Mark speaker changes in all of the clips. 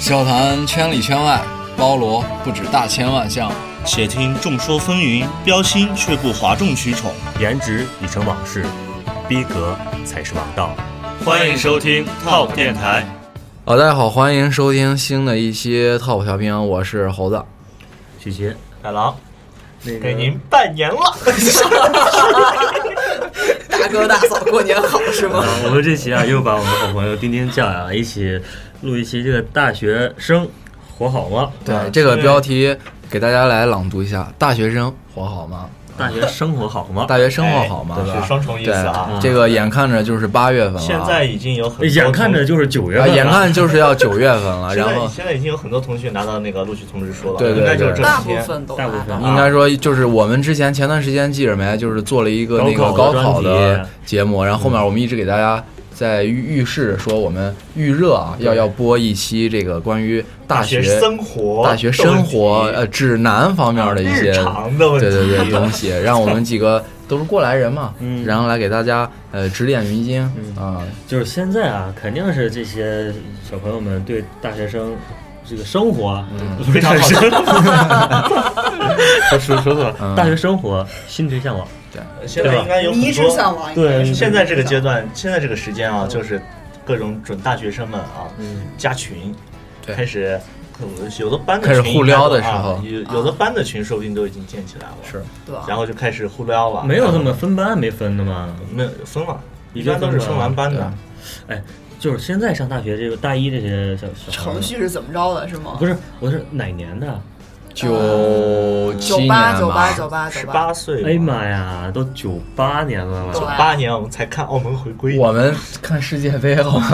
Speaker 1: 笑谈圈里圈外，包罗不止大千万项。
Speaker 2: 且听众说纷纭，标新却不哗众取宠。
Speaker 3: 颜值已成往事，逼格才是王道。
Speaker 2: 欢迎收听 Top 电台，
Speaker 1: 好，大家好，欢迎收听新的一期 Top 调频，我是猴子。
Speaker 3: 许杰，
Speaker 2: 大郎，
Speaker 1: 那个
Speaker 3: 给您拜年了。
Speaker 4: 大哥大嫂过年好是吗？
Speaker 3: 我们这期啊，又把我们好朋友丁丁叫来了，一起录一期这个大学生活好吗？
Speaker 1: 对这个标题给大家来朗读一下：大学生活好吗？
Speaker 3: 大学生活好吗？
Speaker 1: 大学生活好吗？
Speaker 2: 哎
Speaker 1: 对
Speaker 2: 是
Speaker 1: 吧？
Speaker 2: 双重意思啊。
Speaker 1: 对，这个眼看着就是八月份了，
Speaker 2: 现在已经有很多
Speaker 3: 哎眼看着
Speaker 2: 同
Speaker 3: 就是九月
Speaker 1: 啊，
Speaker 3: 份了，
Speaker 1: 眼看就是要九月份了，
Speaker 2: 现
Speaker 1: 然
Speaker 2: 在
Speaker 1: 后
Speaker 2: 现在已经有很多同学拿到那个录取通知书了，
Speaker 1: 对对
Speaker 2: 应该就是这
Speaker 1: 对
Speaker 4: 大
Speaker 2: 几
Speaker 4: 部
Speaker 2: 天。
Speaker 4: 分都
Speaker 3: 大部
Speaker 4: 来
Speaker 3: 分
Speaker 4: 了
Speaker 3: 啊
Speaker 1: 应该说，就是我们之前前段时间记着没，就是做了一个那个
Speaker 3: 高考
Speaker 1: 高
Speaker 3: 的
Speaker 1: 考
Speaker 3: 专
Speaker 1: 的
Speaker 3: 题
Speaker 1: 节目，然后后面我们一直给大家在预预示说我们预热啊，要要播一期这个关于大
Speaker 2: 学
Speaker 1: 学
Speaker 2: 生活、
Speaker 1: 大学生活
Speaker 2: 斗
Speaker 1: 呃指南方面的一
Speaker 2: 日
Speaker 1: 些
Speaker 2: 常的问
Speaker 1: 对
Speaker 2: 题，
Speaker 1: 对对东西，让我们几个都是过来人嘛，然后来给大家呃指点迷津啊，
Speaker 3: 就是现在啊，肯定是这些小朋友们对大学生这个生活啊，
Speaker 1: 嗯
Speaker 3: 非常好 奇。说说说错
Speaker 1: 嗯
Speaker 3: 了，大学生活心存向往。
Speaker 2: 现在应该有很
Speaker 4: 迷之
Speaker 2: 多。
Speaker 4: 向往。
Speaker 3: 对
Speaker 1: 嗯
Speaker 2: 现在这个阶段，现在这个时间啊，就是各种准大学生们啊，加群，
Speaker 1: 嗯对
Speaker 2: 开始可能有的班的
Speaker 1: 开始
Speaker 2: 群
Speaker 1: 互
Speaker 2: 应该
Speaker 1: 撩
Speaker 2: 都
Speaker 1: 的时
Speaker 2: 啊
Speaker 1: 候
Speaker 2: 有有的班的群说不定都已经建起来了，
Speaker 1: 是
Speaker 4: 对吧
Speaker 2: 然后就开始互撩了，嗯
Speaker 3: 没有那么分班没分的嘛，
Speaker 2: 没有分了，一
Speaker 3: 已经
Speaker 2: 般都是
Speaker 3: 分了
Speaker 2: 分完班的，
Speaker 3: 哎就是现在上大学这个大一这些小小朋友
Speaker 4: 程序是怎么着的？是吗？
Speaker 3: 不是，我是哪年的？
Speaker 1: 九
Speaker 4: 呃九
Speaker 1: 七年
Speaker 4: 八九八
Speaker 1: 吧，
Speaker 4: 九八
Speaker 2: 十
Speaker 4: 九八，
Speaker 2: 八岁，
Speaker 3: 哎呀，妈呀，都九八年了嘛
Speaker 4: 对，
Speaker 2: 八年我们才看澳门回归，
Speaker 1: 我们看世界杯好吗？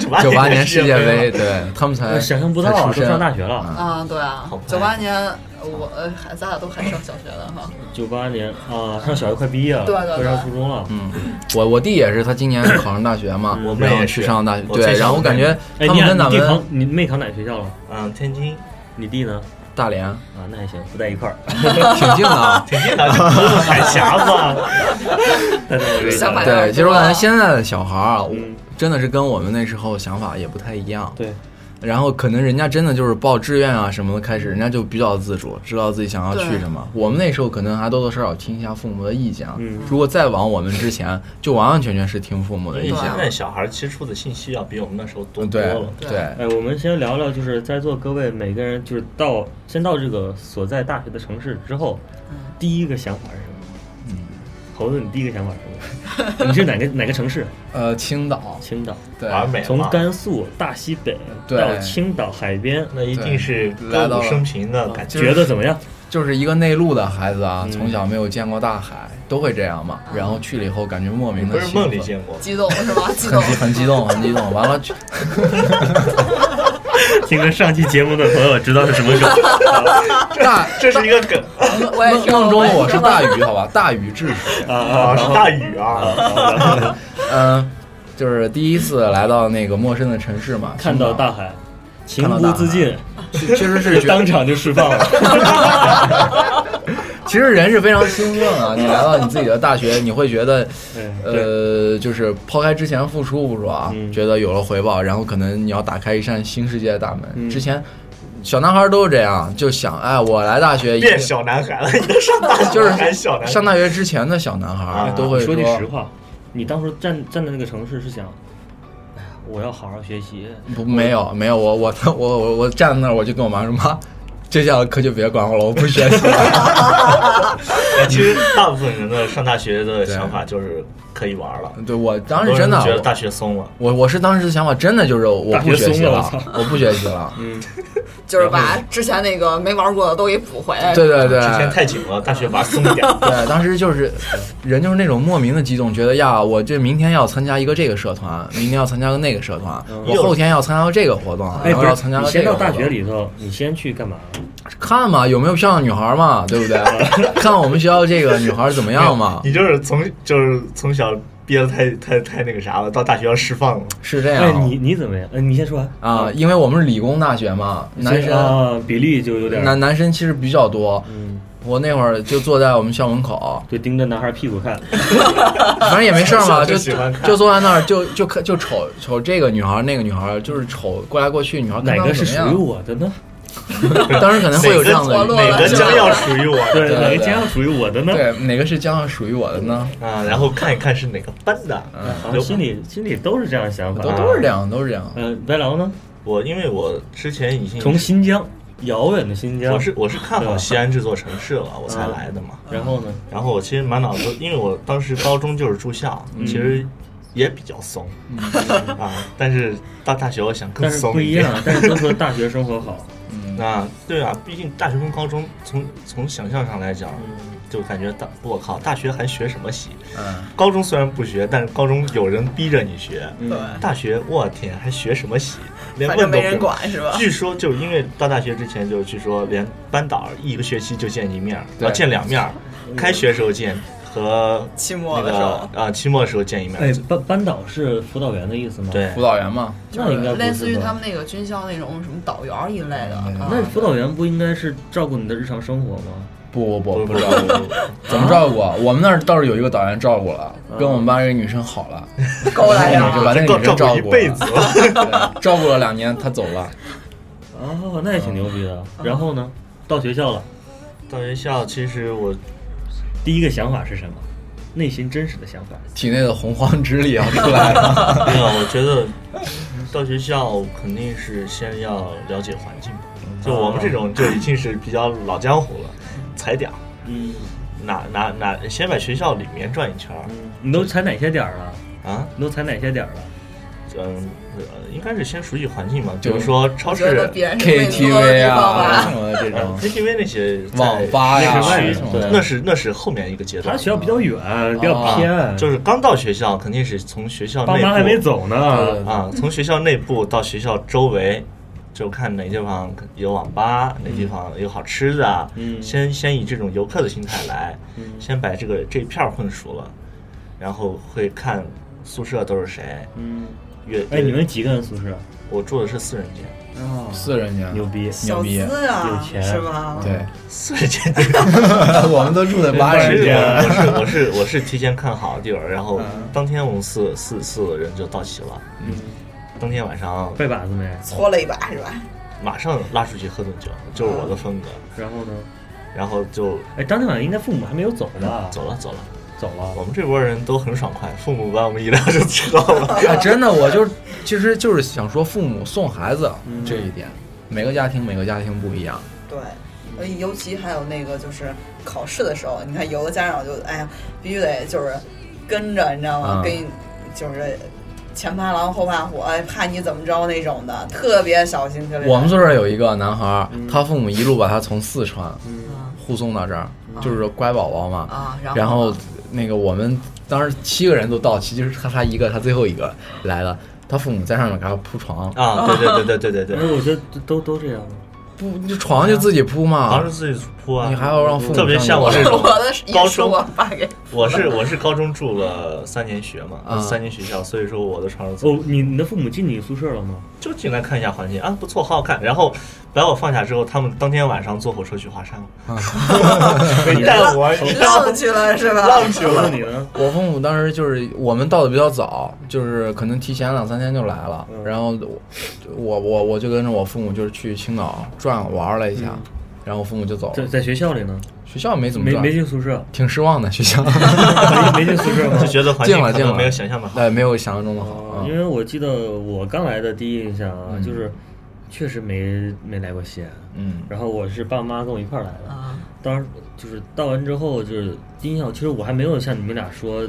Speaker 2: 98
Speaker 1: 九八年世界
Speaker 2: 杯
Speaker 1: 杯，
Speaker 2: 嘛，
Speaker 1: 对他们才
Speaker 3: 我想象不到
Speaker 1: 才出
Speaker 3: 啊，都
Speaker 1: 生
Speaker 3: 上大学了。
Speaker 1: 啊，
Speaker 4: 啊，对啊
Speaker 2: 好吧，
Speaker 4: 九八年我呃还咱俩都还上小学呢哈。
Speaker 3: 九八年啊，上小学快毕业了，
Speaker 4: 对对
Speaker 3: 快
Speaker 4: 对
Speaker 3: 上初中了。
Speaker 1: 嗯，我我弟也是，他今年考上大学嘛，
Speaker 3: 嗯
Speaker 2: 我妹
Speaker 1: 然后
Speaker 2: 也
Speaker 1: 去
Speaker 2: 是
Speaker 1: 上大学，
Speaker 2: 我最
Speaker 1: 对，
Speaker 2: 小
Speaker 1: 然后我
Speaker 2: 的
Speaker 1: 感
Speaker 2: 妹
Speaker 1: 觉
Speaker 3: 哎，
Speaker 1: 他
Speaker 3: 你
Speaker 1: 们跟咱
Speaker 3: 俩你弟
Speaker 1: 们
Speaker 3: 考你妹考哪个学校了？
Speaker 2: 嗯，天津
Speaker 3: 你弟呢？
Speaker 1: 大连
Speaker 3: 啊，那还行，不在一块 儿。
Speaker 1: 挺近的 啊。
Speaker 2: 天津哪是
Speaker 3: 海峡嘛， 在那个位置
Speaker 4: 想法
Speaker 1: 对，其实我感觉现在的小孩儿啊，我
Speaker 3: 嗯
Speaker 1: 真的是跟我们那时候想法也不太一样。
Speaker 3: 对，
Speaker 1: 然后可能人家真的就是报志愿啊什么的开始，人家就比较自主，知道自己想要去
Speaker 4: 对
Speaker 1: 什么。我们那时候可能还多多少少听一下父母的意见啊。
Speaker 3: 嗯
Speaker 1: 如果再往我们之前，就完完全全是听父母的意
Speaker 2: 你
Speaker 1: 见。
Speaker 2: 现在小孩接触的信息要比我们那时候多
Speaker 1: 嗯
Speaker 2: 多
Speaker 1: 对
Speaker 2: 了，
Speaker 1: 对，
Speaker 3: 哎，我们先聊聊，就是在座各位每个人，就是到先到这个所在大学的城市之后，第一个想法是什么？
Speaker 1: 嗯
Speaker 3: 猴子，你第一个想法是什么？ 你是哪个哪个城市？
Speaker 1: 呃，青岛，
Speaker 3: 青岛，
Speaker 1: 对，
Speaker 2: 玩美了，
Speaker 3: 从甘肃大西北
Speaker 1: 对
Speaker 3: 到青岛海边，
Speaker 2: 那一定是
Speaker 1: 来
Speaker 2: 歌
Speaker 1: 到
Speaker 2: 舞
Speaker 1: 了
Speaker 2: 升平的感觉。
Speaker 1: 就是
Speaker 3: 觉得怎么样？
Speaker 1: 就是一个内陆的孩子啊，
Speaker 3: 嗯
Speaker 1: 从小没有见过大海，都会这样嘛。然后去了以后，感觉莫名
Speaker 2: 不
Speaker 1: 的
Speaker 2: 是
Speaker 1: 兴奋
Speaker 2: 梦里见过，
Speaker 4: 激动是吧？激
Speaker 1: 很
Speaker 4: 动。
Speaker 1: 激很激动，啊很激动。完了，去
Speaker 3: 听过上期节目的朋友知道是什么梗。
Speaker 1: 大
Speaker 2: 这是一个梗
Speaker 4: 我也
Speaker 1: 梦
Speaker 4: 听了
Speaker 1: 梦中
Speaker 4: 也
Speaker 1: 我是
Speaker 4: 听了
Speaker 1: 大禹，好吧，大禹治水。
Speaker 2: 啊，是大雨啊，
Speaker 1: 嗯，就是第一次来到那个陌生的城市嘛，
Speaker 3: 看到大海，情
Speaker 1: 看到
Speaker 3: 不
Speaker 1: 大
Speaker 3: 自
Speaker 1: 海
Speaker 3: 禁，
Speaker 1: 青岛，确实是觉
Speaker 3: 当场就释放 了。
Speaker 1: 其实人是非常兴奋啊。你来到你自己的大学，你会觉得，
Speaker 3: 哎对
Speaker 1: 呃，就是抛开之前付出不说啊，
Speaker 3: 嗯
Speaker 1: 觉得有了回报，然后可能你要打开一扇新世界的大门。
Speaker 3: 嗯
Speaker 1: 之前小男孩都是这样，就想，哎，我来大学一定
Speaker 2: 变小男孩了，你都上大学
Speaker 1: 就是
Speaker 2: 还小男孩，
Speaker 1: 上大学之前的小男孩
Speaker 2: 啊
Speaker 1: 都会
Speaker 3: 说句实话，你当时站站在那个城市是想，哎呀，我要好好学习。
Speaker 1: 不，没有没有，我我我我我站在那儿，我就跟我妈说妈，这下可就别管我了，我不学习了。
Speaker 2: 其实大部分人的上大学的想法就是可以玩了，
Speaker 1: 对我当时真的啊
Speaker 2: 很多人，觉得大学松了，
Speaker 1: 我我是当时的想法真的就是我
Speaker 3: 大
Speaker 1: 不
Speaker 3: 学
Speaker 1: 学习
Speaker 3: 松了
Speaker 1: 了
Speaker 3: 我操，
Speaker 1: 我不学习了。
Speaker 3: 嗯，
Speaker 4: 就是把之前那个没玩过的都给补回来。
Speaker 1: 对对对，
Speaker 2: 之前太紧了，大学玩松 一点。
Speaker 1: 对，当时就是人就是那种莫名的激动，觉得呀，我这明天要参加一个这个社团，明天要参加个那个社团，我后天要参加这个活动，
Speaker 3: 哎，
Speaker 1: 然后
Speaker 3: 不
Speaker 1: 要
Speaker 3: 是，
Speaker 1: 参加
Speaker 3: 你
Speaker 1: 个这
Speaker 3: 先
Speaker 1: 个
Speaker 3: 到
Speaker 1: 活动。
Speaker 3: 大学里头，你先去干嘛？
Speaker 1: 看嘛，有没有漂亮女孩嘛，对不 对？看我们学校这个女孩怎么样嘛？
Speaker 3: 哎
Speaker 2: 你就是从就是从小憋得太太太那个啥了，到大学要释放了，
Speaker 1: 是这
Speaker 3: 哎，
Speaker 1: 样。
Speaker 3: 你你怎么样？嗯，你先说完。
Speaker 1: 啊，因为我们是理工大学嘛，
Speaker 3: 所以
Speaker 1: 男生
Speaker 3: 呃啊，比例就有点
Speaker 1: 男男生其实比较多，
Speaker 3: 嗯，
Speaker 1: 我那会儿就坐在我们校门口，
Speaker 3: 就盯着男孩屁股看，
Speaker 1: 反正也没事儿 嘛，
Speaker 2: 我
Speaker 1: 就
Speaker 2: 就喜欢看
Speaker 1: 就坐在那儿，就就看就瞅瞅这个女孩儿那个女孩儿，就是瞅过来过去，女孩儿看
Speaker 3: 哪
Speaker 1: 她
Speaker 3: 个
Speaker 1: 们
Speaker 3: 是属
Speaker 1: 怎么
Speaker 3: 于
Speaker 1: 样？
Speaker 3: 我的呢？
Speaker 1: 当时可能会有这样的
Speaker 4: 哪个
Speaker 2: 哪个将要属于我的
Speaker 3: 对，
Speaker 1: 对
Speaker 3: 哪个
Speaker 1: 对
Speaker 3: 将要属于我的呢？
Speaker 1: 对哪个是将要属于我的呢？
Speaker 2: 啊？然后看一看是哪个班的。
Speaker 1: 嗯
Speaker 3: 好
Speaker 2: 有
Speaker 3: 像心里心里都是这样的想法，啊
Speaker 1: 都都是这。样，都是这样。
Speaker 3: 呃，白狼呢？
Speaker 2: 我因为我之前已经
Speaker 3: 从新疆，遥远的新疆，
Speaker 2: 我是我是看
Speaker 3: 对吧
Speaker 2: 好西安这座城市了，我才
Speaker 1: 嗯
Speaker 2: 来的嘛。
Speaker 3: 然后呢？
Speaker 2: 然后我其实满脑子，因为我当时高中就是住校，
Speaker 3: 嗯
Speaker 2: 其实也比较怂啊。但是到大学，我想更
Speaker 3: 但是
Speaker 2: 怂
Speaker 3: 不一
Speaker 2: 点。
Speaker 3: 样，但是都说大学生活好，
Speaker 2: 那对啊，毕竟大学跟高中从从想象上来讲，
Speaker 3: 嗯
Speaker 2: 就感觉大我靠，大学还学什么习？
Speaker 1: 嗯，
Speaker 2: 高中虽然不学，但是高中有人逼着你学。
Speaker 3: 嗯
Speaker 4: 对，
Speaker 2: 大学我天，还学什么习？连
Speaker 4: 反
Speaker 2: 问都
Speaker 4: 正
Speaker 2: 不
Speaker 4: 没人管 是吧？
Speaker 2: 据说就是因为到大学之前，就据说连班导一个学期就见一面儿，
Speaker 1: 对嗯
Speaker 2: 啊见两面儿，开学时候见和
Speaker 4: 期末
Speaker 2: 那
Speaker 4: 的时候
Speaker 2: 个，啊期末时候见一面
Speaker 3: 哎
Speaker 2: 儿，，
Speaker 3: 班班导是辅导员的意思吗？，
Speaker 2: 对
Speaker 1: 辅，导员嘛，
Speaker 3: 那应该不
Speaker 4: 类似
Speaker 3: 是
Speaker 4: 于
Speaker 3: 吧
Speaker 4: 他们那个军校那种什么导员儿一类的。啊
Speaker 3: 那辅导员不应该是照顾你的日常生活吗？
Speaker 1: 不不不，不
Speaker 2: 知
Speaker 1: 知
Speaker 2: 道
Speaker 1: 道。怎么照顾啊？我们那儿倒是有一个导员照顾了，跟我们班一个女生好了，
Speaker 4: 够了呀！
Speaker 1: 把那个女
Speaker 2: 照
Speaker 1: 生
Speaker 2: 照
Speaker 1: 照
Speaker 2: 顾一
Speaker 1: 顾
Speaker 2: 辈子
Speaker 1: 了，对照顾了两年，她走了。
Speaker 3: 哦，那也挺牛逼的。然后呢，到学校了，
Speaker 2: 到学校其实我
Speaker 3: 第一个想法是什么？内心真实的想法。
Speaker 1: 体内的洪荒之力要出来 了。
Speaker 2: 没有，哎我觉得到学校肯定是先要了解环境吧，就我们这种就已经是比较老江湖了，踩点儿，
Speaker 3: 嗯，
Speaker 2: 哪哪哪，先把学校里面转一圈儿
Speaker 3: 你都踩哪些点儿了？
Speaker 2: 啊，
Speaker 3: 你都踩哪些点儿了？
Speaker 2: 嗯，呃应该是先熟悉环境吧，比如
Speaker 1: 对
Speaker 2: 说超
Speaker 4: 我觉得
Speaker 2: 市。
Speaker 4: 别人是为你做的
Speaker 1: KTV
Speaker 4: 地方
Speaker 1: 啊
Speaker 4: 吧
Speaker 1: 什？么的这
Speaker 2: 啊
Speaker 1: 种
Speaker 2: KTV 那些在
Speaker 1: 网吧呀
Speaker 3: 那是外语
Speaker 1: 什么
Speaker 2: 那
Speaker 1: 的，
Speaker 2: 是那是后面一个阶
Speaker 3: 他
Speaker 2: 段。啊
Speaker 3: 学校比较远，比较偏，
Speaker 2: 就是刚到学校，肯定是从学校
Speaker 3: 啊爸
Speaker 2: 内
Speaker 3: 妈还没
Speaker 2: 部
Speaker 3: 走
Speaker 1: 对对
Speaker 3: 呢。
Speaker 1: 对
Speaker 2: 啊，从学校内部到学校周围，就看哪地方有网吧，哪
Speaker 1: 嗯
Speaker 2: 地方有好吃的。
Speaker 3: 嗯
Speaker 2: 先先以这种游客的心态来，
Speaker 1: 嗯
Speaker 2: 先把这个这片儿混熟了，然后会看宿舍都是谁。
Speaker 3: 嗯，
Speaker 2: 越
Speaker 3: 哎，你们几个人宿舍？
Speaker 2: 我住的是四人间，
Speaker 3: 啊
Speaker 1: 四人间
Speaker 3: 牛逼，
Speaker 1: 牛
Speaker 4: 小
Speaker 1: 逼
Speaker 4: 资啊
Speaker 3: 有，钱
Speaker 4: 是吧？
Speaker 1: 对，
Speaker 2: 四人间
Speaker 1: 我们都住在八
Speaker 2: 是
Speaker 1: 人
Speaker 3: 间
Speaker 1: 间。
Speaker 2: 我是我是我是提前看好地儿，然后当天我们四四四个人就到齐了。嗯，当天晚上
Speaker 3: 背靶子没？
Speaker 4: 搓了一把是吧？
Speaker 2: 马上拉出去喝顿酒，就是我的风格。
Speaker 3: 然后呢？
Speaker 2: 然后就
Speaker 3: 哎，当天晚上应该父母还没有走吧？
Speaker 2: 嗯走了走了，
Speaker 3: 走
Speaker 2: 我
Speaker 3: 了。
Speaker 2: 们这波人都很爽快，父母把我们一辆就撤了。
Speaker 1: 啊，真的，我就是其实就是想说，父母送孩子这一点，每个家庭每个家庭不一样。
Speaker 4: 对，呃尤其还有那个就是考试的时候，你看有的家长就哎呀，必须得就是跟着，你知道吗？
Speaker 1: 啊
Speaker 4: 跟就是前怕狼后怕虎，哎，怕你怎么着那种的，特别小心之类的。
Speaker 1: 我们宿舍有一个男孩儿，他父母一路把他从四川
Speaker 4: 嗯
Speaker 1: 护送到这儿，
Speaker 2: 嗯
Speaker 1: 就是乖宝宝嘛。
Speaker 4: 啊，
Speaker 1: 然
Speaker 4: 然
Speaker 1: 后那个我们当时七个人都到齐，就是他他一个，他最后一个来了。他父母在上面给他铺床，
Speaker 2: 啊，对对对对对对
Speaker 3: 但
Speaker 2: 对，
Speaker 3: 是我觉得都都这样。
Speaker 1: 不就床就自己铺
Speaker 2: 好像
Speaker 1: 嘛
Speaker 2: 是。自己铺啊，
Speaker 1: 你还要让父母
Speaker 2: 特别
Speaker 1: 上
Speaker 2: 像
Speaker 1: 楼
Speaker 2: 我这种
Speaker 4: 我的
Speaker 2: 高
Speaker 4: 也是
Speaker 2: 中
Speaker 4: 我爸给
Speaker 2: 我是我是高中住了三年学嘛，
Speaker 1: 啊
Speaker 2: 三年学校，所以说我的床是自己
Speaker 3: 哦，你你的父母进你宿舍了吗？
Speaker 2: 就进来看一下环境啊，不错，好好看。然后把我放下之后，他们当天晚上坐火车去华山了，没 带我， 你知道吗
Speaker 4: 浪去了是吧？
Speaker 2: 浪去
Speaker 3: 然后
Speaker 2: 了。
Speaker 3: 你呢？
Speaker 1: 我父母当时就是我们到的比较早，就是可能提前两三天就来了。
Speaker 2: 嗯
Speaker 1: 然后我我我就跟着我父母就是去青岛转玩了一下，
Speaker 2: 嗯
Speaker 1: 然后我父母就走
Speaker 3: 在
Speaker 1: 了。
Speaker 3: 在学校里呢？
Speaker 1: 学校没怎么
Speaker 3: 没
Speaker 1: 转
Speaker 3: 没，进宿舍，
Speaker 1: 挺失望的。学 校
Speaker 3: 没没进宿舍吗
Speaker 2: 就？觉得 环
Speaker 1: 进
Speaker 2: 境
Speaker 1: 了
Speaker 2: 可
Speaker 1: 进了，
Speaker 2: 能没有想象的好。
Speaker 1: 对，没有想象中的好。
Speaker 3: 哦因
Speaker 1: 嗯
Speaker 3: 为我记得我刚来的第一印象啊，就是确实没没来过西安，
Speaker 1: 嗯
Speaker 3: 然后我是爸妈跟我一块儿来的。
Speaker 4: 啊，
Speaker 3: 当时就是到完之后，就是第一印象，其实我还没有像你们俩说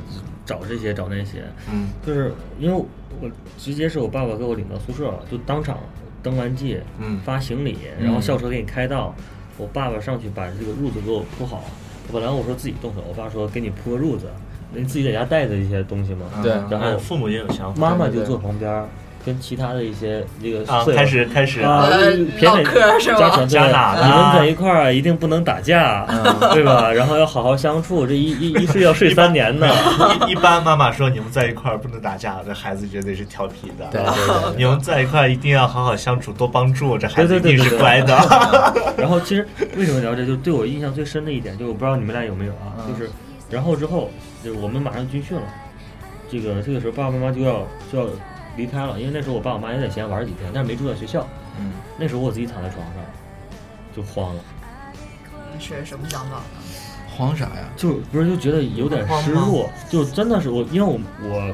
Speaker 3: 找这些找那些，
Speaker 2: 嗯，
Speaker 3: 就是因为我直接是我爸爸给我领到宿舍了，就当场登完记，
Speaker 2: 嗯
Speaker 3: 发行李，
Speaker 1: 嗯
Speaker 3: 然后校车给你开到，我爸爸上去把这个褥子给我铺好。本来我说自己动手，我爸说给你铺个褥子，你自己在家带着一些东西嘛。
Speaker 1: 对
Speaker 2: 嗯
Speaker 3: 然后
Speaker 2: 父母也有想法，
Speaker 3: 妈妈就坐旁边儿，跟其他的一些这个
Speaker 2: 啊，
Speaker 3: 舍友
Speaker 2: 开始开始，
Speaker 3: 嗯啊
Speaker 4: 呃，
Speaker 3: 偏
Speaker 4: 唠
Speaker 3: 得
Speaker 4: 嗑是
Speaker 3: 家
Speaker 4: 吗
Speaker 3: 长？
Speaker 2: 加啊哪
Speaker 3: 对
Speaker 2: 呢
Speaker 3: 你们在一块儿一定不能打架，对吧？然后要好好相处，这一一一睡要睡三年 呢。
Speaker 2: 一一般妈妈说你们在一块儿不能打架，这孩子绝对是调皮的。
Speaker 1: 对对对
Speaker 2: 你们在一块儿一定要好好相处，多帮助，这孩子
Speaker 3: 对
Speaker 2: 一
Speaker 3: 对
Speaker 2: 定
Speaker 3: 对
Speaker 2: 是
Speaker 3: 对
Speaker 2: 乖的。
Speaker 3: 然后其实为什么聊这，就对我印象最深的一点，就我不知道你们俩有没有啊，
Speaker 1: 嗯
Speaker 3: 就是然后之后就是我们马上军训了，这个这个时候爸爸妈妈就要就要离开了，因为那时候我爸我妈也在西安玩了几天，但是没住在学校。
Speaker 2: 嗯，
Speaker 3: 那时候我自己躺在床上就慌了，
Speaker 4: 是什么想法呢？
Speaker 1: 慌啥呀？
Speaker 3: 就不是就觉得有点失落，就真的是我，因为我我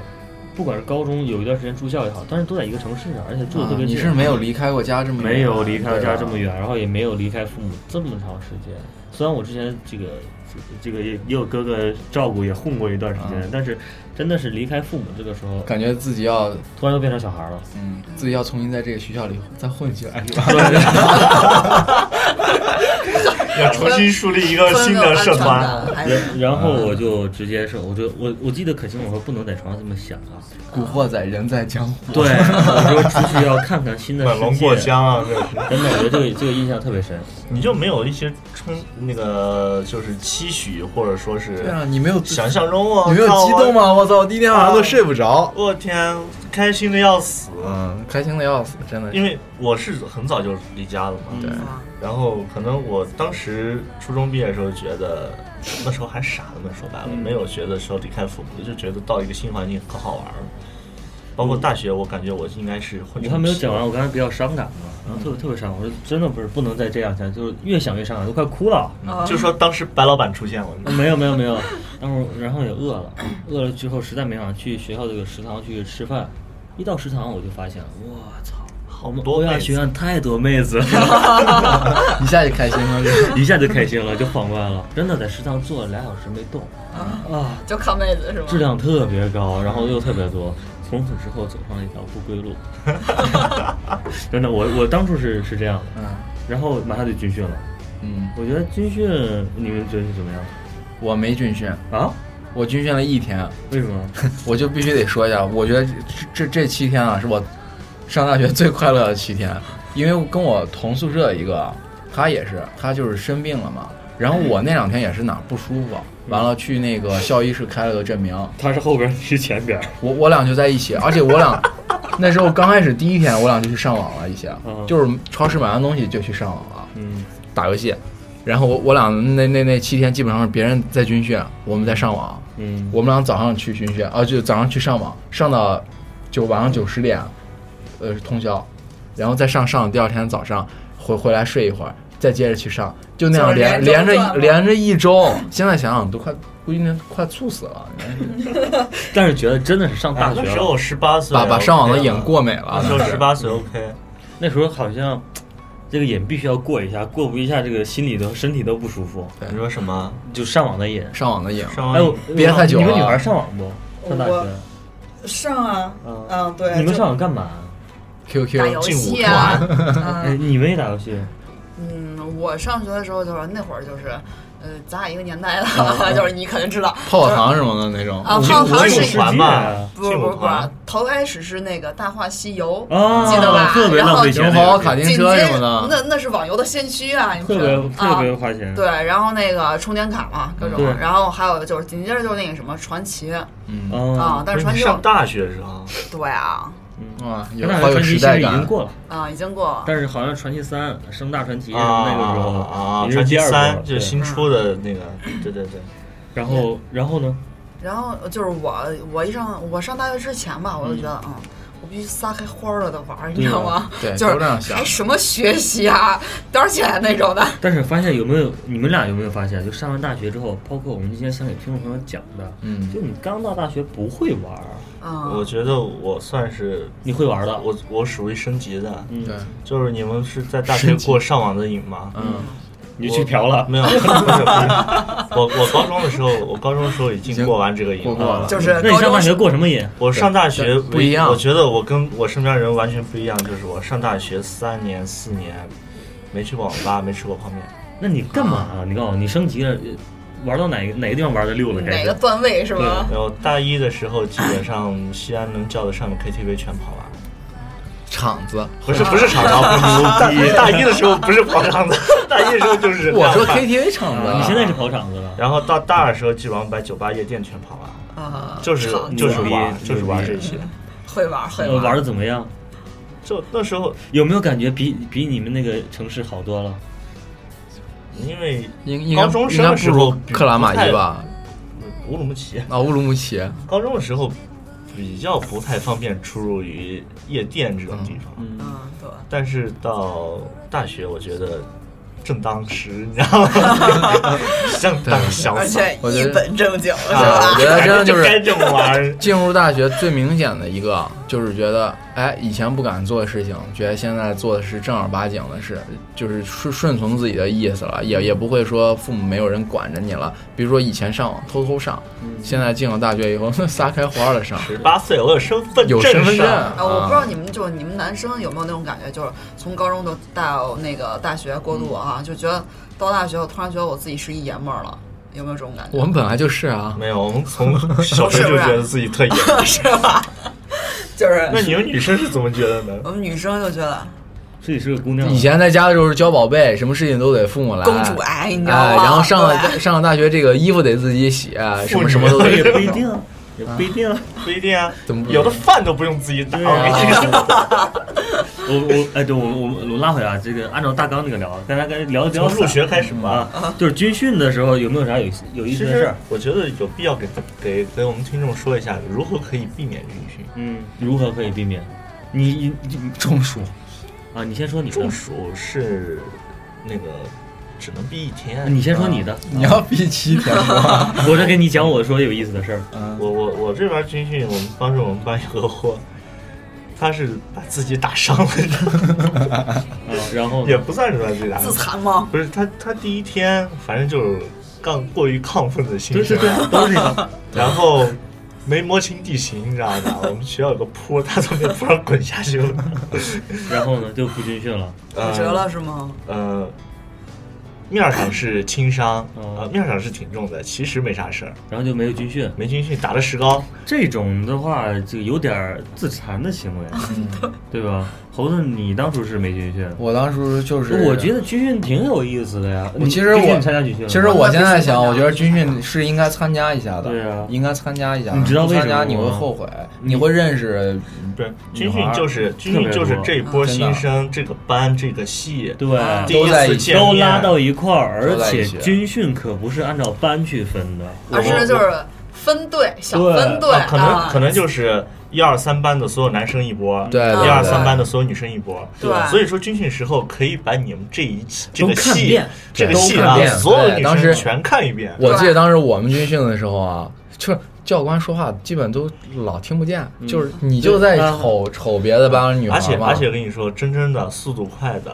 Speaker 3: 不管是高中有一段时间住校也好，但是都在一个城市啊，而且住的特别
Speaker 1: 啊
Speaker 3: 近。
Speaker 1: 你是没有离开过家这么远啊
Speaker 3: 没有离开家这么。
Speaker 1: 对吧
Speaker 3: 远，然后也没有离开父母这么长时间。虽然我之前这个这个也也有哥哥照顾，也混过一段时间，
Speaker 1: 嗯
Speaker 3: 但是真的是离开父母这个时候，
Speaker 1: 感觉自己要，
Speaker 3: 突然又变成小孩了。
Speaker 1: 嗯，自己要重新在这个学校里再混起来，是吧？
Speaker 2: 要重新树立一个新的社团。
Speaker 4: 还是
Speaker 3: 然然后我就直接是，我就我我记得可清我说不能在床上这么想啊，
Speaker 1: 古惑仔人在江湖。
Speaker 3: 对，我说出去要看看新 的
Speaker 2: 本龙
Speaker 3: 世
Speaker 2: 过
Speaker 3: 界。
Speaker 2: 江啊，这是
Speaker 3: 真的，我觉得这个这个印象特别深。
Speaker 2: 你就没有一些冲那个就是期许，或者说是
Speaker 1: 对啊，你没有
Speaker 2: 想象中我
Speaker 1: 你没有
Speaker 2: 靠
Speaker 1: 激动？吗？我操，我第一天晚上都睡不着。
Speaker 2: 我我天，开心的要死！
Speaker 1: 嗯，开心的要死，真的是。
Speaker 2: 因为我是很早就离家了嘛，
Speaker 1: 对
Speaker 2: 然后可能我当时初中毕业的时候觉得，那时候还傻呢嘛，说白了，
Speaker 3: 嗯
Speaker 2: 没有觉得说离开父母，就觉得到一个新环境可好玩了。
Speaker 4: 嗯
Speaker 2: 包括大学，我感觉我应该是混
Speaker 3: 我
Speaker 2: 成
Speaker 3: 还没有
Speaker 2: 皮
Speaker 3: 讲完，我刚才比较伤感嘛，然后特别特别伤感，我说真的不是不能再这样下去，就是越想越伤感，都快哭了。
Speaker 2: 了，就说当时白老板出现了，
Speaker 3: 没有没有没有，然后然后也饿了，饿了之后实在没办法去学校这个食堂去吃饭，一到食堂我就发现，我操，
Speaker 2: 好
Speaker 3: 我们
Speaker 2: 多
Speaker 3: 欧亚
Speaker 2: 妹
Speaker 3: 学
Speaker 2: 子，
Speaker 3: 院太多妹子了，
Speaker 1: 一下就开心了，就
Speaker 3: 一下就开心了，就慌乱了，真的在食堂坐了俩小时没动，啊，
Speaker 4: 就看妹子是吗？
Speaker 3: 质量特别高，然后又特别多，从此之后走上了一条不归路，真的，我我当初是是这样的，
Speaker 1: 嗯
Speaker 3: 然后马上就军训了，
Speaker 1: 嗯，
Speaker 3: 我觉得军训你们觉得是怎么样
Speaker 1: 我没军训，
Speaker 3: 啊？
Speaker 1: 我军训了一天，
Speaker 3: 为什么？
Speaker 1: 我就必须得说一下，我觉得这这这七天啊，是我上大学最快乐的七天，因为跟我同宿舍一个，啊他也是，他就是生病了嘛，然后我那两天也是哪儿不舒服，完了去那个校医室开了个证明，
Speaker 3: 他是后边，你是前边，
Speaker 1: 我我俩就在一起，而且我俩那时候刚开始第一天，我俩就去上网了一些，
Speaker 3: 嗯
Speaker 1: 就是超市买完东西就去上网了，
Speaker 3: 嗯。
Speaker 1: 打游戏，然后我我俩那那那七天基本上是别人在军训，我们在上网，
Speaker 3: 嗯，
Speaker 1: 我们俩早上去军训啊，就早上去上网，上到就晚上九十点，呃通宵，然后再上上第二天早上回回来睡一会儿，再接着去上，就那样
Speaker 4: 就是
Speaker 1: 连连着
Speaker 4: 连轴
Speaker 1: 一
Speaker 4: 转吗
Speaker 1: 连着一周，现在想想都快估计那快猝死了，
Speaker 3: 但是觉得真的是上大
Speaker 2: 啊
Speaker 3: 学
Speaker 2: 那
Speaker 3: 了，
Speaker 2: 时候我十八岁，
Speaker 1: 把把上网的瘾过
Speaker 2: 没
Speaker 1: 美了
Speaker 2: 那时。候十八岁 OK，
Speaker 3: 那时候好像这个瘾必须要过一下，过不一下这个心里头身体都不舒服，
Speaker 1: 对
Speaker 2: 你说什么？
Speaker 3: 就上网的瘾。
Speaker 1: 上网的瘾，
Speaker 2: 上
Speaker 3: 哎，我
Speaker 2: 网
Speaker 1: 别太久
Speaker 3: 你
Speaker 1: 了
Speaker 3: 们女孩上网不？上大学
Speaker 4: 我上啊，
Speaker 3: 嗯
Speaker 4: 嗯，对，
Speaker 3: 你们
Speaker 4: 就
Speaker 3: 上网干嘛？
Speaker 1: QQ
Speaker 4: 打游
Speaker 2: 进舞
Speaker 4: 戏啊，
Speaker 3: 哎，
Speaker 4: 嗯
Speaker 3: 你们也打游戏？
Speaker 4: 嗯，我上学的时候就是那会儿就是，呃，咱俩一个年代
Speaker 3: 啊
Speaker 4: 的， 就是你肯定知道，
Speaker 1: 泡泡糖什么的那种，
Speaker 4: 啊
Speaker 2: 进
Speaker 4: 泡
Speaker 2: 舞
Speaker 4: 泡糖
Speaker 2: 进
Speaker 4: 是
Speaker 2: 舞
Speaker 4: 一
Speaker 2: 团嘛，
Speaker 4: 不是
Speaker 2: 劲
Speaker 4: 不
Speaker 2: 舞
Speaker 4: 是不是
Speaker 2: 团，，
Speaker 4: 头开始是那个《大话西游》
Speaker 3: 啊，
Speaker 4: 记得吧
Speaker 3: 特别浪费钱
Speaker 1: 然
Speaker 3: 那
Speaker 1: 后
Speaker 3: 个游戏，
Speaker 1: 卡丁
Speaker 4: 紧接
Speaker 1: 车
Speaker 4: 着
Speaker 1: 什么的
Speaker 4: 那那是网游的先驱啊，你不
Speaker 3: 特
Speaker 4: 知
Speaker 3: 别
Speaker 4: 道
Speaker 3: 特别
Speaker 4: 啊？
Speaker 3: 花钱。
Speaker 4: 对，然后那个充点卡嘛，各种
Speaker 3: 对，
Speaker 4: 然后还有就是紧接着就是那个什么传奇
Speaker 1: 嗯
Speaker 4: 啊
Speaker 3: 啊，，
Speaker 4: 但是传
Speaker 2: 你
Speaker 4: 奇
Speaker 2: 上
Speaker 4: 我
Speaker 2: 大学的时候，
Speaker 4: 对啊
Speaker 1: 哇，有
Speaker 3: 但
Speaker 1: 好
Speaker 3: 是
Speaker 1: 有
Speaker 3: 传奇
Speaker 1: 时
Speaker 3: 其实
Speaker 1: 代
Speaker 3: 已经
Speaker 1: 感。
Speaker 3: 过了，
Speaker 4: 啊已经过了，
Speaker 3: 但是好像传奇三、盛大传奇什
Speaker 2: 啊
Speaker 3: 么那个时候
Speaker 2: 啊，啊
Speaker 3: 也是
Speaker 2: 传
Speaker 3: 第
Speaker 2: 奇
Speaker 3: 二
Speaker 2: 三
Speaker 3: 波，
Speaker 2: 就是
Speaker 3: 对
Speaker 2: 新嗯出的
Speaker 1: 嗯
Speaker 2: 那个，对对对，
Speaker 3: 然后然后呢？
Speaker 4: 然后就是我，我一上我上大学之前吧，我就觉得，嗯，我必须撒开花儿了的玩儿，你知道吗？
Speaker 1: 对
Speaker 4: 就
Speaker 1: 都这样
Speaker 4: 是
Speaker 1: 想
Speaker 4: 还什么学习啊，多少钱那种的，
Speaker 3: 但是发现有没有你们俩有没有发现，就上完大学之后，包括我们今天想给听众朋友讲的，
Speaker 1: 嗯
Speaker 3: 就你刚到大学不会玩儿，
Speaker 2: 我
Speaker 4: 嗯，
Speaker 2: 觉得我算是
Speaker 3: 你会玩儿的，
Speaker 2: 我我属于升级的，
Speaker 3: 嗯
Speaker 1: 对，
Speaker 2: 就是你们是在大学过上网的瘾吗？
Speaker 1: 嗯，
Speaker 3: 你就去嫖了，
Speaker 2: 没有，不是不 是我我高中的时候，我高中的时候已经过完这个瘾
Speaker 1: 过过了。
Speaker 4: 就是
Speaker 3: 那你
Speaker 4: 高
Speaker 3: 上大
Speaker 4: 中
Speaker 3: 学过什么瘾？
Speaker 2: 我上大学
Speaker 1: 对不一样
Speaker 2: 我觉得我跟我身边人完全不一样，就是我上大学三年四年，没去过网吧，没吃过泡面，
Speaker 3: 那你干嘛啊？你告诉我，你升级了，呃玩到哪个哪个地方玩的溜了？开
Speaker 4: 哪个
Speaker 3: 始
Speaker 4: 段位是吧？
Speaker 2: 然后大一的时候，基本上西安能叫得上的 KTV 全跑完。
Speaker 1: 场子，
Speaker 2: 不是不是厂 长，大一大一的时候不是跑场子， 大一的时候就是
Speaker 1: 我说
Speaker 2: 这样办
Speaker 1: KTV 场子啊，
Speaker 3: 你现在是跑场子了，
Speaker 2: 然后到大二的时候，基本上把酒吧夜店全跑完了，
Speaker 4: 啊，
Speaker 2: 就是
Speaker 4: 场地
Speaker 2: 就是
Speaker 3: 牛逼
Speaker 2: 玩就是玩
Speaker 3: 牛逼
Speaker 2: 这些。
Speaker 1: 嗯
Speaker 4: 会玩会
Speaker 3: 呃玩
Speaker 4: 玩
Speaker 3: 的怎么样？
Speaker 2: 就那时候，
Speaker 3: 有没有感觉比比你们那个城市好多了？
Speaker 2: 因为
Speaker 1: 应应该
Speaker 2: 高中
Speaker 1: 应
Speaker 2: 生
Speaker 1: 该
Speaker 2: 的
Speaker 1: 不
Speaker 2: 时候
Speaker 1: 如克拉玛依？吧？
Speaker 2: 不太乌鲁木齐，
Speaker 1: 啊，乌鲁木齐，
Speaker 2: 高中的时候比较不太方便出入于夜店这种地方，
Speaker 3: 嗯，
Speaker 4: 嗯，对，
Speaker 2: 但是到大学，我觉得正当时，你知道吗？ 正当潇
Speaker 4: 而
Speaker 2: 洒。
Speaker 4: 且
Speaker 1: 我觉
Speaker 4: 一
Speaker 1: 得
Speaker 4: 本正经是
Speaker 1: 啊
Speaker 4: 吧？
Speaker 1: 我觉得真的就是
Speaker 2: 反正该这么玩儿，
Speaker 1: 进入大学最明显的一个啊就是觉得，哎，以前不敢做的事情，觉得现在做的是正儿八经的事，就是顺顺从自己的意思了，也也不会说父母没有人管着你了。比如说以前上网偷偷上，
Speaker 2: 嗯
Speaker 1: 现在进了大学以后，撒开花了上，
Speaker 2: 十八岁，我有身份
Speaker 1: 有身份证
Speaker 2: 上
Speaker 4: 啊，我不知道你们就是你们男生有没有那种感觉，就是从高中到到那个大学过渡啊，就觉得到大学我突然觉得我自己是一爷们儿了，有没有这种感觉？
Speaker 1: 我们本来就是啊，
Speaker 2: 没有，我们从小时候就觉得自己特野。
Speaker 4: 是吧？就 是
Speaker 2: 那你们女生是怎么觉得呢？
Speaker 4: 我们女生就觉得
Speaker 3: 自己是个姑娘，
Speaker 1: 以前在家的时候是娇宝贝，什么事情都得父母来，
Speaker 4: 公主癌，你知道吗？
Speaker 1: 哎，然后上
Speaker 4: 对
Speaker 1: 了上了大学，这个衣服得自己洗，什么什么都
Speaker 3: 也
Speaker 1: 得
Speaker 3: 不一定，也不一定。
Speaker 2: 不一定啊
Speaker 1: 怎么，不一定
Speaker 2: 有的饭都不用自己打。
Speaker 3: 对
Speaker 2: 我跟你说，
Speaker 3: 啊， 我我哎，对我我我拉回来啊，这个按照大纲这个聊，啊大家该聊 聊
Speaker 2: 从
Speaker 3: 散
Speaker 2: 入学开始吧。
Speaker 3: 啊，就是军训的时候有没有啥有有意
Speaker 2: 其
Speaker 3: 思的事
Speaker 2: 实
Speaker 3: 儿？
Speaker 2: 我觉得有必要给给给我们听众说一下，如何可以避免军训。
Speaker 3: 嗯，如何可以避免？你你
Speaker 1: 中暑。
Speaker 3: 啊，你先说你的
Speaker 2: 中，暑是那个只能避一天。
Speaker 3: 啊
Speaker 2: 啊
Speaker 3: 你先说你的，
Speaker 1: 你要逼七天 吗？
Speaker 3: 我再跟你讲我说有意思的事 儿。
Speaker 2: 我我我这边军训，我们当时我们班有个货，他是把自己打伤了，
Speaker 3: 啊，然后呢
Speaker 2: 也不算是把自己
Speaker 1: 嗯
Speaker 2: 打伤
Speaker 4: 自，残吗？
Speaker 2: 不是他他第一天反正就是杠过于亢奋的心
Speaker 3: 对对
Speaker 2: 情，
Speaker 3: 对，都是这样。
Speaker 2: 然后没摸清地形，你知道吧？我们学校有个坡，他从那坡上滚下去了，
Speaker 3: 然后呢，就不军训了。
Speaker 2: 呃
Speaker 1: 嗯
Speaker 4: 骨折了是吗？
Speaker 2: 呃。面儿上是轻伤，
Speaker 3: 哦
Speaker 2: 呃，面儿上是挺重的，其实没啥事儿，
Speaker 3: 然后就没有 军训，
Speaker 2: 没军训打了石膏，
Speaker 3: 这种的话就有点儿自残的行为，
Speaker 2: 啊
Speaker 3: 对吧？猴子，你当初是没军训，
Speaker 1: 我当时就是，
Speaker 3: 我觉得军训挺有意思的呀。
Speaker 1: 我
Speaker 3: 你
Speaker 1: 其实
Speaker 3: 毕竟
Speaker 1: 我
Speaker 3: 你参加军训了，
Speaker 1: 其实我现在想，
Speaker 4: 那
Speaker 1: 我
Speaker 4: 必须参加
Speaker 1: 觉得军训是应该参加一下的，
Speaker 3: 对啊
Speaker 1: 应该参加一下。
Speaker 3: 你知道
Speaker 1: 不
Speaker 3: 为什
Speaker 1: 参加
Speaker 3: 么
Speaker 1: 你会
Speaker 3: 吗
Speaker 1: 后悔，你会认识
Speaker 2: 不是
Speaker 1: 女
Speaker 2: 军
Speaker 1: 孩
Speaker 2: 训
Speaker 1: 儿
Speaker 2: 就是军
Speaker 3: 特
Speaker 2: 训
Speaker 3: 别
Speaker 2: 就是
Speaker 3: 多嗯
Speaker 2: 这波
Speaker 1: 真的
Speaker 2: 新生这个班这个系
Speaker 4: 啊
Speaker 3: 对。
Speaker 2: 第一
Speaker 1: 都在一
Speaker 2: 次
Speaker 1: 起
Speaker 2: 见
Speaker 3: 都
Speaker 2: 面
Speaker 3: 拉到一块儿，
Speaker 1: 都
Speaker 3: 而
Speaker 1: 在一
Speaker 3: 且
Speaker 1: 起
Speaker 3: 军训可不是按照班去分的，
Speaker 4: 而是就是分队，小
Speaker 3: 对
Speaker 4: 分队
Speaker 2: 啊可能
Speaker 4: 啊
Speaker 2: 可能就是一二三班的所有男生一波，
Speaker 1: 对对
Speaker 2: 一二
Speaker 1: 对
Speaker 2: 三班的所有女生一波，
Speaker 4: 对
Speaker 2: 所以说军训时候可以把你们这一这个
Speaker 3: 都看
Speaker 2: 戏
Speaker 3: 遍
Speaker 2: 这个
Speaker 1: 对
Speaker 2: 戏
Speaker 1: 都看
Speaker 2: 啊，
Speaker 1: 遍
Speaker 2: 所有
Speaker 1: 对
Speaker 2: 女
Speaker 1: 当时
Speaker 2: 生全看一遍。
Speaker 1: 我记得当时我们军训的时候啊，就是教官说话基本都老听不见，就是你就在
Speaker 3: 嗯对啊
Speaker 1: 瞅瞅别的班女孩
Speaker 2: 而且
Speaker 1: 嘛
Speaker 2: 而且我跟你说，真正的速度快的，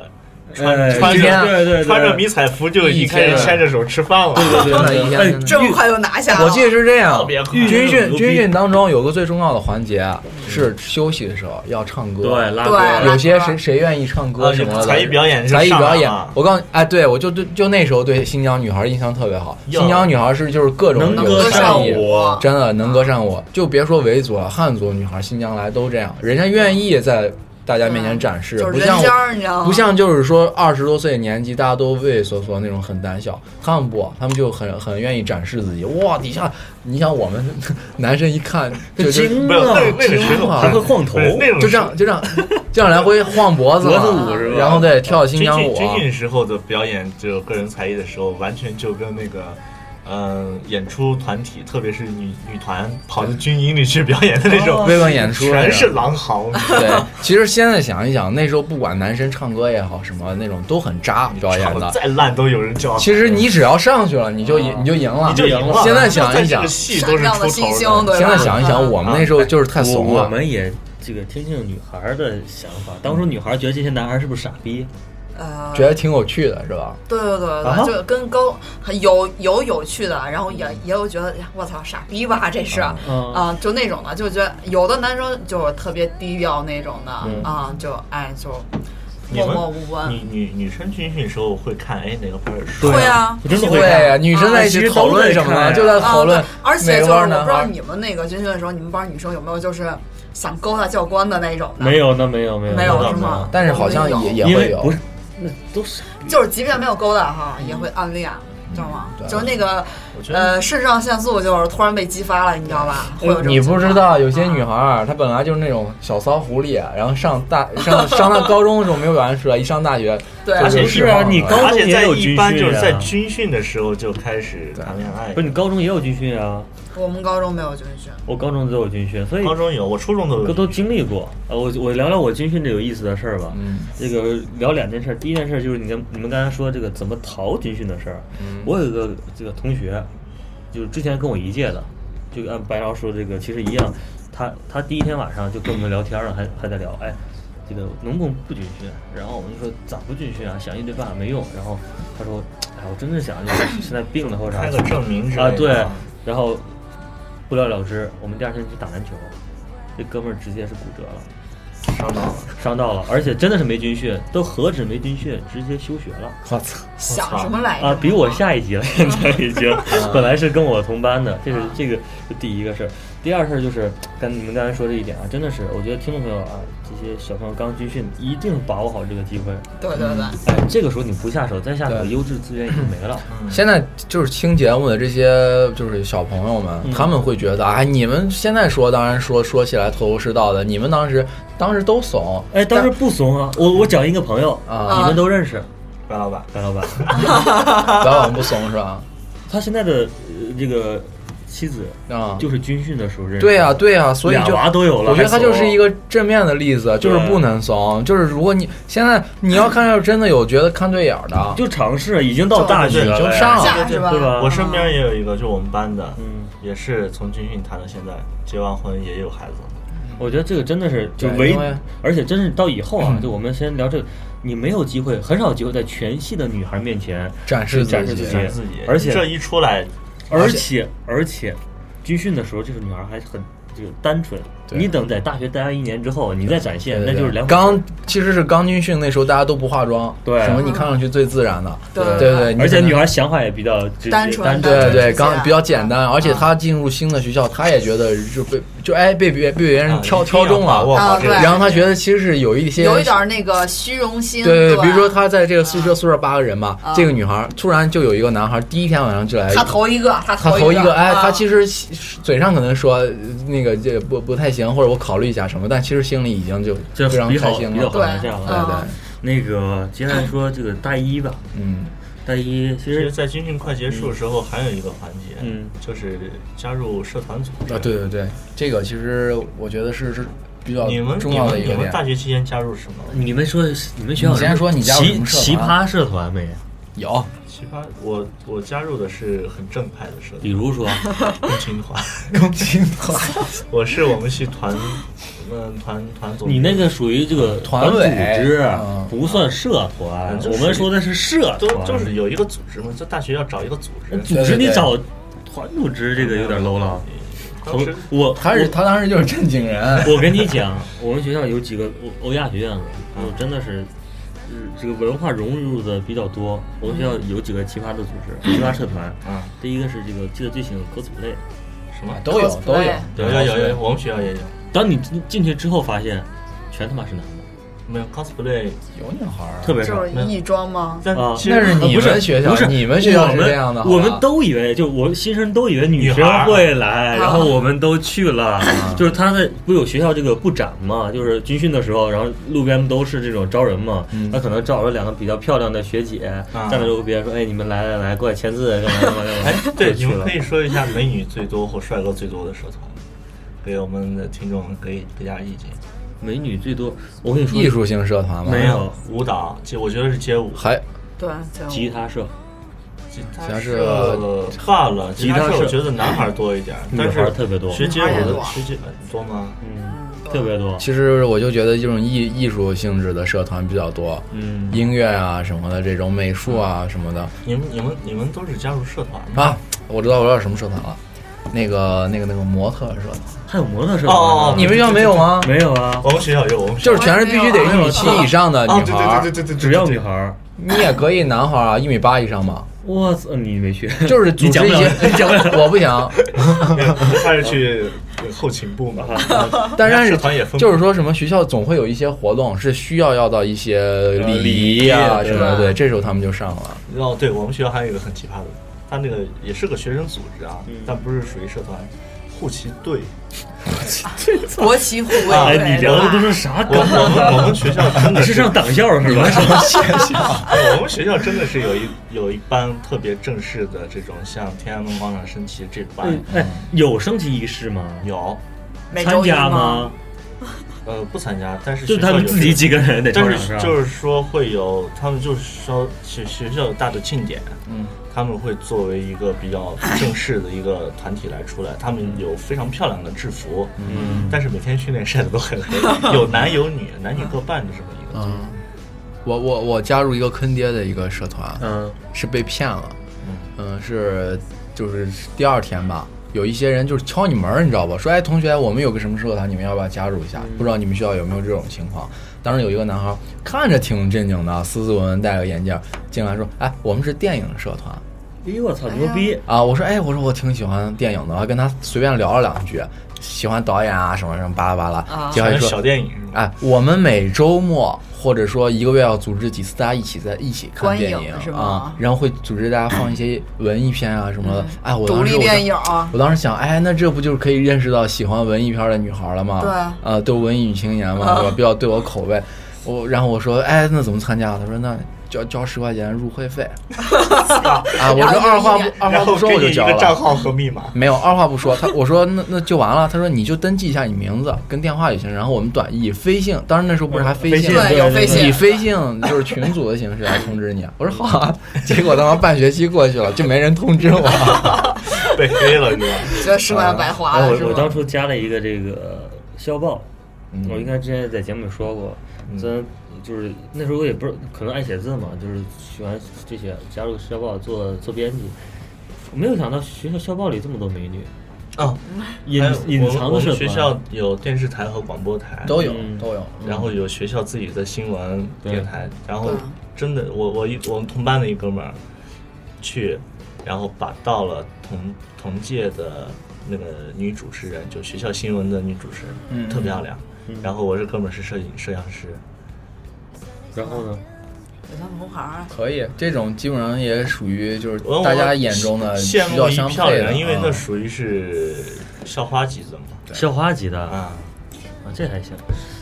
Speaker 2: 穿
Speaker 3: 哎
Speaker 2: 穿
Speaker 1: 一天
Speaker 2: 着
Speaker 3: 对对对
Speaker 2: 穿着迷彩服就已经开
Speaker 1: 一
Speaker 2: 始
Speaker 1: 天
Speaker 2: 牵着手吃饭了。
Speaker 1: 真的一天
Speaker 3: 哎
Speaker 1: 真的
Speaker 4: 这么快就拿下了。
Speaker 1: 我记得是这样
Speaker 2: 特别，快
Speaker 1: 军
Speaker 3: 运动
Speaker 1: 训
Speaker 3: 牛逼
Speaker 1: 军训当中有个最重要的环节是休息的时候要唱歌，
Speaker 3: 对拉
Speaker 4: 对拉
Speaker 3: 歌
Speaker 4: 歌
Speaker 1: 有些谁谁愿意唱歌
Speaker 2: 啊
Speaker 1: 什么的，
Speaker 2: 才艺表演是
Speaker 1: 才艺表演
Speaker 2: 上啊。
Speaker 1: 我告诉你，哎，对我就就就那时候对新疆女孩印象特别好。
Speaker 2: 哟
Speaker 1: 新疆女孩是就是各种
Speaker 3: 能
Speaker 1: 有
Speaker 3: 歌
Speaker 1: 善
Speaker 3: 善
Speaker 1: 意，
Speaker 3: 舞，
Speaker 1: 真的能歌善舞。就别说维族了，汉族女孩新疆来都这样，人家愿意在大家面前展示，
Speaker 4: 嗯就是
Speaker 1: 不
Speaker 4: 人
Speaker 1: 像
Speaker 4: 尖
Speaker 1: 我。
Speaker 4: 儿，你知道吗？
Speaker 1: 不像就是说二十多岁年纪，大家都畏畏缩缩那种很胆小。他们不，他们就很很愿意展示自己。哇，底下你想我们 男生一看就就
Speaker 3: 惊
Speaker 2: 没有那个那个时
Speaker 1: 惊
Speaker 2: 候
Speaker 1: 了
Speaker 3: 还会晃头
Speaker 2: 不，是那种
Speaker 1: 就这样就这样这样来回晃脖子
Speaker 3: 脖子
Speaker 1: 嘛
Speaker 3: 舞是吧？
Speaker 1: 然后对跳新
Speaker 2: 军
Speaker 1: 疆
Speaker 2: 训
Speaker 1: 舞。啊
Speaker 2: 军训时候的表演，就个人才艺的时候，完全就跟那个，嗯、演出团体，特别是女女团跑到军营里去表演的那种，
Speaker 1: 慰问哦演出那
Speaker 2: 全
Speaker 1: 种
Speaker 2: 是狼嚎。
Speaker 1: 对，其实现在想一想，那时候不管男生唱歌也好，什么那种都很渣表演
Speaker 2: 唱的
Speaker 1: 的。
Speaker 2: 再烂都有人叫。
Speaker 1: 其实你只要上去了，你就赢，你就赢了，
Speaker 2: 你就赢了。
Speaker 1: 现在想一
Speaker 2: 这
Speaker 1: 想
Speaker 2: 个，戏都是
Speaker 4: 闪亮的星
Speaker 2: 出
Speaker 4: 星
Speaker 2: 头的。
Speaker 4: 对吧
Speaker 1: 现在想一想，我们那时候就是太
Speaker 3: 我
Speaker 1: 怂
Speaker 3: 我
Speaker 1: 了。
Speaker 3: 们也这个听听女孩儿的想法，当初女孩儿觉得这些男孩儿是不是傻逼？
Speaker 4: 呃，
Speaker 1: 觉得挺有趣的，是吧？
Speaker 4: 对对对
Speaker 3: 啊
Speaker 4: 对，就跟高有有有趣的，然后也也有觉得哎呀我操傻逼吧这是啊、
Speaker 3: 嗯
Speaker 4: 就那种的，就觉得有的男生就是特别低调那种的啊、
Speaker 1: 嗯
Speaker 4: 就哎就
Speaker 2: 你
Speaker 4: 默
Speaker 2: 们
Speaker 4: 默无闻。
Speaker 2: 女女女生军训时候会看哎哪个片儿
Speaker 3: 对
Speaker 2: 帅？
Speaker 4: 会啊，
Speaker 3: 我真的会
Speaker 4: 会啊
Speaker 1: 对呀，女生在一
Speaker 3: 啊
Speaker 1: 起
Speaker 3: 其实
Speaker 1: 讨
Speaker 3: 都
Speaker 1: 论
Speaker 3: 在
Speaker 1: 什么
Speaker 3: 看
Speaker 1: 呢？
Speaker 3: 呀
Speaker 1: 就在 讨论
Speaker 4: 啊、对而且
Speaker 1: 哪个
Speaker 4: 就是
Speaker 1: 班
Speaker 4: 我
Speaker 1: 儿啊男
Speaker 4: 不知道
Speaker 1: 孩。
Speaker 4: 你们那个军训的时候，你们班女生有没有就是想勾搭教官的那一种的？
Speaker 3: 没，有，那没有，没有，
Speaker 4: 没
Speaker 2: 有
Speaker 4: 是吗？
Speaker 1: 但是好像
Speaker 4: 我们
Speaker 1: 也
Speaker 4: 有
Speaker 1: 也
Speaker 3: 因
Speaker 1: 会
Speaker 3: 为
Speaker 1: 有
Speaker 3: 不，是，那都是
Speaker 4: 就是即便没有勾搭哈，也会暗恋，知道吗？
Speaker 1: 嗯对
Speaker 4: 就是那个
Speaker 2: 我觉得
Speaker 4: 呃肾上腺素就是突然被激发了，你知道吧？会有这种
Speaker 1: 嗯你不知道，有些
Speaker 4: 情
Speaker 1: 女
Speaker 4: 况啊
Speaker 1: 孩儿她本来就是那种小骚狐狸，然后上大 上上到高中的时候没有表现出来，一上大学
Speaker 4: 啊对，
Speaker 1: 就
Speaker 2: 而且
Speaker 1: 是
Speaker 3: 不是啊，你高
Speaker 2: 而
Speaker 3: 中
Speaker 2: 且
Speaker 3: 也
Speaker 2: 在
Speaker 3: 有
Speaker 2: 一
Speaker 3: 军训
Speaker 2: 般就是在
Speaker 3: 啊
Speaker 2: 军训的时候就开始谈恋爱
Speaker 3: 不，是你高中也有军训啊，
Speaker 4: 我们高中没有军训，
Speaker 3: 我高中都有军训，所以
Speaker 2: 高中有，我初中都
Speaker 3: 都
Speaker 2: 有。
Speaker 3: 都经历过。呃，我我聊聊我军训这有意思的事儿吧。
Speaker 1: 嗯
Speaker 3: 这个聊两件事儿，第一件事就是你跟你们刚才说这个怎么逃军训的事儿。
Speaker 1: 嗯
Speaker 3: 我有一个这个同学，就是之前跟我一届的，就按白饶说这个其实一样，他他第一天晚上就跟我们聊天儿了，还还在聊，哎，这个农工不军训，然后我们就说咋不军训啊？想一堆办法没用。然后他说，哎，我真的想就是现在病了或者啥
Speaker 2: 开个证明之类的
Speaker 3: 啊，对，然后不了了之。我们第二天去打篮球，这哥们儿直接是骨折了。
Speaker 2: 上当了。
Speaker 3: 伤到了，而且真的是没军训，都何止没军训，直接休学了
Speaker 1: 我操，
Speaker 4: 想什么来着？
Speaker 3: 啊！比我下一级了， 现在已经，
Speaker 1: 啊
Speaker 3: 本来是跟我同班的，这是这个是第一个事儿。第二事儿就是跟你们刚才说这一点啊，真的是，我觉得听众朋友啊，这些小朋友刚军训，一定把握好这个机会。
Speaker 4: 对对对，
Speaker 1: 嗯
Speaker 3: 哎，这个时候你不下手，再下手，
Speaker 1: 对
Speaker 3: 优质资源已经没了。
Speaker 1: 嗯现在就是听节目的这些就是小朋友们，
Speaker 3: 嗯
Speaker 1: 他们会觉得，哎，你们现在说当然说说起来头头是道的，你们当时当时都 怂，
Speaker 3: 哎，当时不怂啊，我我讲一个朋友，
Speaker 1: 啊
Speaker 3: 你们都认识，
Speaker 2: 白老板，
Speaker 3: 白老板，
Speaker 1: 老板不怂是吧？
Speaker 3: 他现在的、呃这个妻子
Speaker 1: 啊，
Speaker 3: 就是军训的时候认识。
Speaker 1: 对呀、啊对呀、所以就
Speaker 3: 俩娃都有了
Speaker 1: 我觉得他
Speaker 3: 还怂
Speaker 1: 就是一个正面的例子，就是不能怂，就是如果你现在你要看要真的有觉得看对眼儿的，
Speaker 3: 就尝试，啊已经到大学了，
Speaker 1: 就上了
Speaker 4: 下是吧？
Speaker 3: 对吧
Speaker 2: 我身边也有一个，就我们班的，
Speaker 3: 嗯，
Speaker 2: 也是从军训谈到现在，结完婚也有孩子了。
Speaker 3: 我觉得这个真的是就
Speaker 1: 对
Speaker 3: 唯
Speaker 1: 因为，
Speaker 3: 而且真是到以后啊，
Speaker 1: 嗯
Speaker 3: 就我们先聊这个，你没有机会，很少有机会在全系的女孩面前
Speaker 1: 展示
Speaker 3: 去展示
Speaker 1: 自己
Speaker 3: 己
Speaker 2: 自己，，
Speaker 3: 而且
Speaker 2: 这一出来，
Speaker 3: 而且而且，军训的时候，这个女孩还很这个单纯。
Speaker 1: 对
Speaker 3: 你等在大学待完一年之后，你再展现，
Speaker 1: 对
Speaker 3: 那就是两码事
Speaker 1: 刚，其实是刚军训那时候，大家都不化妆，
Speaker 3: 对
Speaker 1: 什么你看上去最自然的，
Speaker 4: 对
Speaker 1: 对对，
Speaker 3: 而
Speaker 1: 你
Speaker 3: 且
Speaker 1: 可能
Speaker 3: 女孩想法也比较直接
Speaker 4: 单纯
Speaker 3: 单
Speaker 1: 对对对，
Speaker 4: 单纯
Speaker 1: 刚比较简单，
Speaker 4: 啊
Speaker 1: 而且她进入新的学校，她也觉得就被就哎被别被别人
Speaker 2: 啊
Speaker 1: 挑
Speaker 2: 一定
Speaker 1: 挑
Speaker 2: 要
Speaker 1: 中
Speaker 2: 把握
Speaker 1: 了，
Speaker 2: 好
Speaker 4: 啊
Speaker 2: 这个
Speaker 4: 对
Speaker 1: 然后她觉得其实是有一些
Speaker 4: 有一点那个虚荣心，
Speaker 1: 对，
Speaker 4: 对，嗯
Speaker 1: 比如说她在这个宿舍宿舍八个人嘛
Speaker 4: 啊，
Speaker 1: 这个女孩突然就有一个男孩第一天晚上就来
Speaker 4: 他头一个，他
Speaker 1: 哎他头
Speaker 4: 一
Speaker 1: 一个，哎，
Speaker 4: 啊
Speaker 1: 他其实嘴上可能说呃那个这不不太行，或者我考虑一下什么，但其实心里已经就
Speaker 3: 这
Speaker 1: 非常
Speaker 3: 比较
Speaker 1: 开心
Speaker 3: 比较
Speaker 1: 了。
Speaker 4: 对
Speaker 3: 好像这样
Speaker 1: 对
Speaker 3: 啊。
Speaker 1: 对
Speaker 4: 嗯，
Speaker 3: 那个接下来说这个大一吧，
Speaker 1: 嗯，
Speaker 3: 大一其
Speaker 2: 其实，
Speaker 3: 实
Speaker 2: 在军训快结束的时候，还有一个环节，
Speaker 3: 嗯，
Speaker 2: 就是加入社团组织
Speaker 1: 啊，。对对对，这个其实我觉得是是比较
Speaker 2: 你们
Speaker 1: 重
Speaker 2: 你
Speaker 1: 要的
Speaker 2: 们
Speaker 1: 一
Speaker 2: 你
Speaker 1: 个
Speaker 2: 们大
Speaker 1: 点。
Speaker 2: 学期间加入什么？
Speaker 3: 你们说你们学校有
Speaker 1: 你先
Speaker 3: 什么
Speaker 1: 说你加入什
Speaker 3: 奇
Speaker 1: 么社
Speaker 3: 奇
Speaker 1: 团
Speaker 3: 葩社团没？
Speaker 1: 有，
Speaker 2: 奇葩，我我加入的是很正派的社
Speaker 3: 比
Speaker 2: 团，
Speaker 3: 如说，
Speaker 2: 共青团。
Speaker 1: 更新团
Speaker 2: 我是我们系团，嗯，团团总。
Speaker 3: 你那个属于这个
Speaker 1: 团
Speaker 3: 组
Speaker 1: 委
Speaker 3: 织
Speaker 1: 嗯，
Speaker 3: 不算社团
Speaker 2: 嗯。就
Speaker 3: 我
Speaker 2: 是
Speaker 3: 们说的是社
Speaker 2: 都
Speaker 3: 团，
Speaker 2: 就是有一个组织嘛，就大学要找一个组织。
Speaker 3: 组织，你找团组织这个有点 low 了。
Speaker 2: 当时
Speaker 3: 我
Speaker 1: 他是他当时就是正经人，啊
Speaker 3: 我跟你讲，我们学校有几个欧欧亚学院的，我真的是。呃这个文化融入的比较多，我们学校有几个奇葩的组织、奇葩社团。
Speaker 2: 嗯，
Speaker 3: 第一个是这个记得最清楚歌组类，
Speaker 2: 什么？
Speaker 1: 都有啊都有
Speaker 4: cosplay
Speaker 2: 有有有有，我们学校也有。
Speaker 3: 当你进进去之后，发现全他妈是男的，
Speaker 2: 没有 cosplay，
Speaker 1: 有女孩儿啊，
Speaker 3: 特别少
Speaker 4: 就。是异装吗？
Speaker 2: 但
Speaker 3: 啊
Speaker 2: 其
Speaker 1: 那
Speaker 2: 实
Speaker 1: 是你
Speaker 3: 不是
Speaker 1: 们学校，
Speaker 3: 不是
Speaker 1: 你们学校
Speaker 3: 我
Speaker 1: 是
Speaker 3: 们
Speaker 1: 这样的，好吧
Speaker 3: 我们都以为就我新生都以为女
Speaker 2: 女孩
Speaker 3: 生
Speaker 2: 儿
Speaker 3: 会来，然后
Speaker 4: 啊
Speaker 3: 我们都去了。
Speaker 1: 嗯
Speaker 3: 就是他在不有学校这个布展嘛，就是军训的时候，然后路边都是这种招人嘛
Speaker 1: 嗯，啊
Speaker 3: 他可能找了两个比较漂亮的学姐站在路边说：“哎，你们来来来，过来签字，干嘛干嘛 干嘛。”
Speaker 2: 哎，对，
Speaker 3: 就
Speaker 2: 你
Speaker 3: 去
Speaker 2: 们
Speaker 3: 了
Speaker 2: 可以说一下美女最多或帅哥最多的社团，给我们的听众给给点意见。
Speaker 3: 美女最多，我跟你说，
Speaker 1: 艺术性社团嘛，
Speaker 3: 没有
Speaker 2: 舞蹈，街我觉得是街舞，
Speaker 1: 还
Speaker 4: 对，
Speaker 3: 吉他社，
Speaker 2: 吉
Speaker 1: 他是
Speaker 2: 社换了，
Speaker 3: 吉
Speaker 2: 吉他
Speaker 3: 他
Speaker 2: 社
Speaker 3: 社
Speaker 2: 我觉得男孩多一点，
Speaker 3: 女
Speaker 2: 但
Speaker 3: 孩
Speaker 2: 是
Speaker 3: 特别多，
Speaker 2: 学街舞
Speaker 4: 女孩也
Speaker 2: 的
Speaker 4: 多
Speaker 2: 学姐呃多吗？
Speaker 3: 嗯，特别多，
Speaker 1: 其实我就觉得这种艺艺术性质的社团比较多，
Speaker 3: 嗯，
Speaker 1: 音乐啊什么的，这种美术啊什么的
Speaker 2: 你们你们你们都是加入社团吗？
Speaker 1: 啊，我知道我知道什么社团了，那个那个那个模特社团，
Speaker 3: 还有模特社
Speaker 2: 哦哦
Speaker 3: 团
Speaker 2: 哦
Speaker 3: 呢？
Speaker 1: 你们学校没有吗？
Speaker 3: 没有啊？
Speaker 2: 我们学校有，我们学校
Speaker 1: 就是全是必须得一米七以上的
Speaker 2: 哦
Speaker 1: 女
Speaker 2: 对
Speaker 1: 孩儿，
Speaker 2: 对对对对对，对
Speaker 3: 只要女孩。儿，
Speaker 1: 你也可以男孩儿啊，一米八以上嘛，
Speaker 3: 我操，你没去？
Speaker 1: 就是组
Speaker 3: 你讲
Speaker 1: 织
Speaker 3: 不
Speaker 1: 一
Speaker 3: 了
Speaker 1: 些，
Speaker 3: 你讲不 了。
Speaker 1: 我不行，
Speaker 2: 他是去后勤部嘛，
Speaker 1: 但是但
Speaker 2: 社团也
Speaker 1: 是
Speaker 2: 分
Speaker 1: 就是说什么学校总会有一些活动是需要要到一些礼仪啊
Speaker 2: 礼仪
Speaker 1: 什么的，
Speaker 4: 对
Speaker 1: 对，这时候他们就上了。
Speaker 2: 然后对我们学校还有一个很奇葩的，他那个也是个学生组织啊，但不是属于社团，护旗队。
Speaker 4: 国旗护卫
Speaker 1: 啊
Speaker 3: 哎，
Speaker 4: 队，
Speaker 3: 你聊的都是啥
Speaker 2: 我
Speaker 3: 梗？啊
Speaker 2: 我们我们学校真
Speaker 3: 你
Speaker 2: 的
Speaker 3: 是上党校是吧？
Speaker 2: 我们学校真的是有一有一班特别正式的这种，像天安门广场升旗这班
Speaker 3: 哎，有升旗仪式吗？
Speaker 2: 有，
Speaker 4: 每
Speaker 3: 参
Speaker 4: 周一
Speaker 3: 加
Speaker 4: 吗？
Speaker 3: 吗？
Speaker 2: 呃，不参加，但是
Speaker 3: 就
Speaker 2: 学
Speaker 3: 他
Speaker 2: 校
Speaker 3: 们
Speaker 2: 有
Speaker 3: 自己
Speaker 2: 这
Speaker 3: 几个人在
Speaker 2: 种，
Speaker 3: 操场
Speaker 2: 但是
Speaker 3: 上，
Speaker 2: 就是说会有他们就是说学学校有大的庆典，
Speaker 1: 嗯，
Speaker 2: 他们会作为一个比较正式的一个团体来出来，他们有非常漂亮的制服，
Speaker 3: 嗯，
Speaker 2: 但是每天训练晒的都很黑，有男有女，男女各半的这么一个。
Speaker 1: 嗯，我我我加入一个坑爹的一个社团，
Speaker 3: 嗯
Speaker 1: 是被骗了，嗯，是就是第二天吧，有一些人就是敲你门儿，你知道吧？说哎，同学，我们有个什么社团，你们要不要加入一下？不知道你们学校有没有这种情况？当时有一个男孩看着挺正经的，斯斯文文，戴个眼镜儿进来说，哎，我们是电影社团。
Speaker 3: 哎呦我操，牛逼！
Speaker 1: 啊，我说，哎，我说我挺喜欢电影的，我还跟他随便聊了两句，喜欢导演啊，什么什么巴拉巴拉
Speaker 4: 啊。
Speaker 1: 结果他
Speaker 2: 像小
Speaker 1: 说，
Speaker 2: 电影是吧？
Speaker 1: 哎，我们每周末或者说一个月要组织几次，大家一起在一起看
Speaker 4: 观
Speaker 1: 电
Speaker 4: 影
Speaker 1: 影
Speaker 4: 是
Speaker 1: 啊
Speaker 4: 吗，
Speaker 1: 然后会组织大家放一些文艺片啊什么的。哎，我
Speaker 4: 嗯独
Speaker 1: 当时
Speaker 4: 立
Speaker 1: 我就
Speaker 4: 电影
Speaker 1: 我当时想，哎，那这不就是可以认识到喜欢文艺片的女孩了吗？
Speaker 4: 对
Speaker 1: 呃，都文艺女青年嘛，
Speaker 4: 啊
Speaker 1: 对吧？比较对我口味。 我然后我说，哎，那怎么参加？他说，那交交十块钱入会 费。啊，我
Speaker 4: 然
Speaker 1: 说
Speaker 4: 后就
Speaker 1: 二话
Speaker 4: 一
Speaker 1: 不
Speaker 4: 年
Speaker 1: 二
Speaker 2: 然
Speaker 1: 话
Speaker 2: 后
Speaker 1: 不说
Speaker 2: 给
Speaker 1: 我
Speaker 2: 你
Speaker 1: 就
Speaker 2: 一
Speaker 1: 交
Speaker 2: 个账
Speaker 1: 了。
Speaker 2: 号和密码，
Speaker 1: 没有二话不说，他我说那那就完了。他说你就登记一下你名字跟电话就行，然后我们短以飞信，当时那时候不是还飞信
Speaker 3: 飞
Speaker 1: 吗，
Speaker 3: 信
Speaker 4: 对，有
Speaker 3: 对
Speaker 4: 飞
Speaker 1: 以
Speaker 4: 信，
Speaker 1: 飞信就是群组的形式来通知你。我说好啊，结果他妈半学期过去了，就没人通知 我。
Speaker 2: 被黑了是吧？
Speaker 4: 觉得十块钱白花
Speaker 3: 哎
Speaker 4: 了，是
Speaker 3: 我我当
Speaker 4: 吗？
Speaker 3: 初加了一个这个校报，
Speaker 2: 嗯
Speaker 3: 我应该之前在节目里说过，虽然就是那时候我也不是可能爱写字嘛，就是喜欢这些，加入校报做做编辑。我没有想到学校校报里这么多美女，
Speaker 2: 哦，
Speaker 3: 隐
Speaker 2: 还有
Speaker 3: 隐藏
Speaker 2: 我
Speaker 3: 的
Speaker 2: 们我
Speaker 3: 社
Speaker 2: 们学
Speaker 3: 团
Speaker 2: 校有电视台和广播台
Speaker 1: 都有
Speaker 3: 嗯
Speaker 1: 都有，
Speaker 2: 然后有学校自己的新闻电台，然后
Speaker 4: 对
Speaker 2: 真的，我我一我们同班的一哥们儿去，然后把到了同同届的那个女主持人，就学校新闻的女主持人，
Speaker 1: 嗯
Speaker 2: 特漂亮。然后我这哥们儿是摄影摄像师，
Speaker 3: 然后呢，
Speaker 4: 有像红孩儿啊，
Speaker 1: 可以，这种基本上也属于就是
Speaker 2: 我
Speaker 1: 大家眼中的
Speaker 2: 我
Speaker 1: 比
Speaker 2: 羡
Speaker 1: 较
Speaker 2: 慕一
Speaker 1: 相
Speaker 2: 票
Speaker 1: 配的，
Speaker 2: 人，因为那
Speaker 1: 嗯
Speaker 2: 属于是校花级的嘛。
Speaker 3: 校花级的啊，
Speaker 1: 嗯
Speaker 2: 啊，
Speaker 3: 这还行。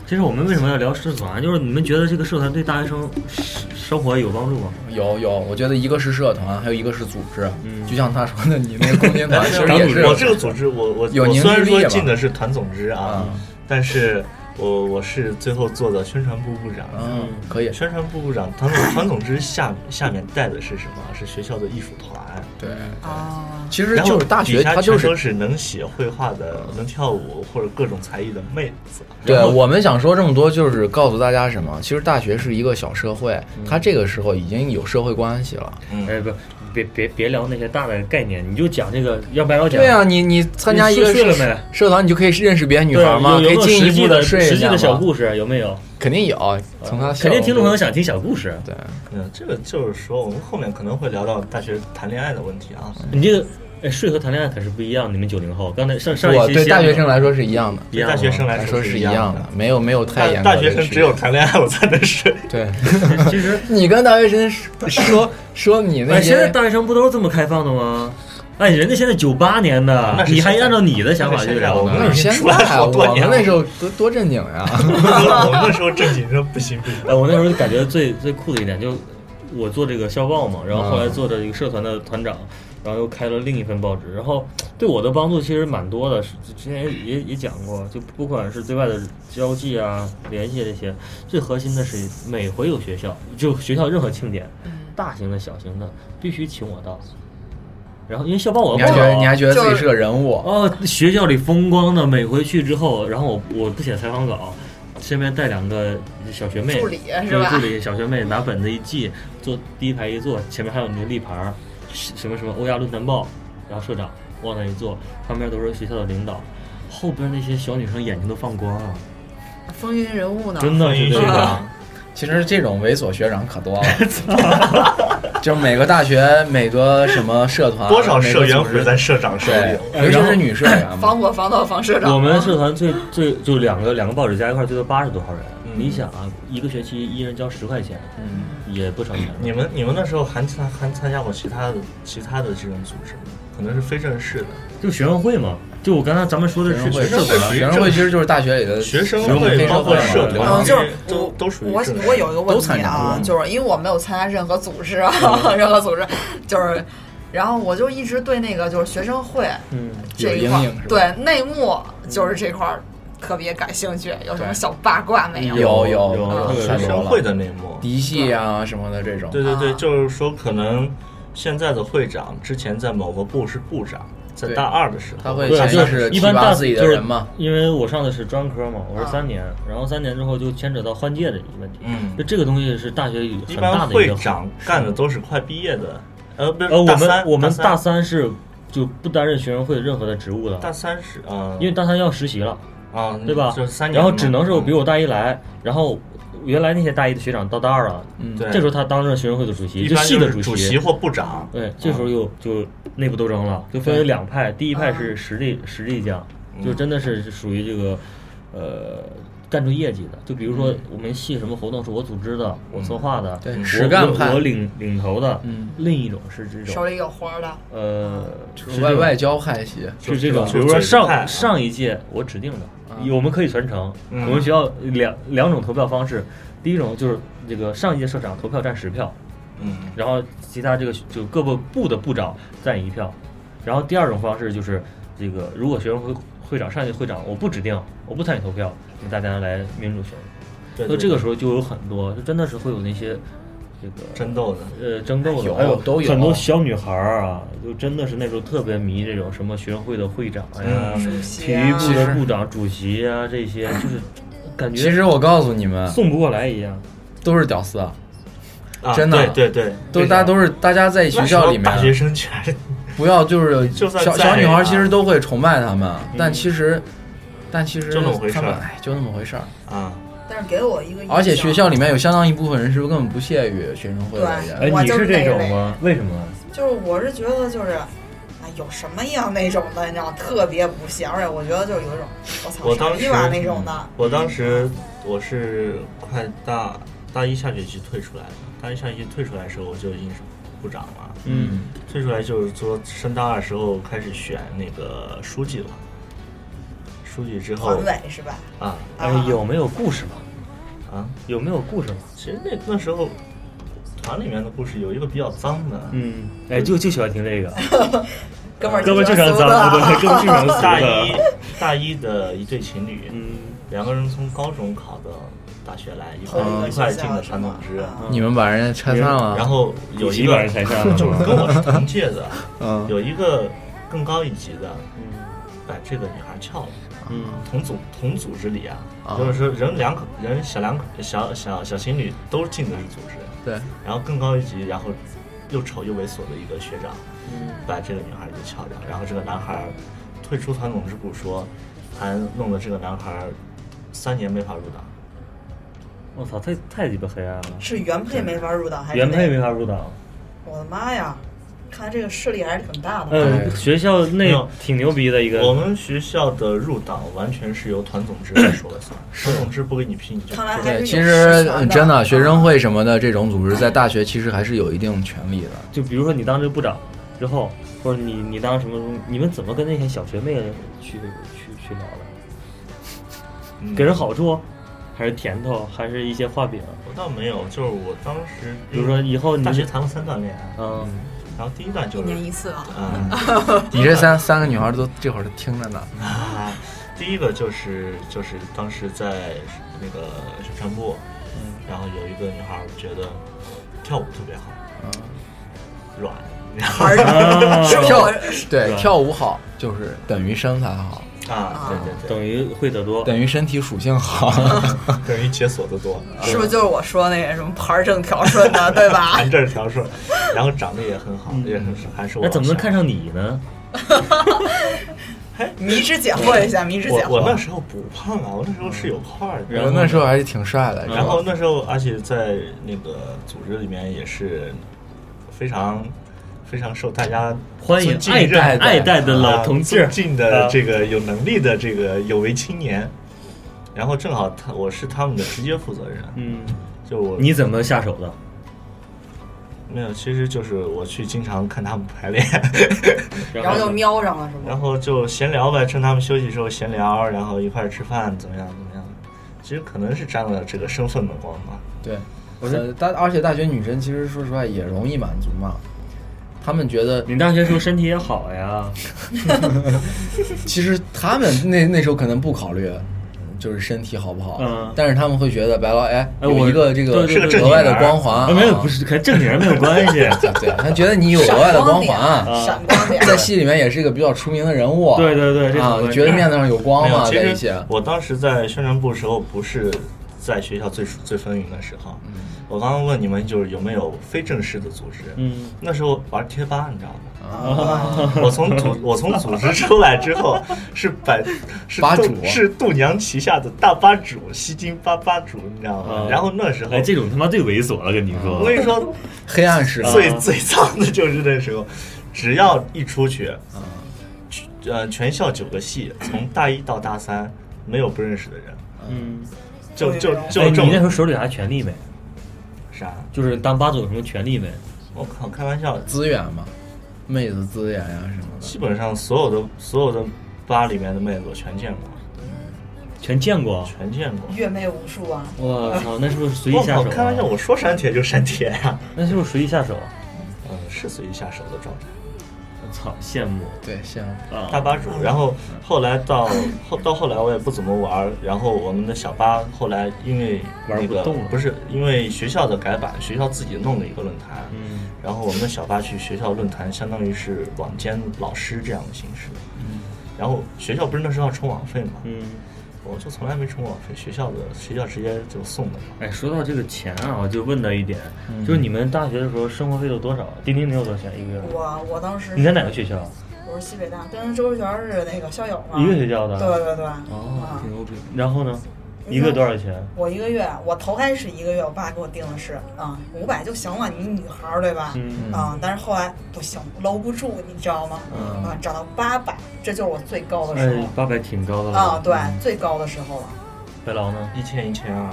Speaker 3: 其实我们为什么要聊社团？就是你们觉得这个社团对大学生生生活有帮助吗？
Speaker 1: 有有，我觉得一个是社团，还有一个是组织，就像他说的，你那个共青 团其实
Speaker 3: 党
Speaker 1: 也
Speaker 3: 组
Speaker 1: 是
Speaker 2: 嗯我这个组织，我我
Speaker 1: 有
Speaker 2: 我
Speaker 1: 凝
Speaker 2: 虽
Speaker 1: 聚
Speaker 2: 然
Speaker 1: 力
Speaker 2: 说
Speaker 1: 嘛
Speaker 2: 进的是团总支啊，
Speaker 1: 嗯
Speaker 2: 但是我我是最后做的宣传部部长。
Speaker 1: 嗯，可以，
Speaker 2: 宣 传部部长团总团总支下下面带的是什么？是学校的艺术团。
Speaker 1: 对，
Speaker 4: 哦
Speaker 1: 其实
Speaker 2: 嗯然后
Speaker 1: 就是大学，
Speaker 2: 底下
Speaker 1: 它就
Speaker 2: 全都
Speaker 1: 是。
Speaker 2: 是能写绘画的、能跳舞或者各种才艺的妹子。
Speaker 1: 对我们想说这么多，就是告诉大家什么？其实大学是一个小社会，
Speaker 3: 嗯
Speaker 1: 它这个时候已经有社会关系了。
Speaker 2: 嗯，
Speaker 3: 哎，不，别别别聊那些大的概念，你就讲这个要白要讲。
Speaker 1: 对啊，你你参加一个
Speaker 3: 你睡
Speaker 1: 社
Speaker 3: 了没
Speaker 1: 社团，你就可以认识别的女
Speaker 3: 对啊
Speaker 1: 孩吗？
Speaker 3: 有
Speaker 1: 可
Speaker 3: 有
Speaker 1: 以
Speaker 3: 没有
Speaker 1: 进一
Speaker 3: 实
Speaker 1: 步
Speaker 3: 际
Speaker 1: 地
Speaker 3: 的
Speaker 1: 睡人
Speaker 3: 实际
Speaker 1: 家
Speaker 3: 的小
Speaker 1: 吗
Speaker 3: 故事有没有？
Speaker 1: 肯定有，从他
Speaker 3: 肯定听众朋友
Speaker 1: 想
Speaker 3: 想听小故事。
Speaker 1: 对，
Speaker 2: 嗯，这个就是说，我们后面可能会聊到大学谈恋爱的问题啊。
Speaker 3: 你这个，哎，睡和谈恋爱可是不一样。你们九零后，刚才上上一
Speaker 1: 我
Speaker 3: 期
Speaker 1: 对
Speaker 3: 西
Speaker 1: 大
Speaker 3: 安
Speaker 1: 学
Speaker 3: 有
Speaker 1: 生来说是一样的，
Speaker 3: 一样吗
Speaker 2: 大学生来
Speaker 1: 来说
Speaker 2: 是
Speaker 1: 是
Speaker 2: 一
Speaker 1: 一样的
Speaker 2: 的，，
Speaker 1: 没有没有太
Speaker 2: 大
Speaker 1: 严格
Speaker 2: 大
Speaker 1: 的
Speaker 2: 学生
Speaker 1: 区
Speaker 2: 只有
Speaker 1: 别
Speaker 2: 谈恋爱我才 能睡。
Speaker 1: 对。
Speaker 3: 其实，
Speaker 1: 你跟大学生说 说你 那
Speaker 3: 哎，现在
Speaker 1: 些，
Speaker 3: 大学生不都是这么开放的吗？哎，人家现在九八年的
Speaker 2: 那，是
Speaker 3: 你还
Speaker 2: 现在
Speaker 3: 按照你的想法去聊
Speaker 2: 我
Speaker 1: 那
Speaker 2: 们
Speaker 3: 呢
Speaker 1: 是？
Speaker 2: 已经
Speaker 1: 现
Speaker 2: 出
Speaker 1: 在
Speaker 2: 来
Speaker 1: 啊
Speaker 2: 好
Speaker 1: 我
Speaker 2: 多
Speaker 1: 们
Speaker 2: 年了
Speaker 1: 那时候多多正经 呀，
Speaker 2: 我们那时候正经说不行不行。
Speaker 3: 哎，我那时候就感觉最最酷的一点就我做这个校报嘛，然后
Speaker 1: 啊
Speaker 3: 后来做的一个社团的团长，然后又开了另一份报纸，然后对我的帮助其实蛮多的。是之前也也也讲过，就不管是对外的交际啊、联系这些，最核心的是每回有学校，就学校任何庆典，大型的、小型的，必须请我到。然后因为校报我
Speaker 1: 你
Speaker 3: 要
Speaker 1: 还觉
Speaker 3: 报
Speaker 1: 得
Speaker 3: 啊
Speaker 1: 你还觉得自己是个人物，
Speaker 3: 哦，学校里风光的，每回去之后，然后我我不写采访稿，身边带两个小学妹，
Speaker 4: 助理啊是
Speaker 3: 对
Speaker 4: 吧
Speaker 3: 助理啊小学妹拿本子一记，坐第一排一坐，前面还有那个立牌儿，什什么什么欧亚论坛报，然后社长，往那一坐，旁边都是学校的领导，后边那些小女生眼睛都放光 啊，
Speaker 4: 风云人物呢？
Speaker 3: 真的是
Speaker 2: 是
Speaker 3: 这
Speaker 2: 的
Speaker 3: 样。，
Speaker 1: 其实这种猥琐学长可多了， 就是每个大学、每个什么社团、
Speaker 2: 多少
Speaker 1: 每
Speaker 2: 社
Speaker 1: 个
Speaker 2: 员
Speaker 1: 组
Speaker 2: 会
Speaker 1: 织
Speaker 2: 在社长手里
Speaker 1: 对？，尤其
Speaker 3: 然后
Speaker 1: 是女社员嘛
Speaker 4: 防，火防盗防社长。嗯
Speaker 3: 我们社团最最就两个两个报纸加一块儿最多八十多号人，
Speaker 2: 嗯
Speaker 3: 你想啊，一个学期一人交十块钱，
Speaker 1: 嗯，
Speaker 3: 也不少钱了。
Speaker 2: 你们你们那时候还参还参加过其他的其他的这种组织吗？可能是非正式的，
Speaker 3: 就学生会嘛，就我刚才咱们说的
Speaker 1: 学生会，
Speaker 3: 是是
Speaker 2: 生会
Speaker 3: 吧
Speaker 2: 属于
Speaker 1: 学生会其实就是大学里的
Speaker 2: 学生
Speaker 1: 学
Speaker 2: 会
Speaker 1: 非
Speaker 2: 包括
Speaker 1: 嘛
Speaker 2: 社
Speaker 1: 流
Speaker 2: 团啊
Speaker 1: 氓
Speaker 4: 嗯，就是
Speaker 2: 都
Speaker 4: 我
Speaker 2: 都属于
Speaker 4: 我
Speaker 2: 正常
Speaker 4: 我有一个问
Speaker 1: 都参
Speaker 4: 题
Speaker 1: 加
Speaker 4: 啊，就是因为我没有参加任何组织啊，任何组织，就是，然后我就一直对那个就是学生会
Speaker 3: 嗯，
Speaker 4: 这一
Speaker 1: 有
Speaker 4: 块
Speaker 1: 阴影
Speaker 4: 儿
Speaker 1: 是吧，
Speaker 4: 对内幕就是这块儿特别感兴趣，有什么
Speaker 1: 对
Speaker 4: 小八卦没有？
Speaker 1: 有
Speaker 3: 有
Speaker 1: 有
Speaker 3: 有
Speaker 1: 太
Speaker 2: 学
Speaker 1: 多了
Speaker 2: 生会的内幕。
Speaker 1: 嫡系啊什么的这种，
Speaker 2: 对对对，
Speaker 4: 啊
Speaker 2: 就是说可能现在的会长之前在某个部是部长，在
Speaker 1: 对
Speaker 2: 大二的时候，
Speaker 1: 他会
Speaker 3: 对，啊
Speaker 1: 潜
Speaker 3: 就
Speaker 2: 啊
Speaker 1: 意识
Speaker 3: 一
Speaker 1: 提
Speaker 3: 般
Speaker 1: 拔
Speaker 3: 大
Speaker 1: 自己的人嘛。
Speaker 3: 就是因为我上的是专科嘛，我是
Speaker 4: 啊
Speaker 3: 三年，然后三年之后就牵扯到换届的一个问题。
Speaker 2: 嗯
Speaker 3: 就这个东西是大学
Speaker 2: 一
Speaker 3: 很大
Speaker 2: 般
Speaker 3: 的一
Speaker 2: 会
Speaker 3: 个。
Speaker 2: 长干的都是快毕业的，呃，不是
Speaker 3: 呃，我
Speaker 2: 大三
Speaker 3: 们我们
Speaker 2: 大
Speaker 3: 大三是就不担任学生会任何的职务的，
Speaker 2: 大三是啊，
Speaker 3: 因为大三要实习了，
Speaker 2: 啊
Speaker 1: 嗯
Speaker 3: 对吧
Speaker 2: 就是三？年
Speaker 3: 然
Speaker 2: 嘛，
Speaker 3: 后只能是我比
Speaker 2: 嗯
Speaker 3: 我大一来，然后原来那些大一的学长到大二了，
Speaker 1: 嗯，
Speaker 2: 对
Speaker 3: 这时候他担任学生会的主席，
Speaker 2: 一
Speaker 3: 就
Speaker 2: 般
Speaker 3: 系
Speaker 2: 就
Speaker 3: 的
Speaker 2: 是主
Speaker 3: 席。
Speaker 2: 或部长，
Speaker 3: 对，这时候又就内部斗争了，就分为两派，第一
Speaker 4: 嗯
Speaker 3: 派是实力实力将，就真的是属于这个，呃，干出业绩的。就比如说我们系什么活动是我组织的，我策划的，
Speaker 1: 对
Speaker 3: 我
Speaker 1: 实干派
Speaker 3: 我我领领头的。
Speaker 1: 嗯
Speaker 3: 另一种是这
Speaker 4: 手
Speaker 3: 种，
Speaker 4: 里有活儿的，
Speaker 3: 呃，
Speaker 1: 就是是外
Speaker 3: 这
Speaker 1: 外
Speaker 3: 种
Speaker 1: 交派系，
Speaker 3: 是这种，
Speaker 2: 就
Speaker 3: 比如说
Speaker 2: 就是派啊
Speaker 3: 上上一届我指定的，我们可以全程。
Speaker 2: 嗯
Speaker 3: 我们学校两两种投票方式，第一种就是这个上一届社长投票占十票，
Speaker 2: 嗯
Speaker 3: 然后其他这个就各个部的部长占一票，然后第二种方式就是这个，如果学生会会长上届会长我不指定，我不参与投票，那大家来民主选。
Speaker 2: 对，
Speaker 3: 那
Speaker 2: 对
Speaker 3: 这个
Speaker 2: 对
Speaker 3: 时候就有很多，就真的是会有那些这个
Speaker 2: 争斗的，
Speaker 3: 呃争斗
Speaker 1: 有
Speaker 3: 的，还有
Speaker 1: 都有
Speaker 3: 很多小女孩儿啊，就真的是那时候特别迷这种什么学生会的会长呀、
Speaker 2: 嗯
Speaker 4: 主
Speaker 3: 体
Speaker 4: 席
Speaker 3: 育
Speaker 4: 啊，
Speaker 3: 部的部长、主席啊这些，就是感
Speaker 1: 其
Speaker 3: 觉
Speaker 1: 实我告诉你们，
Speaker 3: 送不过来一样。
Speaker 1: 都是屌丝啊，
Speaker 2: 啊
Speaker 1: 真的
Speaker 2: 对对对，
Speaker 1: 都
Speaker 2: 对
Speaker 1: 大家都是大家在学校里面
Speaker 3: 啊
Speaker 2: 那时候大学生全是
Speaker 1: 不要就是
Speaker 2: 就算
Speaker 1: 小
Speaker 2: 在
Speaker 1: 小女孩
Speaker 2: 啊嗯
Speaker 1: 其实都会崇拜他们，但其实但其实
Speaker 2: 就那么回事
Speaker 1: 他
Speaker 2: 儿
Speaker 1: 们哎就那么回事儿，
Speaker 2: 啊，
Speaker 4: 但是给我一个印象，
Speaker 1: 而且学校里面有相当一部分人是不是根本不屑于学生会的人
Speaker 4: 对
Speaker 3: 哎，
Speaker 4: 我
Speaker 3: 你
Speaker 4: 就是
Speaker 3: 这
Speaker 4: 那
Speaker 3: 种
Speaker 4: 类
Speaker 3: 吗？为什么？
Speaker 4: 就是我是觉得就是，啊，有什么样那种的，你知道，特别不屑，而且我觉得就是有一种，我操，
Speaker 2: 我
Speaker 4: 什么
Speaker 2: 当
Speaker 4: 意
Speaker 2: 时嗯
Speaker 4: 儿那种的，
Speaker 2: 我当时我是快大大一下学期退出来的，大一下学期退出来的时候我就已经是部长了，
Speaker 3: 嗯，
Speaker 2: 退出来就是说升大二时候开始选那个书记了，书记之后
Speaker 4: 团委是吧？
Speaker 2: 啊
Speaker 3: 哎，有没有故事吗？
Speaker 2: 啊，
Speaker 3: 有没有故事吗？
Speaker 2: 其实那那时候团里面的故事有一个比较脏的，
Speaker 3: 嗯，哎，就就喜欢听这个，
Speaker 4: 哥们儿，
Speaker 3: 哥们儿就想
Speaker 4: 死
Speaker 3: 脏 的，
Speaker 4: 啊
Speaker 3: 哥们儿就 想
Speaker 2: 大
Speaker 3: 死
Speaker 2: 一
Speaker 3: 的。
Speaker 2: 大一的一对情侣，
Speaker 3: 嗯，
Speaker 2: 两个人从高中考到大学来，一块
Speaker 4: 同一个
Speaker 2: 一
Speaker 4: 学
Speaker 2: 块
Speaker 4: 校
Speaker 2: 进的传统职，
Speaker 4: 啊
Speaker 1: 你们把人家拆散了，
Speaker 2: 然后有一
Speaker 3: 几
Speaker 2: 个
Speaker 3: 把人才上了
Speaker 2: 就是跟我是同届 的，
Speaker 1: 嗯
Speaker 3: 啊
Speaker 2: 有一个更高一级的
Speaker 3: 嗯
Speaker 2: 把这个女孩撬了，
Speaker 3: 嗯，
Speaker 2: 同组同组织里啊
Speaker 1: 啊，
Speaker 2: 就是说人两口人小两口小小小情侣都进的是组织，
Speaker 1: 对，
Speaker 2: 然后更高一级，然后又丑又猥琐的一个学长，把这个女孩就撬掉，然后这个男孩退出团统支部说，还弄得这个男孩三年没法入党。
Speaker 3: 我操，太太鸡巴黑暗了，
Speaker 4: 是原配没法入党还是
Speaker 3: 原配
Speaker 4: 那
Speaker 3: 没法入党。
Speaker 4: 我的妈呀！看来这个势力还是挺大的。
Speaker 3: 嗯，学校
Speaker 2: 没
Speaker 3: 内
Speaker 2: 有
Speaker 3: 挺牛逼的一
Speaker 2: 我
Speaker 3: 个，
Speaker 2: 们学校的入党完全是由团总支部说了 算，团总支不给你批你就
Speaker 4: 看来还
Speaker 1: 对，
Speaker 4: 是
Speaker 1: 其
Speaker 4: 有
Speaker 1: 实
Speaker 4: 实权
Speaker 1: 嗯真的
Speaker 4: 的
Speaker 1: 学生会什么的这种组织在大学其实还是有一定权利 的，
Speaker 3: 就比如说你当这个部长之后，或者你你当什么东西，你们怎么跟那些小学妹去去去聊的？
Speaker 2: 嗯
Speaker 3: 给人好处，还是甜头，还是一些画饼？
Speaker 2: 我倒没有，就是我当时嗯
Speaker 3: 比如说以后你
Speaker 2: 大学谈过三段恋爱，
Speaker 3: 嗯，
Speaker 2: 然后第一段
Speaker 4: 一
Speaker 2: 就是
Speaker 4: 年一次啊，
Speaker 2: 嗯。
Speaker 1: 你这三三个女孩都这会儿都听着呢，
Speaker 2: 啊，第一个就是就是当时在那个宣传部，
Speaker 3: 嗯
Speaker 2: 然后有一个女孩儿觉得跳舞特别好，
Speaker 3: 啊
Speaker 2: 软，然后
Speaker 4: 玩儿嗯是
Speaker 1: 跳
Speaker 4: 我
Speaker 1: 对
Speaker 3: 吧
Speaker 1: 跳舞好就是等于身材好，
Speaker 2: 啊，对对
Speaker 3: 等于会得多。
Speaker 1: 等于身体属性 好，
Speaker 2: 对，等于解锁的多，
Speaker 4: 是不是就是我说那个什么牌儿正条顺
Speaker 2: 哎
Speaker 4: 的，对吧？
Speaker 2: 这是条顺，然后长得也很好，也很还是我
Speaker 3: 嗯哎那怎么能看
Speaker 2: 上？
Speaker 3: 上你呢？
Speaker 4: 迷之解惑一下，迷之解
Speaker 2: 我我那
Speaker 4: 惑。
Speaker 2: 时候不胖啊，我那时候是有
Speaker 3: 嗯
Speaker 2: 块儿的。
Speaker 1: 我那时候还是挺帅的，
Speaker 2: 然后那时候，而且在那个组织里面也是非常非常受大家
Speaker 3: 欢迎
Speaker 2: 尊敬
Speaker 3: 爱
Speaker 2: 认
Speaker 3: 戴
Speaker 1: 的
Speaker 3: 爱戴的老同志
Speaker 2: 啊尊，敬
Speaker 3: 啊
Speaker 2: 的这个有能力的这个有为青年。然后正好他我是他们的直接负责人，
Speaker 3: 嗯，
Speaker 2: 就我
Speaker 3: 你怎么下手的？
Speaker 2: 没有，其实就是我去经常看他们排练，
Speaker 4: 然后就瞄上了是
Speaker 2: 然
Speaker 4: 吗？
Speaker 2: 后就闲聊呗，趁他们休息的时候闲聊，然后一块儿吃饭，怎么样怎么样。其实可能是沾了这个身份的光 吧。
Speaker 1: 对，
Speaker 3: 我是
Speaker 1: 呃但而且大学女生其实说实话也容易满足嘛，她们觉得
Speaker 3: 你大学时候身体也好呀，
Speaker 1: 其实她们那那时候可能不考虑。就是身体好不好？
Speaker 3: 嗯
Speaker 1: 但是他们会觉得白老哎，有
Speaker 3: 哎我
Speaker 1: 一个这个
Speaker 3: 对对对是个
Speaker 1: 额外的
Speaker 2: 正经人
Speaker 1: 光环、
Speaker 3: 啊没有不，是，跟正经人没 有关系。
Speaker 1: 对，他觉得你有额外的光环啊，
Speaker 4: 闪光点，
Speaker 1: 在
Speaker 3: 啊
Speaker 1: 戏里面也是一个比较出名的人物。
Speaker 3: 对对对这
Speaker 1: 啊
Speaker 3: 种，的
Speaker 1: 觉得面子上有光
Speaker 2: 没有，
Speaker 1: 嘛，
Speaker 2: 其
Speaker 1: 在一起
Speaker 3: 啊
Speaker 1: 啊
Speaker 2: 实。我当时在宣传部的时候，不是在学校最最风云的时候。我刚刚问你们，就是有没有非正式的组织？
Speaker 3: 嗯，
Speaker 2: 那时候玩贴吧，你知道吗？
Speaker 4: 啊
Speaker 2: 我从 组我从组织出来之后，是百是
Speaker 1: 吧
Speaker 2: 度
Speaker 3: 啊
Speaker 1: 主
Speaker 2: 是度娘旗下的大吧主，西京吧吧主，你知道吗
Speaker 3: 啊？
Speaker 2: 然后那时候，
Speaker 3: 哎，这种他妈最猥琐了，跟你
Speaker 2: 我
Speaker 3: 说
Speaker 2: 跟，你说，
Speaker 1: 黑暗时
Speaker 3: 啊
Speaker 1: 代，
Speaker 2: 最最脏的就是那时候，只要一出去，
Speaker 3: 嗯
Speaker 2: 呃，全校九个系，从大一到大三，没有不认识的人，
Speaker 3: 嗯，
Speaker 2: 就就
Speaker 3: 哎
Speaker 2: 就
Speaker 3: 你
Speaker 2: 这
Speaker 3: 那时候
Speaker 2: 种
Speaker 3: 手里还权利没？
Speaker 2: 啥？
Speaker 3: 就是当吧主有什么权利没？
Speaker 2: 我靠，开玩笑，
Speaker 1: 资源嘛，妹子资源呀什么的。
Speaker 2: 基本上所有的所有的吧里面的妹子我全见过，
Speaker 3: 全见过。
Speaker 2: 全见过。
Speaker 5: 月妹无数啊！
Speaker 3: 我操，那是不是哦随意
Speaker 2: 我
Speaker 3: 下
Speaker 2: 靠，
Speaker 3: 手啊？
Speaker 2: 开玩笑，我说删帖就删帖呀、
Speaker 3: 那是不是随意下手啊？
Speaker 2: 嗯，是随意下手的状态。
Speaker 3: 我操，羡慕
Speaker 1: 对，像
Speaker 2: 大
Speaker 3: 啊！
Speaker 2: 吧主，然后后来到后到后来我也不怎么玩儿，然后我们的小吧后来因为
Speaker 3: 玩
Speaker 2: 那
Speaker 3: 不
Speaker 2: 个
Speaker 3: 动了
Speaker 2: 不是因为学校的改版，学校自己弄的一个论坛，
Speaker 3: 嗯，
Speaker 2: 然后我们的小吧去学校论坛，相当于是网监老师这样的形式，然后学校不是那时候要充网费嘛，
Speaker 3: 嗯，
Speaker 2: 我就从来没充网费，学校的学校直接就送的嘛，
Speaker 3: 哎，说到这个钱啊，我就问到一点，就是你们大学的时候生活费都多少？丁丁，你有多少钱一个月？
Speaker 5: 我我当时
Speaker 3: 你在哪个学校？
Speaker 5: 我是西北大，跟周志全是那个校友嘛，
Speaker 3: 一个学校的。
Speaker 5: 对对对，
Speaker 3: 哦，
Speaker 5: 啊
Speaker 3: 挺，牛逼。然后呢？一个月多少钱？
Speaker 5: 我一个月，我头开始一个月，我爸给我定的是啊五百就行了，你女孩儿对吧？
Speaker 3: 嗯
Speaker 5: 啊，但是后来不行，搂不住，你知道吗？
Speaker 1: 嗯
Speaker 5: 啊，涨到八百，这就是我最高的时
Speaker 3: 哎，
Speaker 5: 候
Speaker 3: 八百挺高的了。
Speaker 5: 啊，对，最高的时候了。
Speaker 3: 白狼呢？
Speaker 2: 一千一千二，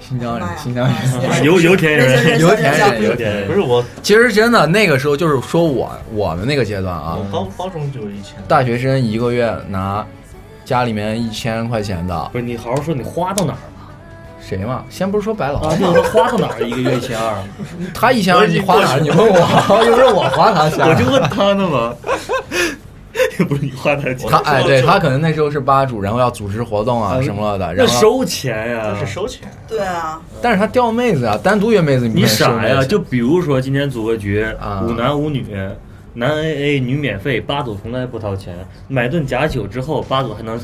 Speaker 1: 新疆
Speaker 5: 妈呀
Speaker 1: 人，新疆人。
Speaker 5: 啊
Speaker 3: 油油田
Speaker 5: 人
Speaker 3: 人，
Speaker 5: 生
Speaker 1: 油田
Speaker 5: 人生
Speaker 1: 人
Speaker 3: 油田人
Speaker 2: 不是我，
Speaker 1: 其实真的那个时候就是说我我们那个阶段啊，
Speaker 3: 嗯
Speaker 2: 我高高中就一千，
Speaker 1: 大学生一个月拿家里面一千块钱的，
Speaker 3: 不是你好好说，你花到哪儿了？
Speaker 1: 谁嘛？先不是说白老
Speaker 3: 啊，，就是说花到哪儿？一个月一千 二，
Speaker 1: 他一千二你花哪儿？你问我，又不是我花他钱。
Speaker 3: 我就问他呢 嘛，又不是你花他的钱
Speaker 1: 他哎，对他可能那时候是吧主，然后要组织活动啊
Speaker 3: 啊
Speaker 1: 什么的，
Speaker 3: 那
Speaker 1: 然后
Speaker 3: 收钱呀、
Speaker 2: 但是收钱，
Speaker 5: 对啊，
Speaker 1: 但是他钓妹子啊，单独约妹子，
Speaker 3: 你
Speaker 1: 不能收
Speaker 3: 傻
Speaker 1: 妹
Speaker 3: 呀？
Speaker 1: 子
Speaker 3: 就比如说今天组个局，
Speaker 1: 啊
Speaker 3: 五男五女，男 AA 女免费，八组从来不掏钱，买顿假酒之后，八组还能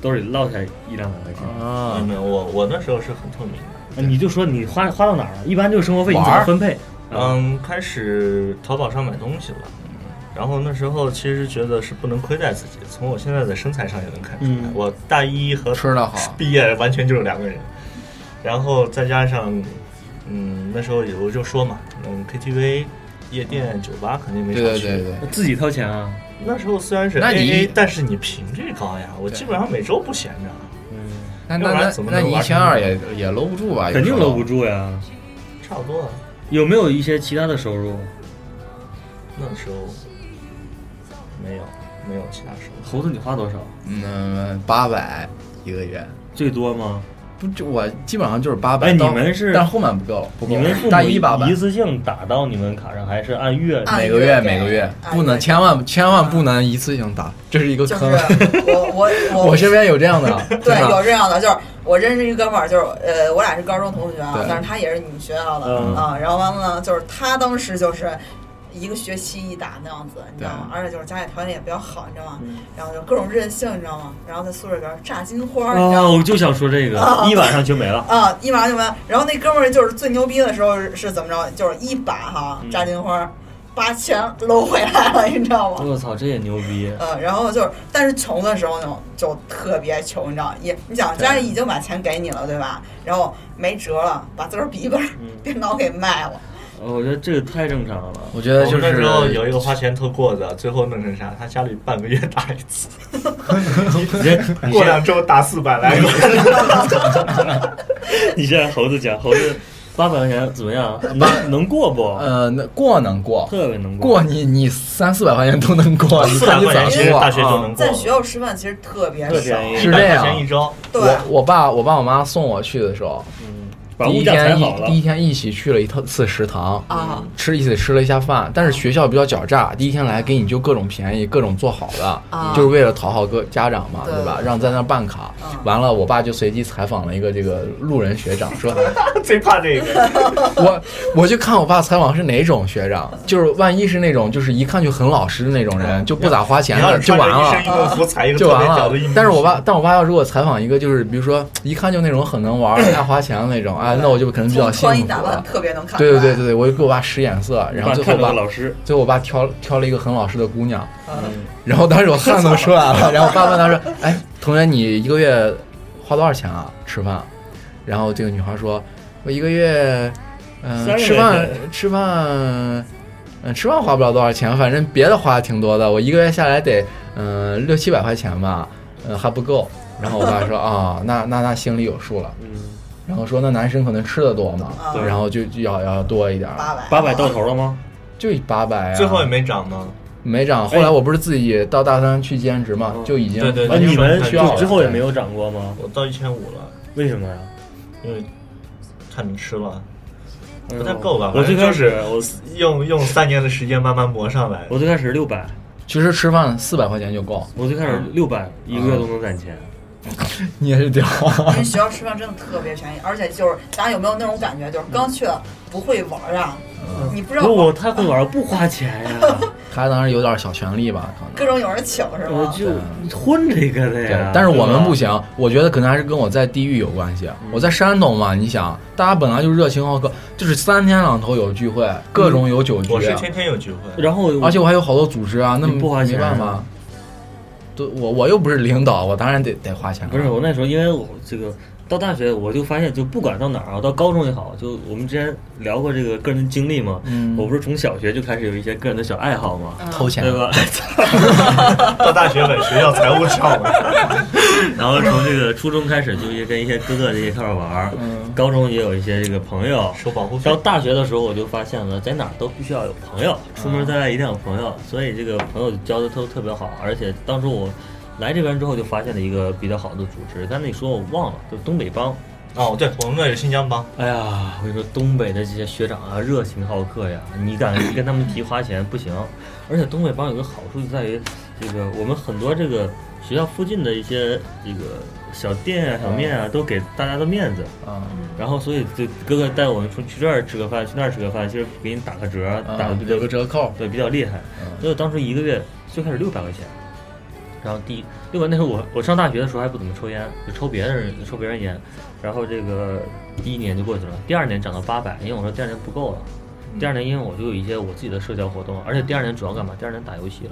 Speaker 3: 兜里落下一两百块钱。啊
Speaker 1: 啊
Speaker 2: 没有，没有，
Speaker 3: 嗯
Speaker 2: 我我那时候是很透明的。
Speaker 3: 你就说你花花到哪儿了？一般就是生活费你怎
Speaker 1: 玩
Speaker 3: 么
Speaker 1: 儿
Speaker 3: 分配？啊，
Speaker 2: 嗯，开始淘宝上买东西了。然后那时候其实觉得是不能亏待自己，从我现在的身材上也能看出来，
Speaker 3: 嗯
Speaker 2: 我大一和
Speaker 1: 吃得好
Speaker 2: 毕业完全就是两个人。然后再加上，嗯，那时候有就说嘛，嗯，KTV、夜店、酒吧肯定没
Speaker 1: 嗯对
Speaker 2: 少
Speaker 1: 对
Speaker 2: 去。
Speaker 1: 对对。
Speaker 3: 自己掏钱啊？
Speaker 2: 那时候虽然是
Speaker 1: 那你
Speaker 2: AA，但是你频率高呀，我基本上每周不闲着。
Speaker 3: 嗯，
Speaker 1: 那
Speaker 2: 要
Speaker 1: 那
Speaker 2: 不然
Speaker 1: 那
Speaker 2: 怎么
Speaker 1: 那
Speaker 2: 能
Speaker 1: 你一
Speaker 2: 玩
Speaker 1: 千
Speaker 2: 成
Speaker 1: 二
Speaker 2: 这
Speaker 1: 也
Speaker 2: 样
Speaker 1: 也搂不住吧？
Speaker 3: 肯定
Speaker 1: 有时候
Speaker 3: 搂不。住呀。
Speaker 2: 差不多，
Speaker 3: 有没有一些其他的收入？
Speaker 2: 那时候没有没有其他收入。
Speaker 3: 猴子，你花多少？
Speaker 1: 嗯，八百一个月，
Speaker 3: 最多吗？
Speaker 1: 不，这我基本上就是八百。
Speaker 3: 哎
Speaker 1: 到
Speaker 3: 你们是
Speaker 1: 但后面不够，不够。
Speaker 3: 你们父
Speaker 1: 大一八
Speaker 3: 母
Speaker 1: 百
Speaker 3: 一，次性打到你们卡上，还是按月？
Speaker 2: 啊
Speaker 5: 按
Speaker 1: 每个月
Speaker 5: 月
Speaker 1: 每个
Speaker 5: 给
Speaker 1: 月
Speaker 5: 按
Speaker 1: 不
Speaker 5: 月
Speaker 1: 能，
Speaker 5: 给
Speaker 1: 千万千万不能一次性打，这是一个
Speaker 5: 啊就是
Speaker 1: 坑。
Speaker 5: 我我我
Speaker 1: 我身边有这 样的，真
Speaker 5: 对，有
Speaker 1: 的。
Speaker 5: 这样的，就是我认识一哥们儿，就是呃，我俩是高中同学啊
Speaker 1: 对，
Speaker 5: 但是他也是你们学校的、
Speaker 3: 嗯
Speaker 5: 啊。然后完了呢，就是他当时就是一个学期一打那样子，你知道吗？
Speaker 1: 对
Speaker 5: 而且就是家里条件也比较好，你知道吗？
Speaker 3: 嗯
Speaker 5: 然后就各种任性，你知道吗？然后在宿舍里边炸金花，你知道
Speaker 3: 啊，
Speaker 5: 吗？
Speaker 3: 我就想说这个，
Speaker 5: 啊
Speaker 3: 一晚上全没了。
Speaker 5: 啊，一马上就完。然后那哥们儿就是最牛逼的时候是是怎么着？就是一把哈
Speaker 3: 嗯
Speaker 5: 炸金花，八千搂回来了，你知道吗？
Speaker 3: 我操，这也牛逼！
Speaker 5: 嗯，然后就是，但是穷的时候呢，就特别穷，你知道，也你想家里已经把钱给你了，对吧？然后没辙了，把自个儿笔记本、
Speaker 3: 嗯
Speaker 5: 电脑给卖了，
Speaker 3: 哦我觉得这个太正常了。
Speaker 1: 我觉得呃就
Speaker 2: 我们那
Speaker 1: 是
Speaker 2: 时候有一个花钱特过的，最后弄成啥？他家里半个月打一次，
Speaker 3: 你先，你
Speaker 2: 过
Speaker 3: 先
Speaker 2: 两周打四百来个。
Speaker 3: 你先让猴子讲，猴子八百块钱怎么样？能 能过不？
Speaker 1: 呃，那过能过，
Speaker 3: 特别能
Speaker 1: 过你你三四百块钱都能
Speaker 3: 啊
Speaker 1: 过，你
Speaker 2: 四
Speaker 1: 看
Speaker 2: 百
Speaker 1: 你
Speaker 2: 块
Speaker 1: 咋
Speaker 2: 钱其实
Speaker 1: 过
Speaker 2: 大学就
Speaker 1: 啊？
Speaker 2: 能过
Speaker 5: 在学
Speaker 2: 了，
Speaker 5: 校吃饭其实特别
Speaker 3: 特
Speaker 5: 少，
Speaker 3: 便宜
Speaker 1: 是这样
Speaker 2: 100块钱一周，
Speaker 5: 对
Speaker 1: 我，我爸我爸我妈送我去的时候，
Speaker 3: 嗯，把
Speaker 1: 第
Speaker 3: 物
Speaker 1: 一
Speaker 3: 价
Speaker 1: 天
Speaker 3: 踩好
Speaker 1: 一
Speaker 3: 了
Speaker 1: 第。一天一起去了一次食堂，
Speaker 4: 啊，
Speaker 1: 吃一起吃了一下饭，但是
Speaker 5: 哦
Speaker 1: 学校比较狡诈，第一天来给你就各种便宜，各种做好的，
Speaker 4: 啊
Speaker 1: 就是为了讨好各家长嘛，
Speaker 4: 对
Speaker 1: 对吧？让在那儿办卡
Speaker 5: 嗯。
Speaker 1: 完了，我爸就随机采访了一个这个路人学 长，说
Speaker 2: 最怕 这个。
Speaker 1: 我我就看我爸采访是哪种学长，就是万一是那种就是一看就很老实的那种人，就不咋花
Speaker 2: 你
Speaker 1: 钱
Speaker 2: 要
Speaker 1: 的，
Speaker 2: 是
Speaker 1: 就
Speaker 2: 穿
Speaker 1: 完了
Speaker 2: 着一身。运动服，踩一 个
Speaker 1: 就
Speaker 2: 特
Speaker 1: 完
Speaker 2: 别屌
Speaker 1: 了
Speaker 2: 的一米。
Speaker 1: 但是我爸，但我爸要如果采访一个，就是比如说一看就那种很能玩儿、爱花钱的那种，哎，那我就可能比较
Speaker 5: 从
Speaker 1: 幸
Speaker 5: 穿衣
Speaker 1: 福
Speaker 5: 打扮
Speaker 1: 了。
Speaker 5: 特别能看出
Speaker 1: 对
Speaker 5: 来。
Speaker 1: 对对对对，我就给我爸使眼色，然后最后
Speaker 3: 看
Speaker 1: 我
Speaker 3: 到
Speaker 1: 爸
Speaker 3: 个老师，
Speaker 1: 最后我爸挑挑了一个很老实的姑娘，
Speaker 5: 嗯
Speaker 1: 然后当时我汗都出来 了，然后我爸问他说：“哎，同学，你一个月花多少钱啊？吃饭？”然后这个女孩说：“我一个月，嗯、
Speaker 3: 30
Speaker 1: 吃饭
Speaker 3: 块
Speaker 1: 吃饭，嗯、吃饭花不了多少钱，反正别的花挺多的，我一个月下来得嗯、六七百块钱吧，嗯、还不够。”然后我爸说：“啊、那那那心里有数了。
Speaker 3: 嗯，”
Speaker 1: 然后说：“那男生可能吃的多嘛，
Speaker 2: 啊
Speaker 5: 对
Speaker 1: 然后就就要要多一点儿，
Speaker 5: 八百
Speaker 3: 八百到头了吗？
Speaker 1: 就八百呀。”啊
Speaker 2: 最后也没涨吗？
Speaker 1: 没涨。
Speaker 3: 哎
Speaker 1: 后来我不是自己到大三去兼职嘛，
Speaker 3: 嗯
Speaker 1: 就已经
Speaker 2: 对对对
Speaker 3: 哎，
Speaker 1: 完全
Speaker 3: 你们
Speaker 1: 不需要
Speaker 3: 就
Speaker 1: 了
Speaker 3: 之后也没有涨过吗？
Speaker 2: 我到一千五了，
Speaker 3: 为什么呀？
Speaker 2: 因为看你吃了，
Speaker 3: 不
Speaker 2: 不太够吧？
Speaker 3: 我最开始
Speaker 2: 反正
Speaker 3: 我
Speaker 2: 就是用用三年的时间慢慢磨上来。
Speaker 3: 我最开始六百，
Speaker 1: 其实吃饭四百块钱就 够，
Speaker 3: 我最开
Speaker 1: 嗯
Speaker 3: 始六百一个月都能攒钱。
Speaker 1: 你也是屌。
Speaker 5: 因为学校吃饭真的特别便宜，而且就是大家有没有那种感觉，就是
Speaker 3: 嗯
Speaker 5: 刚去了不会玩儿啊，你不知道
Speaker 3: 不，嗯我太会玩，不花钱呀，
Speaker 1: 他当时有点小权利吧，可能。
Speaker 5: 各种有人请 是
Speaker 3: 我
Speaker 5: 吗？
Speaker 3: 就混这个的
Speaker 1: 对
Speaker 3: 呀。，
Speaker 1: 但是我们不
Speaker 3: 行，
Speaker 1: 行，我觉得可能还是跟我在地域有关系。啊
Speaker 3: 嗯
Speaker 1: 我在山东嘛，你想，大家本来就热情好客，就是三天两头有聚会，各种有
Speaker 3: 嗯
Speaker 1: 酒局，
Speaker 2: 我是天天有聚会，
Speaker 3: 然后
Speaker 1: 而且我还有好多组织啊，那
Speaker 3: 你不花钱
Speaker 1: 没办法。对，我我又不是领导，我当然得得花钱了。啊
Speaker 3: 不是我那时候，因为我这个到大学，我就发现，就不管到哪儿啊，到高中也好，就我们之前聊过这个个人的经历嘛。
Speaker 1: 嗯
Speaker 3: 我不是从小学就开始有一些个人的小爱好嘛，
Speaker 5: 嗯
Speaker 1: 偷钱
Speaker 3: 对，吧？
Speaker 2: 到大学本学校财务账 了。
Speaker 3: 然后从这个初中开始，就一跟一些哥哥这一块儿玩儿，
Speaker 1: 嗯
Speaker 3: 高中也有一些这个朋友。
Speaker 2: 收保护费
Speaker 3: 到，大学的时候，我就发现了，在哪儿都必须要有朋友，出门在外一定要有朋友，所以这个朋友交的都特别好。而且当时我来这边之后，就发现了一个比较好的组织，但是你说我忘了，就东北帮。
Speaker 2: 哦，对，我们那有新疆帮，
Speaker 3: 哎呀，我跟你说，东北的这些学长啊，热情好客呀，你敢跟他们提花钱不行。而且东北帮有个好处就在于，这个我们很多这个学校附近的一些这个小店啊、小面啊，都给大家的面子。
Speaker 1: 嗯，
Speaker 3: 然后所以就哥哥带我们出去这儿吃个饭，去那儿吃个饭，其实给你打个折，打的
Speaker 1: 嗯
Speaker 3: 比较
Speaker 1: 有个折扣，
Speaker 3: 对比较厉害。
Speaker 1: 嗯
Speaker 3: 所以我当时一个月最开始六百块钱，然后第一六百那时候我我上大学的时候还不怎么抽烟，就抽别人抽别人烟，然后这个第一年就过去了，第二年涨到八百，因为我说第二年不够了。
Speaker 1: 嗯
Speaker 3: 第二年，因为我就有一些我自己的社交活动，而且第二年主要干嘛？第二年打游戏了，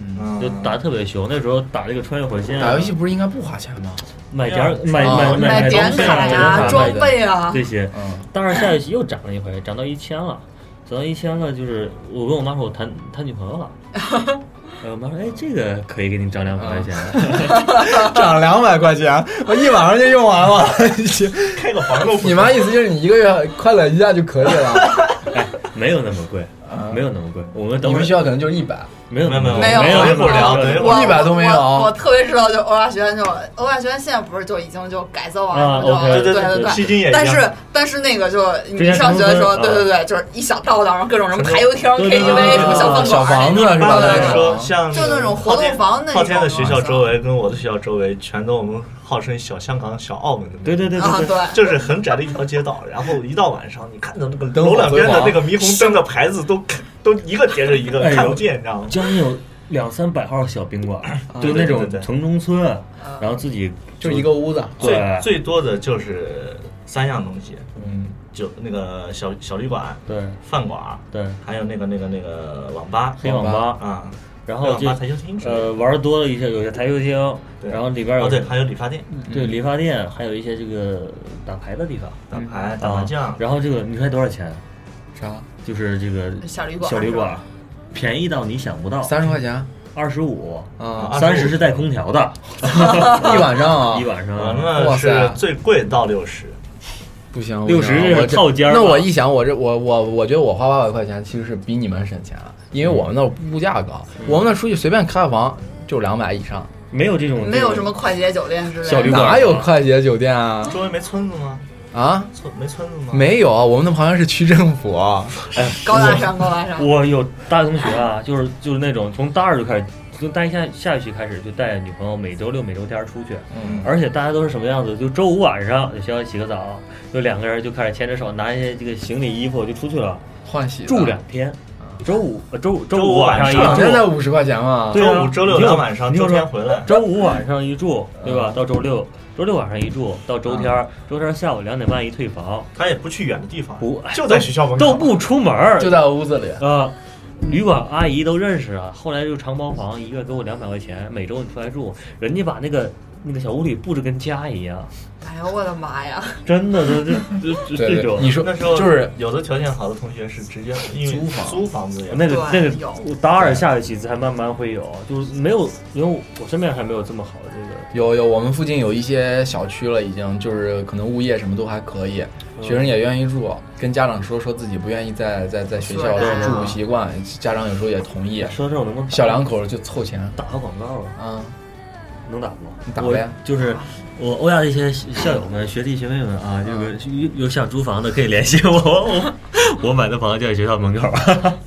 Speaker 2: 嗯
Speaker 3: 就打得特别凶。那时候打这个《穿越火线》啊，
Speaker 1: 打游戏不是应该不花钱吗？
Speaker 3: 买点儿
Speaker 2: 对啊
Speaker 3: 买买
Speaker 1: 哦
Speaker 4: 买
Speaker 3: 东
Speaker 4: 点
Speaker 3: 西
Speaker 4: 卡
Speaker 3: 啊买
Speaker 4: 呀、
Speaker 3: 点卡
Speaker 4: 装
Speaker 3: 买
Speaker 4: 备啊，
Speaker 3: 这些。
Speaker 1: 嗯，
Speaker 3: 当然下学期又涨了一回，涨到一千了，涨到一千了，就是我跟我妈说我谈谈女朋友了，呃我妈说哎这个可以给你涨两百块钱，
Speaker 1: 涨两百块钱，我一晚上就用完了。
Speaker 2: 开个房都不
Speaker 1: 你妈意思就是你一个月快乐一下就可以 了？
Speaker 3: 哎没有那么贵
Speaker 1: 啊，
Speaker 3: 没有那么贵，我们
Speaker 1: 你
Speaker 3: 等会
Speaker 1: 们
Speaker 3: 儿
Speaker 1: 学校可能就是一百，
Speaker 3: 没有那么贵
Speaker 4: 没有
Speaker 3: 没有
Speaker 4: 没
Speaker 3: 那
Speaker 4: 有
Speaker 3: 么贵
Speaker 2: 没有
Speaker 3: 没有那么贵
Speaker 4: 我
Speaker 1: 一百都没有
Speaker 4: 我我特别知道，就欧亚学院就欧亚学院现在不是就已经就改造完了，
Speaker 3: 啊
Speaker 4: 就
Speaker 3: OK
Speaker 4: 对
Speaker 2: 对
Speaker 4: 对
Speaker 2: 对，西
Speaker 4: 对。
Speaker 2: 京也一样。
Speaker 4: 但是但是那个就
Speaker 3: 之
Speaker 4: 你
Speaker 3: 前
Speaker 4: 上学的时候，
Speaker 3: 长
Speaker 4: 对
Speaker 3: 春
Speaker 4: 对对，就是一想到的，然后各种什么排油厅、
Speaker 3: 对对对
Speaker 4: KTV
Speaker 3: 对
Speaker 4: 什么小饭馆儿，
Speaker 1: 小
Speaker 4: 啊
Speaker 1: 房子 是吧
Speaker 2: 般来
Speaker 1: 对
Speaker 2: 说，
Speaker 1: 对
Speaker 2: 像
Speaker 4: 就那种活动房那种
Speaker 2: 昊天的学校周围跟我的学校周围，全都我们号称小香港、小澳门的那种。
Speaker 3: 对对对
Speaker 4: 啊，
Speaker 3: 对对，
Speaker 4: 对，
Speaker 2: 就是很窄的一条街道，然后一到晚上，你看到那个
Speaker 1: 灯火
Speaker 2: 楼两边
Speaker 1: 辉
Speaker 2: 的
Speaker 1: 煌
Speaker 2: 那个霓虹灯的牌子都看都一个接着一个
Speaker 3: 哎呦
Speaker 2: 看不见，你知道吗？
Speaker 3: 将近有两三百号小宾馆，
Speaker 2: 对
Speaker 3: 就那
Speaker 2: 对
Speaker 3: 种
Speaker 2: 对对
Speaker 3: 城中村，然后自己
Speaker 1: 就一个屋子。
Speaker 3: 对
Speaker 2: 最最多的就是三样东西，
Speaker 3: 嗯，
Speaker 2: 酒那个小小旅馆、
Speaker 3: 对
Speaker 2: 饭馆，
Speaker 3: 对，
Speaker 2: 还有那个那个那个网吧
Speaker 3: 黑网
Speaker 1: 网
Speaker 3: 吧，
Speaker 2: 啊，
Speaker 3: 然
Speaker 2: 黑
Speaker 3: 后
Speaker 2: 网
Speaker 3: 就
Speaker 2: 吧台球厅之类的
Speaker 3: 呃玩儿多了一些，有些台球厅，
Speaker 2: 对
Speaker 3: 然后里边
Speaker 2: 哦
Speaker 3: 有嗯
Speaker 2: 对，还有理发店
Speaker 3: 对理发店，还有一些这个打牌的地方，
Speaker 2: 打牌、打麻
Speaker 3: 啊
Speaker 2: 将，
Speaker 3: 然后这个你猜多少钱？
Speaker 1: 啥？
Speaker 3: 就是这个
Speaker 4: 小旅馆
Speaker 3: 小旅
Speaker 4: 是吧
Speaker 3: 馆，便宜到你想不到，
Speaker 1: 三十块钱
Speaker 3: 二十五，
Speaker 1: 啊，
Speaker 2: 啊
Speaker 3: 三十是带空调的，
Speaker 1: 一晚上啊，
Speaker 3: 一晚上
Speaker 2: 我
Speaker 3: 啊。
Speaker 1: 哇
Speaker 2: 们
Speaker 1: 塞
Speaker 2: 嗯是最贵到六十，
Speaker 1: 不行，不行
Speaker 3: 六十这是
Speaker 1: 我这
Speaker 3: 套间儿吧
Speaker 1: 那我一想，我这我我我觉得我花八百块钱其实是比你们省钱了，因为我们那儿物价高，我们那儿出去随便开个房就两百以上，
Speaker 3: 没有这种
Speaker 4: 没有什么快捷酒店之类的。
Speaker 3: 小旅馆
Speaker 1: 哪有快捷酒店啊？
Speaker 2: 周围没村子吗？
Speaker 1: 啊，
Speaker 2: 村没村子吗？
Speaker 1: 没有，啊我们那旁边是区政府，
Speaker 4: 高大上，高大上。
Speaker 3: 我有大学同学啊， 就是就是那种从大二就开始，从大一下下学期开始就带女朋友每周六、每周天出去，
Speaker 2: 嗯，
Speaker 3: 而且大家都是什么样子？就周五晚上在学校洗个澡，就两个人就开始牵着手拿一些这个行李衣服就出去了，
Speaker 1: 换洗的
Speaker 3: 住两天。
Speaker 1: 嗯
Speaker 3: 周五呃周五周
Speaker 2: 周
Speaker 3: 五
Speaker 2: 五
Speaker 3: 晚上
Speaker 2: 晚
Speaker 3: 一
Speaker 2: 上
Speaker 1: 两天
Speaker 3: 住，
Speaker 1: 才五十块钱嘛，
Speaker 3: 对啊
Speaker 2: 周五、周六
Speaker 3: 你有
Speaker 2: 两晚上，
Speaker 3: 你有
Speaker 2: 周
Speaker 3: 什么
Speaker 2: 天回来，
Speaker 3: 周五晚上一住，对
Speaker 1: 嗯
Speaker 3: 吧？到周六，周六晚上一住，到周天儿，周天儿下午两点半一退房，
Speaker 2: 他也不去远的地方，
Speaker 3: 不
Speaker 2: 就在学校门口，
Speaker 3: 都不出门儿，
Speaker 1: 就在屋子 里，
Speaker 3: 呃，旅馆阿姨都认识啊。后来就长包房，一个月给我两百块钱，每周你出来住，人家把那个那个小屋里布置跟家一样，
Speaker 4: 哎呦我的妈呀！
Speaker 3: 真的都这这
Speaker 1: 对
Speaker 3: 这这
Speaker 1: 对，
Speaker 3: 种。
Speaker 1: 你说
Speaker 2: 那时候
Speaker 1: 就是
Speaker 2: 有的条件好的同学是直接因为
Speaker 1: 租房
Speaker 2: 租房子也
Speaker 3: 那个那个
Speaker 4: 对有，
Speaker 3: 我大二下学期才慢慢会有，就是没有，因为我身边还没有这么好的这个。
Speaker 1: 有有，我们附近有一些小区了，已经就是可能物业什么都还可以，
Speaker 3: 嗯
Speaker 1: 学生也愿意住，跟家长说说自己不愿意在在在学校
Speaker 4: 是
Speaker 3: 啊
Speaker 4: 的
Speaker 1: 住不习惯，家长有时候也同意，
Speaker 3: 说到这儿我能不能打
Speaker 1: 小两口就凑钱
Speaker 3: 打个广告啊？
Speaker 1: 啊，
Speaker 3: 能打不？
Speaker 1: 你打
Speaker 3: 我
Speaker 1: 呗
Speaker 3: 就是我欧亚的一些校友们、学弟学妹们啊，这个有有想租房的可以联系我，我我买的房就在学校门口，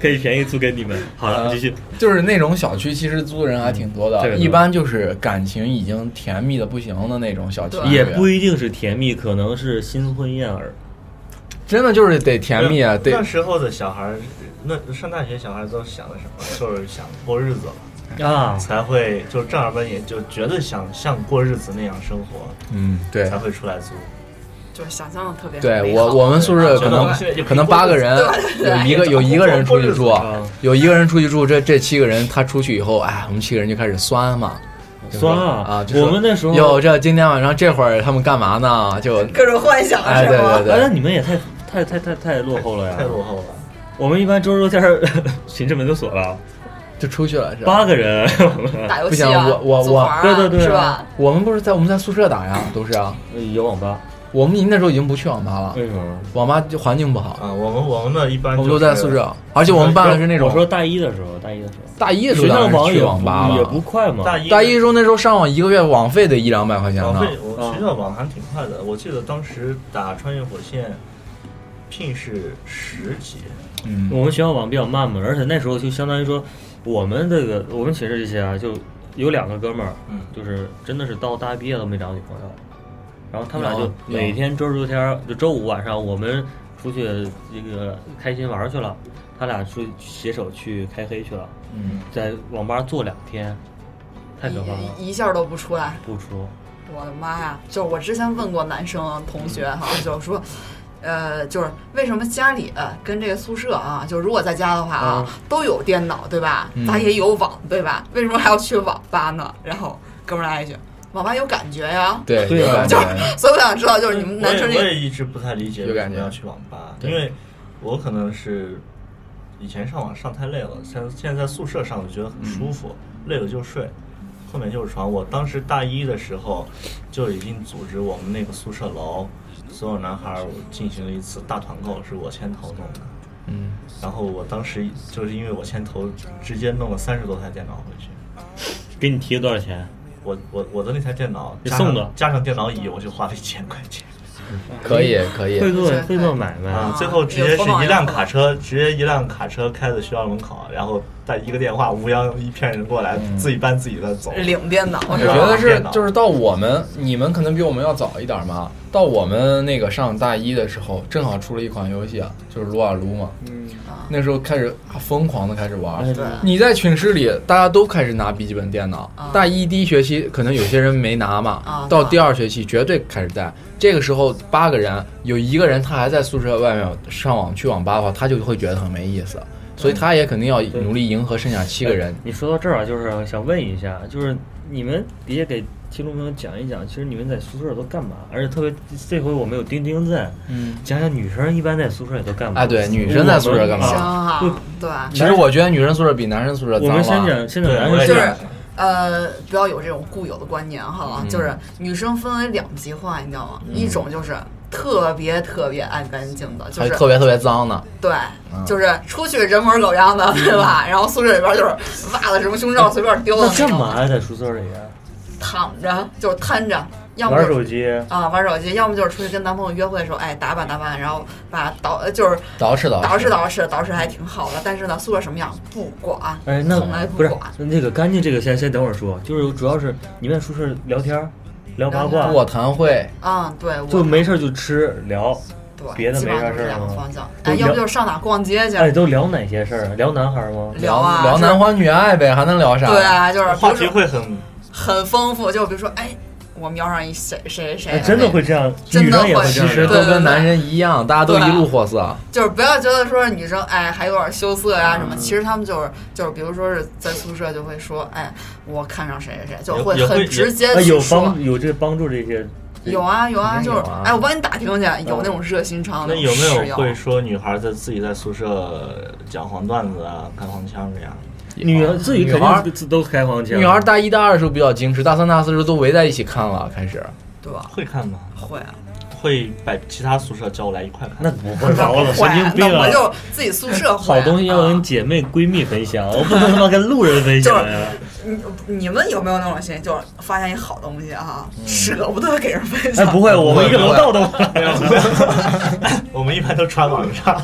Speaker 3: 可以便宜租给你们。好了，
Speaker 1: 啊
Speaker 3: 继续。
Speaker 1: 就是那种小区其实租人还挺多
Speaker 3: 嗯特别
Speaker 1: 的，
Speaker 3: 多
Speaker 1: 一般就是感情已经甜蜜的不行的那种小区，
Speaker 4: 对
Speaker 3: 也不一定是甜蜜，可能是新婚燕尔。
Speaker 1: 真的就是得甜蜜啊，得
Speaker 2: 那时候的小孩儿，那上大学小孩儿都想的什么？就是想过日子了，
Speaker 3: 啊，
Speaker 2: 才会就正儿八经就觉得想像过日子那样生活，
Speaker 1: 嗯对
Speaker 2: 才。会出来租。
Speaker 4: 就是想象的特别
Speaker 1: 对
Speaker 4: 美
Speaker 1: 我，
Speaker 4: 好
Speaker 1: 我们宿舍可能
Speaker 2: 觉得现在也不
Speaker 1: 可能八个人，
Speaker 4: 对
Speaker 1: 有一个有一个人出去住
Speaker 2: 过日，
Speaker 3: 啊
Speaker 1: 有一个人出去住，这这七个人他出去以后，哎，我们七个人就开始酸嘛，
Speaker 3: 酸
Speaker 1: 啊
Speaker 3: 啊！
Speaker 1: 就说
Speaker 3: 我们那时候
Speaker 1: 哟，这今天晚上这会儿他们干嘛呢？就
Speaker 5: 各种幻想
Speaker 1: 哎，
Speaker 5: 是
Speaker 1: 对
Speaker 5: 吗？
Speaker 1: 对
Speaker 3: 哎，那
Speaker 1: 对，
Speaker 3: 你们也太太太太太落后了呀
Speaker 2: 太！落后了。
Speaker 3: 我们一般周六天儿 寝室门就锁了，
Speaker 1: 就出去了是吧？
Speaker 3: 八个人。
Speaker 4: 打游
Speaker 1: 不
Speaker 4: 戏
Speaker 1: 行
Speaker 4: 啊，
Speaker 1: 我我
Speaker 4: 组团啊
Speaker 3: 我对对对啊
Speaker 4: 是吧？
Speaker 1: 我们不是在我们在宿舍打呀，都是啊。
Speaker 3: 有网吧？
Speaker 1: 我们那时候已经不去网吧了，
Speaker 3: 为什么？
Speaker 1: 网吧就环境不好，
Speaker 2: 啊，我们我们的一般
Speaker 1: 我
Speaker 2: 就
Speaker 1: 们
Speaker 2: 是
Speaker 1: 都在宿，舍，而且我们办的是那
Speaker 3: 我说
Speaker 1: 种
Speaker 3: 大一的时候，大一的时候。
Speaker 1: 大一的时
Speaker 3: 学
Speaker 1: 候当
Speaker 3: 校
Speaker 1: 然
Speaker 3: 网
Speaker 1: 是去
Speaker 3: 也
Speaker 1: 网吧
Speaker 3: 不
Speaker 1: 了，
Speaker 3: 也不快嘛。
Speaker 2: 大一
Speaker 1: 大一的时候那时候上网一个月网费得一两百块钱
Speaker 2: 网
Speaker 1: 呢，
Speaker 2: 费，我
Speaker 3: 啊
Speaker 2: 学校网还挺快的。我记得当时打穿越火线聘是十级，
Speaker 1: 嗯，
Speaker 3: 我们学校网比较慢嘛，而且那时候就相当于说，我们这个我们寝室这些啊，就有两个哥们儿，
Speaker 2: 嗯，
Speaker 3: 就是真的是到大学毕业都没找女朋友，然后他们俩
Speaker 1: 有
Speaker 3: 就每天周六天儿就周五晚上我们出去这个开心玩儿去了，他俩出去携手去开黑去了，
Speaker 1: 嗯，
Speaker 3: 在网吧坐两天，太可怕了，
Speaker 4: 一一下都不出来，
Speaker 3: 不出。
Speaker 4: 我的妈呀！就是我之前问过男生同学哈，
Speaker 1: 嗯
Speaker 4: 就是说。呃，就是为什么家里、呃跟这个宿舍啊，就如果在家的话啊，都有电脑对吧？
Speaker 1: 嗯
Speaker 4: 咱也有网对吧？为什么还要去网吧呢？然后哥们儿来一句：“网吧有感觉呀。
Speaker 1: 对
Speaker 3: 对啊
Speaker 1: 有感觉，
Speaker 4: 所以我想知道，就是你们男生
Speaker 2: 我也我
Speaker 4: 这
Speaker 2: 也一直不太理解
Speaker 1: 有
Speaker 2: 为
Speaker 1: 感
Speaker 2: 什
Speaker 1: 觉
Speaker 2: 么要去网吧，
Speaker 1: 对
Speaker 2: 因为我可能是以前上网上太累了，现在现在在宿舍上我觉得很
Speaker 1: 嗯
Speaker 2: 舒服，累了就睡，后面就是床。我当时大一的时候就已经组织我们那个宿舍楼所有男孩儿进行了一次大团购，是我牵头弄的。
Speaker 1: 嗯，
Speaker 2: 然后我当时就是因为我牵头，直接弄了三十多台电脑回去。
Speaker 3: 给你提了多少钱？
Speaker 2: 我我我的那台电脑
Speaker 3: 你
Speaker 2: 加上
Speaker 3: 送的
Speaker 2: 加上电脑椅，我就花了一千块钱。
Speaker 1: 可以可以，
Speaker 3: 会做
Speaker 4: 对
Speaker 3: 会做买卖，
Speaker 2: 啊，最后直接是一辆卡车，直接一辆卡车开到学校门口，然后但一个电话，乌泱一片人过来，
Speaker 1: 嗯
Speaker 2: 自己搬自己的走。
Speaker 4: 领电脑
Speaker 1: 我
Speaker 4: 是
Speaker 1: 觉
Speaker 4: 吧？
Speaker 1: 得是
Speaker 2: 电脑
Speaker 1: 就是到我们你们可能比我们要早一点嘛，到我们那个上大一的时候，正好出了一款游戏啊，就是撸啊撸嘛，
Speaker 3: 嗯，
Speaker 1: 那时候开始啊疯狂的开始玩。
Speaker 3: 哎
Speaker 4: 对
Speaker 1: 你在寝室里，大家都开始拿笔记本电脑
Speaker 4: 啊。
Speaker 1: 大一第一学期可能有些人没拿
Speaker 4: 啊
Speaker 1: 嘛，到第二学期绝对开始带。这个时候八个人有一个人他还在宿舍外面上网去网吧的话，他就会觉得很没意思，所以他也肯定要努力迎合剩下七个人
Speaker 3: 哎。你说到这儿啊，就是想问一下，就是你们也给听众朋友讲一讲，其实你们在宿舍都干嘛？而且特别这回我们有丁丁在，
Speaker 1: 嗯，
Speaker 3: 讲讲女生一般在宿舍里都干嘛？
Speaker 1: 啊对女生在宿舍干嘛
Speaker 4: 行
Speaker 3: 啊
Speaker 4: 哈
Speaker 2: 嗯
Speaker 3: 不，
Speaker 4: 对，
Speaker 1: 其实我觉得女生宿舍比男生宿舍
Speaker 3: 我
Speaker 1: 脏啊
Speaker 3: 们先
Speaker 1: 了。
Speaker 3: 讲，先讲
Speaker 2: 对
Speaker 3: 男
Speaker 2: 我
Speaker 3: 生
Speaker 2: 也
Speaker 4: 就
Speaker 3: 宿舍
Speaker 4: 是呃，不要有这种固有的观念哈，
Speaker 1: 嗯
Speaker 4: 就是女生分为两极化，你知道吗？一种就是特别特别爱干净的，就
Speaker 1: 还
Speaker 4: 是
Speaker 1: 特别特别脏呢，
Speaker 4: 对
Speaker 1: 嗯，
Speaker 4: 就是出去人模狗样的，对吧？然后宿舍里边就是袜子什么胸罩随便丢的
Speaker 3: 那
Speaker 4: 那
Speaker 3: 干
Speaker 4: 种
Speaker 3: 嘛呀？在宿舍里啊
Speaker 4: 躺着就是瘫着，要么
Speaker 3: 玩
Speaker 4: 就是
Speaker 3: 手机，
Speaker 4: 啊玩手机，要么就是出去跟男朋友约会的时候，哎打扮打扮，然后把捯呃就是
Speaker 1: 捯饬捯
Speaker 4: 捯饬捯饬捯饬还挺好的，但是呢宿舍什么样不管，
Speaker 3: 哎，那
Speaker 4: 从来不
Speaker 3: 不是
Speaker 4: 管
Speaker 3: 那个干净这个先先等会儿说，就是主要是你们在宿舍聊天儿，聊八
Speaker 4: 聊
Speaker 3: 卦
Speaker 4: 天，
Speaker 1: 卧谈会，
Speaker 4: 啊对，我
Speaker 3: 就没事儿就吃聊，
Speaker 4: 对，
Speaker 3: 别的
Speaker 4: 基
Speaker 3: 没
Speaker 4: 本上
Speaker 3: 啥事
Speaker 4: 都是
Speaker 3: 儿
Speaker 4: 两个
Speaker 3: 吗
Speaker 4: 方向，
Speaker 3: 都
Speaker 4: 哎，要不
Speaker 3: 聊
Speaker 4: 就是上哪逛街去
Speaker 3: 哎，都聊哪些事儿啊？聊男孩儿吗？
Speaker 4: 聊啊
Speaker 1: 聊
Speaker 4: 就是
Speaker 1: 男欢女爱呗，还能聊啥？
Speaker 4: 对啊，就是比
Speaker 2: 话
Speaker 4: 如
Speaker 2: 题
Speaker 4: 说
Speaker 2: 会很
Speaker 4: 很丰富，就比如说哎，我瞄上一谁谁谁
Speaker 3: 哎，
Speaker 4: 了，
Speaker 3: 真的会这样，女
Speaker 4: 真的
Speaker 3: 生也
Speaker 4: 会
Speaker 3: 会这
Speaker 1: 其
Speaker 3: 样
Speaker 1: 实
Speaker 3: 聊。
Speaker 1: 都跟男人一样，大家都
Speaker 4: 对
Speaker 1: 一路货色。
Speaker 4: 就是不要觉得说女生哎还有点羞涩呀、什么，其实他们就是就是比如说是在宿舍就会说哎我看上谁谁谁，就
Speaker 2: 也
Speaker 4: 会
Speaker 2: 也会
Speaker 4: 很直接
Speaker 3: 哎，有
Speaker 4: 去说。
Speaker 3: 帮有这帮助这些，
Speaker 4: 有啊有啊，
Speaker 1: 肯定
Speaker 4: 就
Speaker 1: 有
Speaker 4: 是
Speaker 1: 啊
Speaker 4: 哎，我帮你打听去，有那种热心肠
Speaker 2: 那
Speaker 4: 的。
Speaker 2: 有
Speaker 4: 是
Speaker 2: 没有会说女孩在自己在宿舍讲黄段子啊、干黄腔这样？
Speaker 3: 女儿自己
Speaker 1: 女
Speaker 3: 肯
Speaker 1: 孩
Speaker 3: 定自都开黄腔。
Speaker 1: 女孩大一、大二的时候比较矜持，大三、大四的时候都围在一起看了，开始。
Speaker 4: 对吧？
Speaker 2: 会看吗？
Speaker 4: 会啊，
Speaker 2: 会把其他宿舍叫过来一块看？
Speaker 3: 那不会
Speaker 4: 那
Speaker 3: 吧？我
Speaker 4: 不
Speaker 3: 老
Speaker 4: 会
Speaker 3: 神
Speaker 4: 啊
Speaker 3: 经，病
Speaker 4: 那我
Speaker 3: 啊！
Speaker 4: 就自己宿舍会啊。
Speaker 3: 好东西要跟
Speaker 4: 啊
Speaker 3: 姐妹闺蜜分享，我不能他妈跟路人分享啊呀。
Speaker 4: 你你们有没有那种心，就是发现一好东西啊，舍不得给人分
Speaker 3: 哎，
Speaker 4: 享？
Speaker 3: 不会，我们一个楼道都。
Speaker 2: 我们一般都传网上。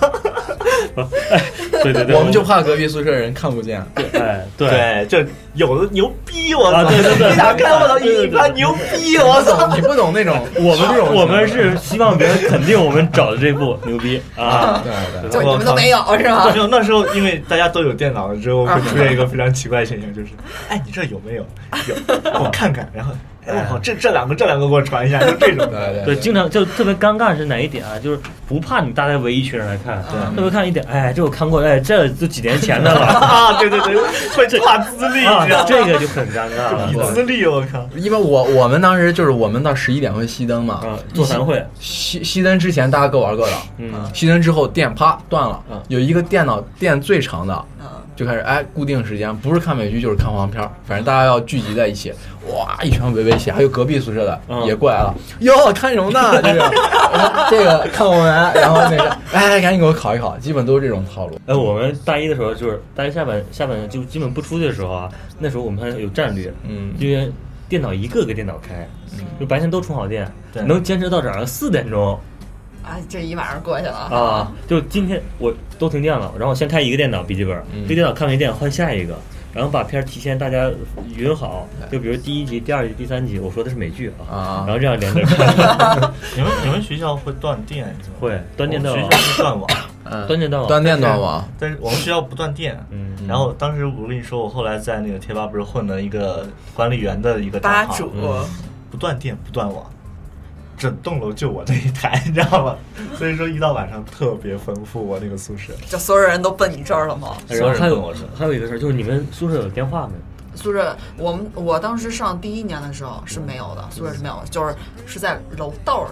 Speaker 3: 对对对，
Speaker 1: 我们就怕隔壁宿舍人看不见。
Speaker 3: 哎对。
Speaker 2: 对，就有的牛逼，我
Speaker 3: 啊，
Speaker 2: 操！
Speaker 3: 对对对，
Speaker 2: 你打开我的
Speaker 3: 对
Speaker 2: 一
Speaker 3: 对
Speaker 2: 看
Speaker 3: 对
Speaker 2: 牛逼，我操！
Speaker 1: 你不懂那种，
Speaker 3: 我们
Speaker 1: 这 种
Speaker 3: 我们是希望别人肯定我们找的这部牛逼啊！
Speaker 1: 对对，
Speaker 4: 就你们都没有啊是吗
Speaker 2: 没？有，那时候因为大家都有电脑了之后，会出现一个非常奇怪的现象，就是， 哎，你这有没有？ 有，我看看。然后，哎，我靠，这这两个这两个给我传一下，就这 种。
Speaker 1: 对
Speaker 3: 对，经常就特别尴尬是哪一点啊？就是不怕你大家围一群人来看，特别看一点，哎，这我看过，哎，这都几年前的了
Speaker 2: 啊，对对对，会挂资 历，你知
Speaker 3: 啊，
Speaker 2: 道
Speaker 3: 这个就很尴尬了。
Speaker 2: 吗？资历，我靠！
Speaker 1: 因为我我们当时就是我们到十一点会熄灯嘛，
Speaker 3: 啊，座谈会，
Speaker 1: 熄熄灯之前大家各玩各的，
Speaker 3: 嗯，
Speaker 1: 熄灯之后电啪断了
Speaker 3: 嗯，
Speaker 1: 有一个电脑电最长的
Speaker 4: 嗯，
Speaker 1: 就开始哎固定时间，不是看美剧就是看黄片儿，反正大家要聚集在一起，哇一群围围起，还有隔壁宿舍的
Speaker 3: 嗯
Speaker 1: 也过来了，哟看什么 呢？这个哎这个看我们，然后那个哎赶紧给我考一考，基本都是这种套路。
Speaker 3: 哎，我们大一的时候就是大一下半下半就基本不出去的时候啊，那时候我们还有战略，
Speaker 1: 嗯
Speaker 3: 因为电脑一个个电脑开，就白天都充好电，
Speaker 2: 对
Speaker 3: 能坚持到早上四点钟
Speaker 4: 哎，这一晚上过去了啊
Speaker 3: 啊！就今天我都停电了，然后我先开一个电脑笔记本，
Speaker 1: 嗯
Speaker 3: 这电脑看没电换下一个。然后把片儿提前大家语音好，
Speaker 1: 对
Speaker 3: 就比如第一集、第二集、第三集，我说的是美剧啊，
Speaker 1: 啊
Speaker 3: 然后这样连着看，
Speaker 2: 你们你们学校会断电是吗？
Speaker 3: 会端电到哦
Speaker 2: 我们学校是断网，
Speaker 1: 嗯
Speaker 3: 端电到
Speaker 1: 断电断网，
Speaker 2: 但是我们学校不断电。
Speaker 3: 嗯
Speaker 2: 然后当时我跟你说，我后来在那个贴吧不是混了一个管理员的一个
Speaker 4: 吧
Speaker 2: 账号
Speaker 4: 主，
Speaker 3: 嗯
Speaker 2: 不断电不断网，整栋楼就我那一台，你知道吗？ 所以说一到晚上特别丰富，我那个宿舍。
Speaker 4: 就所有人都奔你这儿了吗？
Speaker 3: 然
Speaker 2: 所
Speaker 3: 后还
Speaker 2: 有人跟
Speaker 3: 有
Speaker 2: 我说
Speaker 3: 还有一个事儿，就是你们宿舍有电话没？
Speaker 4: 宿舍，我们我当时上第一年的时候是没有的，宿舍是没有的，就是是在楼道里，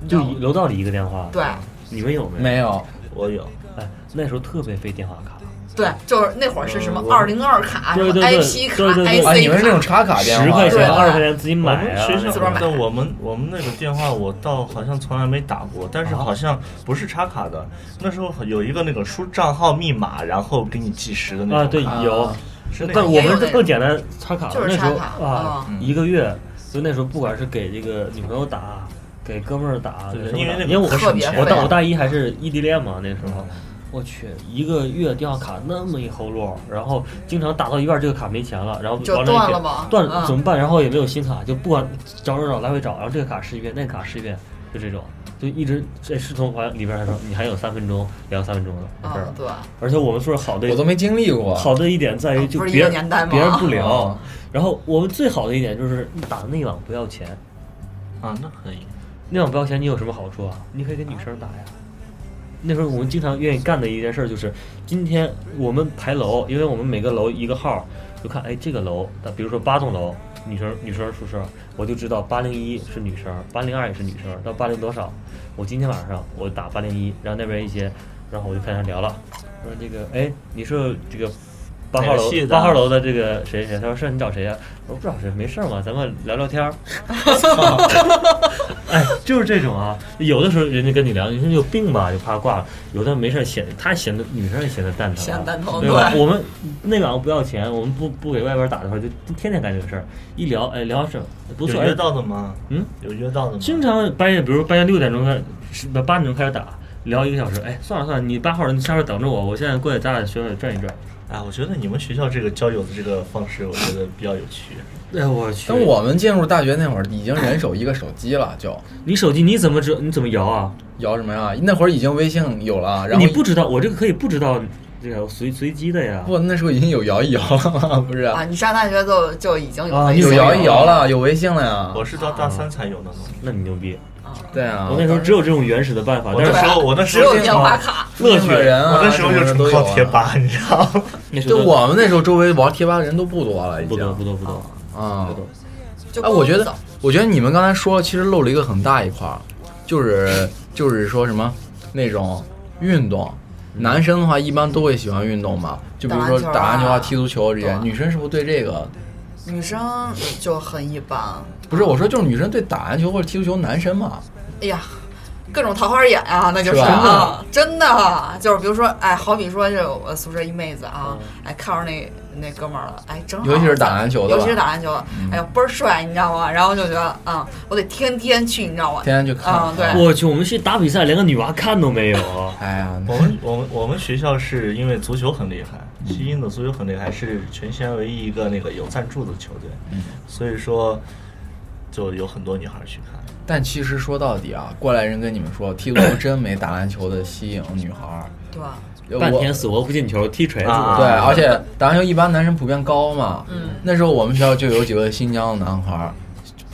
Speaker 4: 你知
Speaker 3: 就
Speaker 4: 道吗
Speaker 3: 楼道里一个电话，
Speaker 4: 对
Speaker 3: 你们有没？
Speaker 1: 没有，
Speaker 2: 我有，
Speaker 3: 哎，那时候特别费电话卡，
Speaker 4: 对，就是那会儿是什么
Speaker 2: 嗯
Speaker 4: 二零二卡、什
Speaker 3: 哦对
Speaker 4: 么
Speaker 3: 对对
Speaker 4: IP 卡、
Speaker 3: 对对对
Speaker 1: 啊你们是那种
Speaker 4: IC 卡，
Speaker 1: 插卡电
Speaker 3: 十
Speaker 1: 话
Speaker 3: 块
Speaker 1: 是吧
Speaker 3: 钱、
Speaker 4: 对
Speaker 3: 二十块钱自己买啊。
Speaker 2: 我们学
Speaker 4: 自个
Speaker 2: 校
Speaker 4: 儿买
Speaker 2: 的我们我们那个电话，我倒好像从来没打过，但是好像不是插卡的。那时候有一个那个输账号密码，然后给你计时的那种。
Speaker 3: 啊，对，
Speaker 1: 啊
Speaker 3: 有。
Speaker 2: 是那
Speaker 3: 但
Speaker 2: 种。
Speaker 3: 我们更简单，插卡。
Speaker 4: 就是
Speaker 3: 那时候
Speaker 4: 插卡
Speaker 3: 啊
Speaker 2: 嗯，
Speaker 3: 一个月，就那时候不管是给这个女朋友打，给哥们儿打，
Speaker 2: 对
Speaker 3: 给
Speaker 2: 对
Speaker 3: 什么
Speaker 2: 因为
Speaker 3: 打
Speaker 2: 那个
Speaker 3: 因为我
Speaker 2: 可
Speaker 4: 省钱
Speaker 3: 我
Speaker 4: 了
Speaker 3: 大我大一还是异地恋嘛，那时候。我去，一个月电话卡那么一后路，然后经常打到一半这个卡没钱了，然后
Speaker 4: 就
Speaker 3: 往那一
Speaker 4: 断
Speaker 3: 撇
Speaker 4: 了吗
Speaker 3: 断
Speaker 4: 嗯
Speaker 3: 怎么办？然后也没有新卡，就不管找找找来回找，然后这个卡试一遍，那个卡试一遍，就这种，就一直这视同环里边还说你还有三分钟，也要三分钟了，没事儿
Speaker 4: 嗯
Speaker 3: 了。
Speaker 4: 对，
Speaker 3: 而且我们宿舍好的
Speaker 1: 我都没经历过。
Speaker 3: 好的一点在于就
Speaker 4: 啊不是一
Speaker 3: 别
Speaker 4: 个
Speaker 3: 人
Speaker 4: 年代吗
Speaker 3: 别人不聊
Speaker 1: 啊，
Speaker 3: 然后我们最好的一点就是打的那一网不要钱，
Speaker 2: 啊，那可以。
Speaker 3: 那网不要钱你有什么好处啊？你可以跟女生打呀。那时候我们经常愿意干的一件事儿就是，今天我们排楼，因为我们每个楼一个号，就看哎这个楼，那比如说八栋楼，女生女生宿舍，我就知道八零一是女生，八零二也是女生，到八零多少，我今天晚上我打八零一，然后那边一些，然后我就开始聊了，我说这个哎你是这个八号楼
Speaker 2: 哪个系的
Speaker 3: 八号楼的这个谁谁，他说是你找谁呀、我说不找谁，没事儿嘛，咱们聊聊天儿。 哎，就是这种啊，有的时候人家跟你聊，你说你有病吧，就怕挂了；有的没事儿显，他显得女生也显得蛋疼啊，
Speaker 4: 显蛋疼
Speaker 3: 对吧？
Speaker 4: 对
Speaker 3: 我们那两个啊不要钱，我们不不给外边打的话，就天天干这个事儿。一聊，哎，聊是不错，
Speaker 2: 有
Speaker 3: 哎
Speaker 2: 约，到的吗？
Speaker 3: 嗯，
Speaker 2: 有约到的吗？
Speaker 3: 经常半夜，比如半夜六点钟开始，是不八点钟开始打，聊一个小时，哎，算了算了，你八号人下边等着我，我现在过去咱俩学校转一转。
Speaker 2: 哎，我觉得你们学校这个交友的这个方式，我觉得比较有趣。
Speaker 3: 哎，我去！
Speaker 1: 但我们进入大学那会儿，已经人手一个手机了，就
Speaker 3: 你手机你怎么知你怎么摇啊？
Speaker 1: 摇什么呀？那会儿已经微信有了，然后
Speaker 3: 你不知道，我这个可以不知道这个随随机的呀。
Speaker 1: 不那时候已经有摇一摇了 吗？不是，
Speaker 4: 啊，你上大学就就已经有
Speaker 3: 啊
Speaker 4: 微
Speaker 3: 你
Speaker 4: 信
Speaker 1: 有
Speaker 3: 手
Speaker 1: 摇
Speaker 3: 摇
Speaker 1: 一摇了，有微信了
Speaker 3: 啊
Speaker 1: 呀。
Speaker 2: 我是到大三才有那种，
Speaker 3: 那你牛逼！
Speaker 4: 啊
Speaker 1: 对啊
Speaker 3: 我，那时候只有这种原始的办法，
Speaker 2: 我
Speaker 3: 但
Speaker 2: 那
Speaker 3: 是
Speaker 2: 时候我那时
Speaker 4: 只
Speaker 2: 候
Speaker 4: 有
Speaker 2: 就
Speaker 4: 电话卡，
Speaker 3: 乐
Speaker 1: 那
Speaker 3: 趣
Speaker 1: 会儿人啊，
Speaker 2: 我那时候就是
Speaker 1: 什么
Speaker 2: 纯
Speaker 1: 人都有
Speaker 2: 靠
Speaker 1: 啊
Speaker 2: 贴。吧，你知道吗？
Speaker 3: 那时
Speaker 1: 就
Speaker 3: 候
Speaker 1: 我们那时候周围玩贴吧的人都不多了，已
Speaker 3: 不
Speaker 1: 经
Speaker 3: 多不多不多。
Speaker 1: 啊。
Speaker 3: 不多
Speaker 4: 就
Speaker 1: 哎，
Speaker 4: 不
Speaker 1: 我觉得
Speaker 4: 走，
Speaker 1: 我觉得你们刚才说，其实漏了一个很大一块儿，就是就是说什么那种运动，
Speaker 3: 嗯
Speaker 1: 男生的话一般都会喜欢运动嘛，就比如说
Speaker 4: 打
Speaker 1: 打
Speaker 4: 篮
Speaker 1: 篮
Speaker 4: 球啊
Speaker 1: 球啊、踢足球这些
Speaker 4: 对。
Speaker 1: 女生是不是对这个？
Speaker 4: 女生就很一般。
Speaker 1: 不是，我说就是女生对打篮球或者踢足球，男生嘛，
Speaker 4: 哎呀，各种桃花眼啊，那就是
Speaker 1: 是吧
Speaker 4: 啊，真的就是，比如说，哎，好比说，这我宿舍一妹子啊，哎，看上那那哥们儿了，哎，正好，
Speaker 1: 嗯尤其是打篮球的吧嗯
Speaker 4: 尤其是打篮球的，哎呀，倍儿帅，你知道吗？然后就觉得，嗯，我得天天去，你知道吗？
Speaker 1: 天天去看。
Speaker 4: 嗯对
Speaker 3: 我去，我们去打比赛，连个女娃看都没有。
Speaker 1: 哎呀，
Speaker 2: 我们我们我们学校是因为足球很厉害，
Speaker 3: 嗯
Speaker 2: 西英的足球很厉害，是全县唯一一个那个有赞助的球队，
Speaker 3: 嗯
Speaker 2: 所以说就有很多女孩去看。
Speaker 1: 但其实说到底啊，过来人跟你们说，踢足球真没打篮球的吸引女孩儿。
Speaker 4: 对吧？
Speaker 1: 我
Speaker 3: 半天死活不进球，踢锤子。
Speaker 2: 啊
Speaker 1: 对，而且打篮球一般男生普遍高嘛，
Speaker 4: 嗯
Speaker 1: 那时候我们学校就有几个新疆的男孩儿，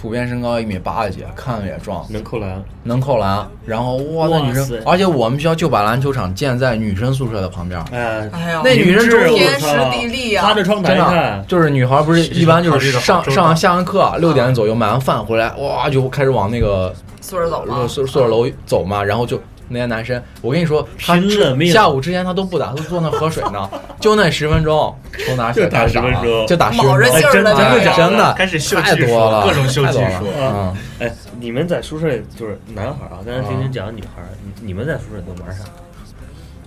Speaker 1: 普遍身高一米八几，看着也壮，
Speaker 3: 能扣篮，
Speaker 1: 能扣篮，然后哇，那
Speaker 3: 哇
Speaker 1: 女生
Speaker 3: 塞，
Speaker 1: 而且我们学校就把篮球场建在女生宿舍的旁边儿，
Speaker 3: 哎，
Speaker 4: 哎呀，
Speaker 1: 那女生
Speaker 3: 是
Speaker 1: 周
Speaker 4: 天时地利啊
Speaker 3: 趴着窗台
Speaker 1: 真
Speaker 3: 看
Speaker 1: 的，就是女孩儿不是
Speaker 2: 是
Speaker 1: 一般就
Speaker 2: 考虑
Speaker 1: 是
Speaker 2: 得好
Speaker 1: 上
Speaker 2: 周到
Speaker 1: 上完下完课六点左右买完饭回来，哇就开始往那个
Speaker 4: 宿舍走
Speaker 1: 宿
Speaker 4: 吗？
Speaker 1: 宿舍楼走嘛，然后就那些男生，我跟你说，他
Speaker 3: 拼了命
Speaker 1: 下午之前他都不打，他坐那喝水呢， 就那十分钟，从哪水
Speaker 3: 就打
Speaker 1: 开始
Speaker 3: 10分
Speaker 1: 了
Speaker 3: 钟
Speaker 1: 啊就打十
Speaker 4: 卯
Speaker 1: 分
Speaker 4: 着
Speaker 1: 钟
Speaker 3: 哎
Speaker 4: 劲，儿那
Speaker 3: 真的
Speaker 4: 个
Speaker 3: 假
Speaker 1: 真的
Speaker 2: 开始秀
Speaker 1: 太
Speaker 2: 技术
Speaker 1: 多了，
Speaker 2: 各种秀
Speaker 1: 太多
Speaker 2: 技
Speaker 1: 了
Speaker 2: 术
Speaker 1: 嗯，
Speaker 3: 哎，你们在宿舍就是男孩儿啊，刚才听听讲女孩儿，你你们在宿舍都玩啥？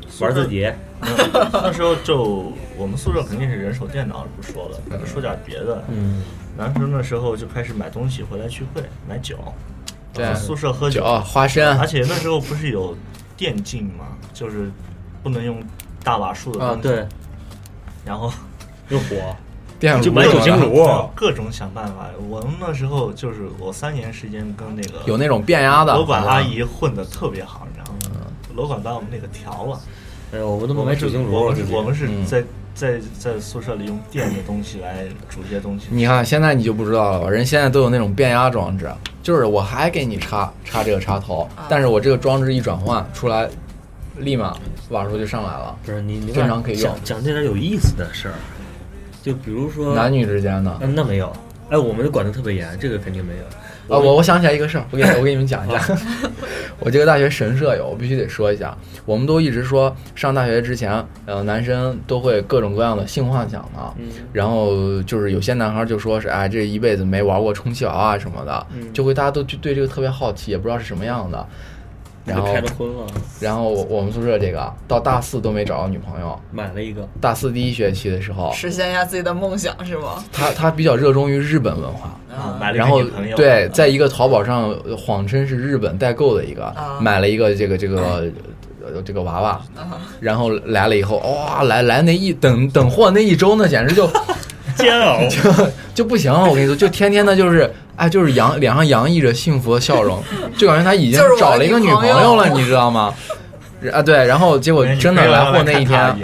Speaker 2: 宿舍
Speaker 3: 玩字节，
Speaker 2: 那 时候就我们宿舍肯定是人手电脑不说了，说点别的。
Speaker 3: 嗯，
Speaker 2: 男生那时候就开始买东西回来聚会，买酒，
Speaker 1: 对
Speaker 2: 然后宿舍喝
Speaker 1: 酒、花生
Speaker 2: 而，且那时候不是有电竞嘛，就是不能用大瓦数的
Speaker 1: 啊
Speaker 2: 东西，
Speaker 3: 对，
Speaker 2: 然后
Speaker 3: 又火，
Speaker 1: 电
Speaker 3: 就买酒精
Speaker 1: 炉，啊
Speaker 3: 炉，
Speaker 2: 各种想办法。我们那时候就是我三年时间跟那个
Speaker 1: 有那种啊变压的
Speaker 2: 楼管阿，姨混的特别好，你知道吗？楼管把我们那个调了，
Speaker 3: 哎呦，我们都
Speaker 2: 我
Speaker 3: 买
Speaker 2: 们
Speaker 3: 酒
Speaker 2: 是
Speaker 3: 精炉，啊
Speaker 2: 我们
Speaker 3: 直
Speaker 2: 是
Speaker 3: 接
Speaker 2: 我们是
Speaker 1: 嗯
Speaker 2: 在在在宿舍里用电的东西来煮些东西。
Speaker 1: 你看现在你就不知道了吧？人现在都有那种变压装置，就是我还给你插插这个插头，但是我这个装置一转换出来，立马瓦数就上来了，
Speaker 3: 不是你你
Speaker 1: 正常可以用
Speaker 3: 讲讲这点有意思的事儿，就比如说
Speaker 1: 男女之间的。
Speaker 3: 嗯，那没有。哎，我们管得特别严，这个肯定没有。
Speaker 1: 啊，我我想起来一个事儿，我给我给你们讲一下。 我这个大学神舍友，我必须得说一下。我们都一直说，上大学之前，呃，男生都会各种各样的性幻想嘛。
Speaker 3: 嗯
Speaker 1: 然后就是有些男孩就说是，哎，这一辈子没玩过充气娃娃什么的，
Speaker 3: 嗯
Speaker 1: 就会大家都就对这个特别好奇，也不知道是什么样的。
Speaker 3: 那
Speaker 1: 然
Speaker 3: 就
Speaker 1: 后
Speaker 3: 开了荤了，
Speaker 1: 然后我我们宿舍这个到大四都没找到女朋友。
Speaker 3: 买了一个，
Speaker 1: 大四第一学期的时候，
Speaker 4: 实现一下自己的梦想是吗？
Speaker 1: 他他比较热衷于日本文化，
Speaker 2: 啊，买了一
Speaker 1: 然
Speaker 2: 个
Speaker 1: 后
Speaker 2: 女朋友，
Speaker 1: 对，在一个淘宝上呃谎称是日本代购的一个
Speaker 4: 啊，
Speaker 1: 买了一个这个这个呃这个娃娃，然后来了以后，哇、来来那一等等货那一周呢，简直就
Speaker 3: 煎熬，
Speaker 1: 就不行了。我跟你说，就天天的就是哎，就是洋脸上洋溢着幸福的笑容，就感觉他已经
Speaker 4: 就是我的
Speaker 1: 找了一个
Speaker 4: 女
Speaker 1: 女
Speaker 4: 朋
Speaker 1: 朋
Speaker 4: 友
Speaker 1: 友了，你知道吗？ 啊，对，然后结果真的来货那一天，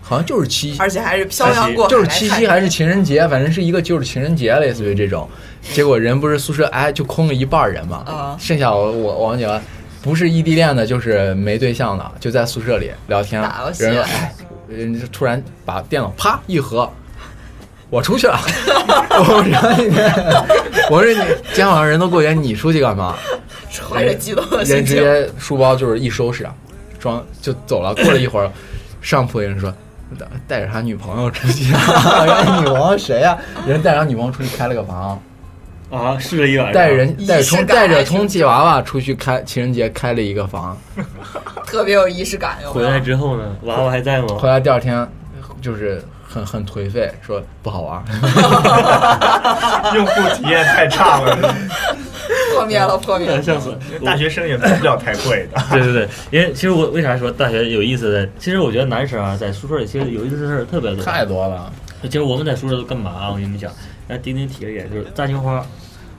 Speaker 1: 好像就是七
Speaker 5: 而且还是漂洋过海
Speaker 1: 哎就
Speaker 5: 来
Speaker 1: 是
Speaker 5: 看
Speaker 1: 七夕还是情人节，反正是一个就是情人节，类似于这种。结果人不是宿舍哎就空了一半人嘛
Speaker 5: 嗯
Speaker 4: 啊，
Speaker 1: 剩下我我我王姐不是异地恋的，就是没对象的，就在宿舍里聊天
Speaker 4: 打游，戏
Speaker 1: 人说哎，人家突然把电脑啪一合。我出去了， 我说你， 我说你，今天晚上人都过节，你出去干嘛？
Speaker 4: 怀着激动的
Speaker 1: 人
Speaker 4: 心
Speaker 1: 直
Speaker 4: 情，
Speaker 1: 接书包就是一收拾，啊装就走了。过了一会儿，上铺有人说。带带着他女朋友出 去，原来女朋友谁呀、啊人带着他女朋友出去开了个房，
Speaker 3: 啊，试了一晚上，
Speaker 1: 带着人
Speaker 4: 仪
Speaker 1: 带着
Speaker 4: 式
Speaker 1: 充
Speaker 4: 感
Speaker 1: 带着
Speaker 4: 还挺
Speaker 1: 充气娃娃出去开情人节开了一个房，
Speaker 4: 特别有仪式感，有没
Speaker 3: 回
Speaker 4: 有
Speaker 3: 来之后呢，娃娃还在吗
Speaker 1: 回？来第二天就是很很颓废，说不好玩。
Speaker 2: 用户体验太差 了，
Speaker 4: 破灭了，破灭 了。
Speaker 3: 笑死了！我
Speaker 2: 大学生也卖不了太贵的。
Speaker 3: 对对对，因为其实我为啥说大学有意思的？其实我觉得男生啊，在宿舍里其实有意思的事儿特别多。
Speaker 1: 太多了，
Speaker 3: 其实我们在宿舍都干嘛啊？我跟你们讲，然后丁丁提了一点，就是炸金花。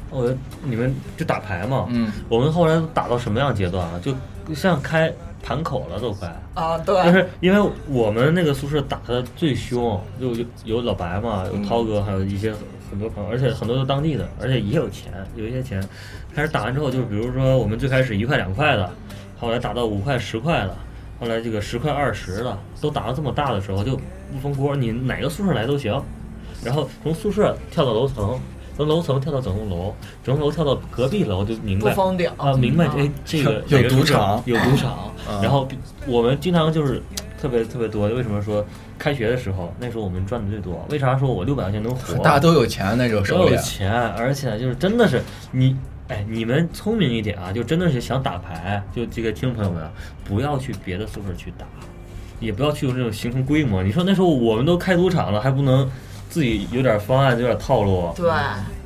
Speaker 3: 我觉得你们就打牌嘛，
Speaker 1: 嗯，
Speaker 3: 我们后来都打到什么样阶段啊？就像开盘口了都快。
Speaker 4: 啊，
Speaker 3: 就
Speaker 4: 对，
Speaker 3: 是因为我们那个宿舍打的最凶，就有有老白嘛，
Speaker 4: 嗯
Speaker 3: 有涛哥，还有一些很多朋友，而且很多都当地的，而且也有钱，有一些钱。开始打完之后，就是比如说我们最开始一块两块的，后来打到五块十块的，后来这个十块二十的，都打到这么大的时候就不分锅，你哪个宿舍来都
Speaker 4: 嗯
Speaker 3: 行。然后从宿舍跳到楼层，从楼层跳到整栋楼，整栋楼跳到隔壁楼就明
Speaker 4: 不
Speaker 3: 白
Speaker 4: 封顶
Speaker 3: 啊，明
Speaker 1: 哎
Speaker 3: 白 这这个
Speaker 1: 嗯有
Speaker 3: 哪个
Speaker 1: 赌
Speaker 3: 宿舍
Speaker 1: 场
Speaker 3: 有赌场
Speaker 1: 啊，
Speaker 3: 然后我们经常就是特别特别多。为什么说开学的时候那时候我们赚的最多？为啥说我六百块钱能活？
Speaker 1: 大家都有钱那时候手
Speaker 3: 都
Speaker 1: 里
Speaker 3: 有，钱，而且就是真的是你，哎，你们聪明一点啊，就真的是想打牌，就这个听众朋友们啊，不要去别的宿舍去打，也不要去那种形成规模。你说那时候我们都开赌场了，还不能自己有点方案，有点套路？
Speaker 4: 对，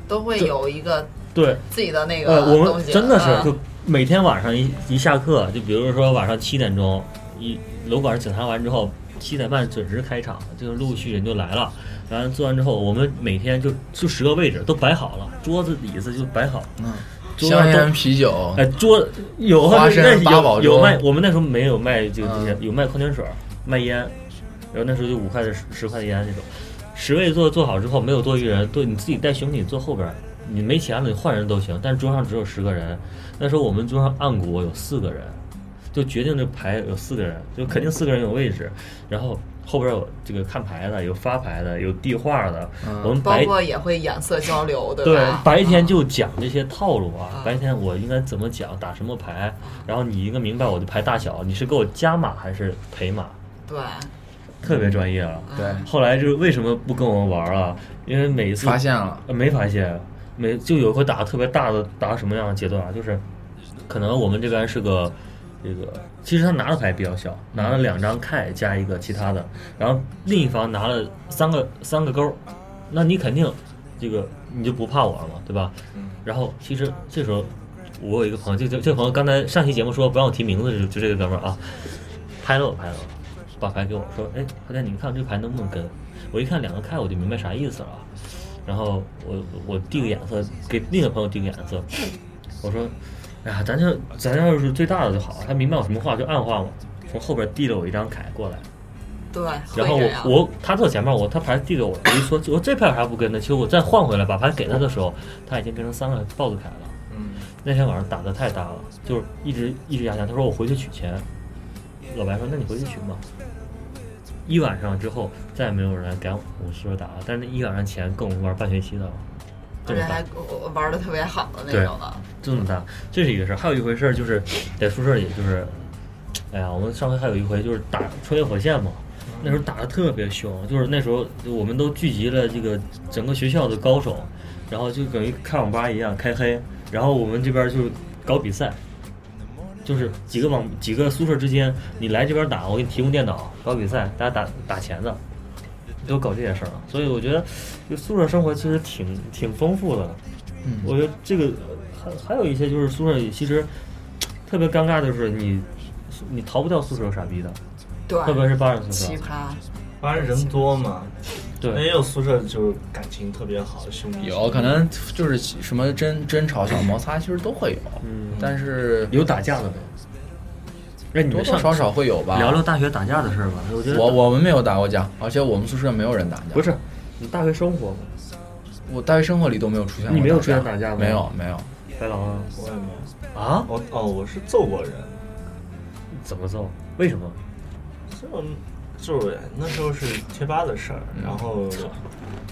Speaker 4: 都会有一个
Speaker 3: 对，
Speaker 4: 自己的那个
Speaker 3: 呃，我
Speaker 4: 东
Speaker 3: 们
Speaker 4: 西。
Speaker 3: 真的
Speaker 4: 嗯
Speaker 3: 是就每天晚上一一下课，就比如说晚上七点钟，一楼管检查完之后，七点半准时开场，就陆续人就来了。然后做完之后，我们每天就就十个位置都摆好了，桌子椅子就摆好了。
Speaker 1: 嗯，
Speaker 3: 桌
Speaker 1: 香
Speaker 3: 上
Speaker 1: 烟
Speaker 3: 都
Speaker 1: 啤酒，
Speaker 3: 哎，桌有
Speaker 1: 嗯花生
Speaker 3: 那
Speaker 1: 八宝
Speaker 3: 有
Speaker 1: 粥
Speaker 3: 有卖，我们那时候没有卖这个这些
Speaker 1: 嗯，
Speaker 3: 有卖矿泉水儿，卖烟，然后那时候就五块的十十块的烟那种。十位做做好之后，没有多余人，对你自己带兄弟坐后边儿，你没钱了你换人都行，但桌上只有十个人。那时候我们桌上暗谷有四个人，就决定这牌有四个人，就肯定四个人有位置，然后后边有这个看牌的，有发牌的，有递话的，
Speaker 1: 嗯
Speaker 3: 我们
Speaker 4: 包
Speaker 3: 白
Speaker 4: 括也会颜色交流，对
Speaker 3: 对
Speaker 4: 吧？，
Speaker 3: 白天就讲这些套路啊，
Speaker 4: 啊
Speaker 3: 白天我应该怎么讲，打什么牌，然后你应该明白我的牌大小，你是给我加码还是赔码，
Speaker 4: 对，嗯
Speaker 3: 特别专业啊了。
Speaker 1: 对，
Speaker 3: 后来就是为什么不跟我们玩了？因为每一次
Speaker 1: 发现了，
Speaker 3: 呃没发现，没就有一回打得特别大的，打到什么样的阶段啊？就是可能我们这边是个这个，其实他拿的牌比较小，拿了两张开加一个其他的，然后另一方拿了三个三个勾，那你肯定这个你就不怕我了嘛，对吧？然后其实这时候我有一个朋友，这这这个朋友刚才上期节目说不让我提名字，就就这个哥们儿啊，拍了我拍了我，把牌给我说，哎，大家你们看这牌能不能跟？我一看两个开，我就明白啥意思了。啊然后我我递个眼色，给另一个朋友递个眼色，我说，哎呀，咱就咱要是最大的就好，他明白我什么话就暗话嘛。从后边递了我一张凯过来，
Speaker 4: 对，
Speaker 3: 然后
Speaker 4: 会这
Speaker 3: 我
Speaker 4: 样
Speaker 3: 我他坐前面，我他牌递给我，我一说我说这牌有啥不跟的？其实我再换回来把牌给他的时候，他已经变成三个豹子凯了。
Speaker 2: 嗯，
Speaker 3: 那天晚上打的太大了，就是一直一直压钱。他说我回去取钱，老白说那你回去取吧。一晚上之后再也没有人来敢我们宿舍打了，但是那一晚上钱够我们玩半学期的了，这
Speaker 4: 而
Speaker 3: 么
Speaker 4: 且
Speaker 3: 大
Speaker 4: 还。玩的特别好的那
Speaker 3: 对
Speaker 4: 种的，
Speaker 3: 这么大，这是一个事儿。还有一回事儿就是在宿舍里，就是，哎呀，我们上回还有一回就是打穿越火线嘛，那时候打的特别凶，就是那时候就我们都聚集了这个整个学校的高手，然后就等于开网吧一样开黑，然后我们这边就搞比赛。就是几个网几个宿舍之间，你来这边打，我给你提供电脑，搞比赛，大家打打钱的，都搞这些事儿了。所以我觉得，就宿舍生活其实挺挺丰富的。
Speaker 1: 嗯，
Speaker 3: 我觉得这个呃还还有一些就是宿舍里其实特别尴尬，就是你你逃不掉宿舍有傻逼的，
Speaker 4: 对，
Speaker 3: 特别是八人宿
Speaker 4: 奇
Speaker 3: 舍，
Speaker 4: 葩，
Speaker 2: 反正人多嘛，那也
Speaker 3: 对，
Speaker 2: 有宿舍就是感情特别好，兄弟
Speaker 1: 有可能就是什么争争吵、小摩擦，其实都会有，
Speaker 3: 嗯
Speaker 1: 但是
Speaker 3: 有打架的吗？那你
Speaker 1: 多多
Speaker 3: 们上
Speaker 1: 少少会有吧。
Speaker 3: 聊聊大学打架的事儿吧，我觉得
Speaker 1: 我我们没有打过架，而且我们宿舍没有人打架，
Speaker 3: 不是你大学生活吗？
Speaker 1: 我大学生活里都没有出现过。
Speaker 3: 你没有出现打架吗
Speaker 1: 没有没有，
Speaker 3: 白狼啊
Speaker 2: 我也没有，
Speaker 3: 啊？
Speaker 2: 我哦，我是揍过人，
Speaker 3: 怎么揍？为什么？
Speaker 2: 就就是那时候是贴吧的事儿，
Speaker 3: 嗯
Speaker 2: 然后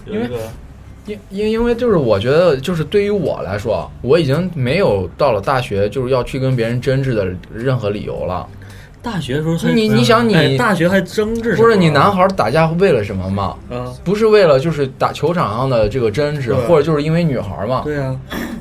Speaker 2: 有一
Speaker 1: 因为
Speaker 2: 个
Speaker 1: 因因因为就是我觉得就是对于我来说，我已经没有到了大学就是要去跟别人争执的任何理由了。
Speaker 3: 大学的时候还
Speaker 1: 你你想你
Speaker 3: 哎大学还争执什么啊？
Speaker 1: 不是你男孩儿打架为了什么嘛？
Speaker 3: 啊？
Speaker 1: 不是为了就是打球场上的这个争执，
Speaker 3: 对
Speaker 1: 或者就是因为女孩儿嘛？
Speaker 3: 对啊，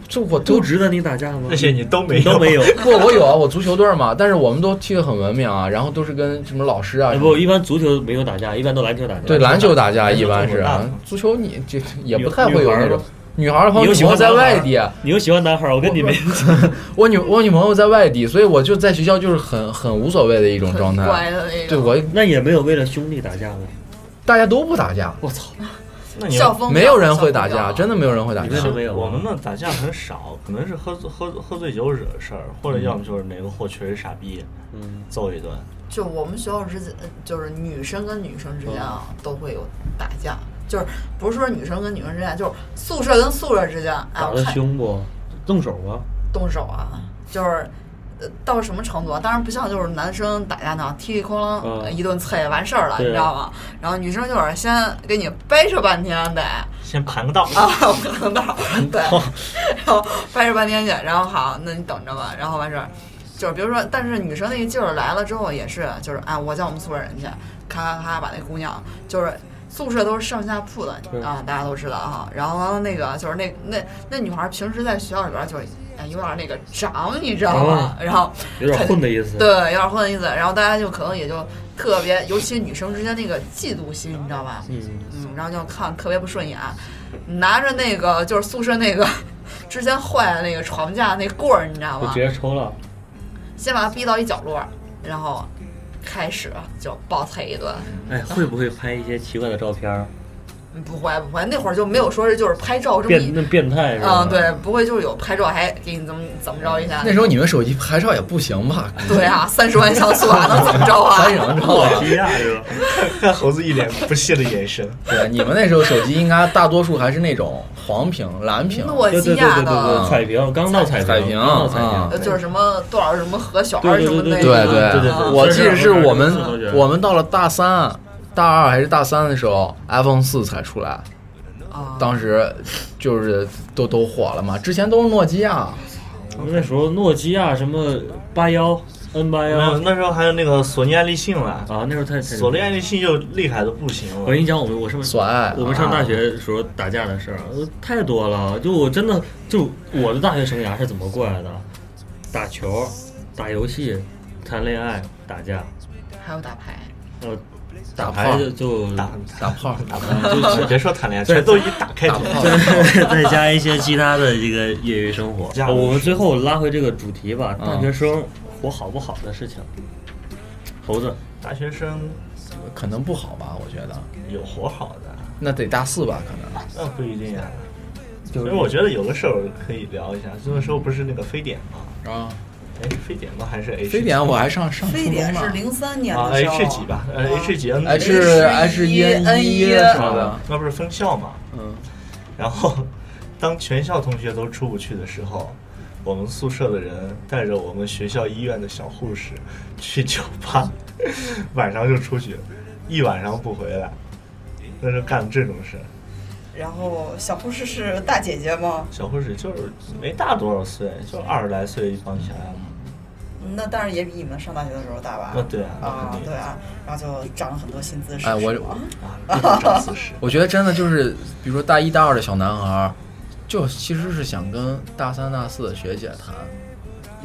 Speaker 1: 就我
Speaker 3: 都
Speaker 1: 都
Speaker 3: 值得你打架吗？
Speaker 2: 那些你都没
Speaker 3: 你 都没有。
Speaker 1: 不，我有啊，我足球队儿嘛，但是我们都踢得很文明啊，然后都是跟什么老师啊
Speaker 3: 哎，
Speaker 1: 什
Speaker 3: 不，
Speaker 1: 么。
Speaker 3: 一般足球没有打架，一般都篮球打架。
Speaker 1: 对篮球打架
Speaker 2: 篮球
Speaker 1: 一般是
Speaker 2: 打架
Speaker 1: 啊，足球你这也不
Speaker 3: 女
Speaker 1: 太会有那
Speaker 3: 女孩儿
Speaker 1: 种
Speaker 3: 吗
Speaker 1: 女孩儿的话，我
Speaker 3: 你有
Speaker 1: 女
Speaker 3: 喜
Speaker 1: 朋友
Speaker 3: 欢
Speaker 1: 在
Speaker 3: 男孩儿
Speaker 1: 外
Speaker 3: 吗
Speaker 1: 地，啊
Speaker 3: 你又喜欢男孩儿，我跟你没
Speaker 1: 我女我女朋友在外地，所以我就在学校就是很很无所谓的一种状
Speaker 4: 很
Speaker 1: 态。啊
Speaker 4: 乖的那
Speaker 1: 对
Speaker 4: 种，
Speaker 1: 我
Speaker 3: 那也没有为了兄弟打架吗？
Speaker 1: 大家都不打架，
Speaker 3: 我操，
Speaker 2: 那你
Speaker 4: 校风
Speaker 1: 没有人会打架，真
Speaker 4: 的
Speaker 1: 的没有人会打
Speaker 3: 你
Speaker 1: 架
Speaker 3: 们。都没有。啊
Speaker 2: 我们那打架很少，可能是喝醉喝喝醉酒惹的事儿，或者要么就是哪个货确实傻逼，
Speaker 3: 嗯，
Speaker 2: 揍一顿。
Speaker 4: 就我们学校之间，呃就是女生跟女生之间啊，
Speaker 3: 嗯
Speaker 4: 都会有打架。就是不是说女生跟女生之间，就是宿舍跟宿舍之间，哎，
Speaker 3: 打
Speaker 4: 我
Speaker 3: 的
Speaker 4: 看
Speaker 3: 凶不？动手吗？
Speaker 4: 动手啊，就是呃到什么程度啊？当然不像就是男生打架那样踢里哐啷
Speaker 3: 嗯
Speaker 4: 呃一顿啐完事儿了，你
Speaker 3: 对啊
Speaker 4: 知道吗？然后女生就是先给你掰扯半天得
Speaker 2: 先盘个道，
Speaker 4: 啊，我看到对，
Speaker 3: 哦
Speaker 4: 然后掰扯半天去，然后好，那你等着吧，然后完事儿。就是比如说，但是女生那个劲儿来了之后，也是就是哎，我叫我们宿舍人去，咔咔咔把那姑娘就是。宿舍都是上下铺的
Speaker 3: 对
Speaker 4: 啊，大家都知道啊。然后完了那个就是那那那女孩儿平时在学校里边儿就是哎有点儿那个长，你知道吗？然后
Speaker 3: 哦有点混的意思。
Speaker 4: 对，有点混的意思。然后大家就可能也就特别，尤其女生之间那个嫉妒心，你知道吧？
Speaker 3: 嗯，
Speaker 4: 嗯，然后就看特别不顺眼，拿着那个就是宿舍那个之前坏的那个床架那棍儿，你知道
Speaker 3: 我
Speaker 4: 吗
Speaker 3: 直？接抽了。
Speaker 4: 先把他逼到一角落，然后开始就暴踩一顿。
Speaker 3: 哎，会不会拍一些奇怪的照片儿？
Speaker 4: 嗯不会不会，那会儿就没有说是就是拍照这么
Speaker 3: 变
Speaker 4: 一，
Speaker 3: 那变态是吧？
Speaker 4: 嗯，对，不会就是有拍照还给你怎么怎么着一下
Speaker 1: 那。时候你们手机拍照也不行吧？
Speaker 4: 对啊，三十万像素啊，能怎么着啊
Speaker 1: 拍？什么照
Speaker 3: 我
Speaker 1: 啊？
Speaker 3: 皮亚是吧？
Speaker 2: 看 猴子一脸不屑的眼 神。
Speaker 1: 对，你们那时候手机应该大多数还是那种黄屏、蓝屏。啊
Speaker 4: 诺
Speaker 3: 对
Speaker 4: 基
Speaker 3: 对对
Speaker 4: 亚
Speaker 3: 对对对，
Speaker 4: 的，
Speaker 3: 彩屏刚到彩屏，
Speaker 1: 彩屏
Speaker 3: 刚到彩
Speaker 1: 啊
Speaker 3: 屏，
Speaker 4: 呃就是什么多少什么核小
Speaker 3: 对
Speaker 4: 儿
Speaker 3: 对
Speaker 4: 什么
Speaker 3: 对
Speaker 4: 那
Speaker 1: 对
Speaker 4: 个
Speaker 3: 对对对
Speaker 4: 啊
Speaker 3: 对
Speaker 1: 我记得是我们
Speaker 3: 是是是是
Speaker 1: 我们到了大三、大二还是大三的时候，iPhone 四才出来，
Speaker 4: 啊
Speaker 1: 当时就是都都火了嘛。之前都是诺基亚，
Speaker 3: 我们那时候诺基亚什么八幺 N 八
Speaker 2: 没
Speaker 3: 幺
Speaker 2: 有，那时候还有那个索尼爱立信了，
Speaker 3: 啊，那时候太
Speaker 2: 索尼爱立信又厉害的不行
Speaker 3: 我跟
Speaker 2: 了。
Speaker 3: 你讲，我们我上
Speaker 1: 索爱
Speaker 3: 我们上大学时候打架的事儿呃太多了，就我真的就我的大学生涯是怎么过来的？打球、打游戏、谈恋爱、打架，
Speaker 4: 还有打牌，
Speaker 3: 呃，
Speaker 1: 打
Speaker 3: 打
Speaker 1: 炮
Speaker 3: 牌就就
Speaker 2: 打
Speaker 1: 打炮，
Speaker 2: 打不，嗯别说谈恋爱，全都以打开
Speaker 1: 打
Speaker 2: 头。
Speaker 1: 炮。
Speaker 3: 再再加一些其他的这个业余生活
Speaker 2: 这。样
Speaker 3: 呃我们最后拉回这个主题吧，
Speaker 1: 嗯
Speaker 3: 大学生活好不好的事情。猴子，
Speaker 2: 大学生
Speaker 1: 可能不好吧，我觉得。
Speaker 2: 有活好的，
Speaker 1: 那得大四吧，可能。
Speaker 2: 那不一定啊。
Speaker 3: 就
Speaker 2: 所
Speaker 3: 是
Speaker 2: 以我觉得有个事儿可以聊一下，就那时候不是那个非典吗？
Speaker 1: 啊，
Speaker 2: 哎，是非典吗？还是 H？
Speaker 1: 非典我还上上初
Speaker 5: 非典
Speaker 1: 中
Speaker 5: 是
Speaker 1: 呢
Speaker 5: 零三年
Speaker 2: 啊
Speaker 5: 的时候啊
Speaker 2: ，H 几吧，呃，H 几 N
Speaker 1: ，H H 一 N 一
Speaker 5: H1N1
Speaker 2: 啊
Speaker 1: 什么的，
Speaker 2: 那不是封校吗？
Speaker 1: 嗯，
Speaker 2: 然后，当全校同学都出不去的时候，我们宿舍的人带着我们学校医院的小护士去酒吧， 晚上就出去，一晚上不回来。那是干这种事，
Speaker 5: 然后小护士是大姐姐吗？
Speaker 2: 小护士就是没大多少岁，就二十来岁一帮小丫头。
Speaker 5: 那当然也比你们上大学的时候大吧？
Speaker 2: 那对啊，那
Speaker 5: 啊
Speaker 2: 肯，定
Speaker 5: 对啊，然后就长了很多新姿势。
Speaker 1: 哎我。
Speaker 5: 是吗
Speaker 2: 啊，各种长姿势
Speaker 1: 我觉得真的就是，比如说大一大二的小男孩儿，就其实是想跟大三大四的学姐谈，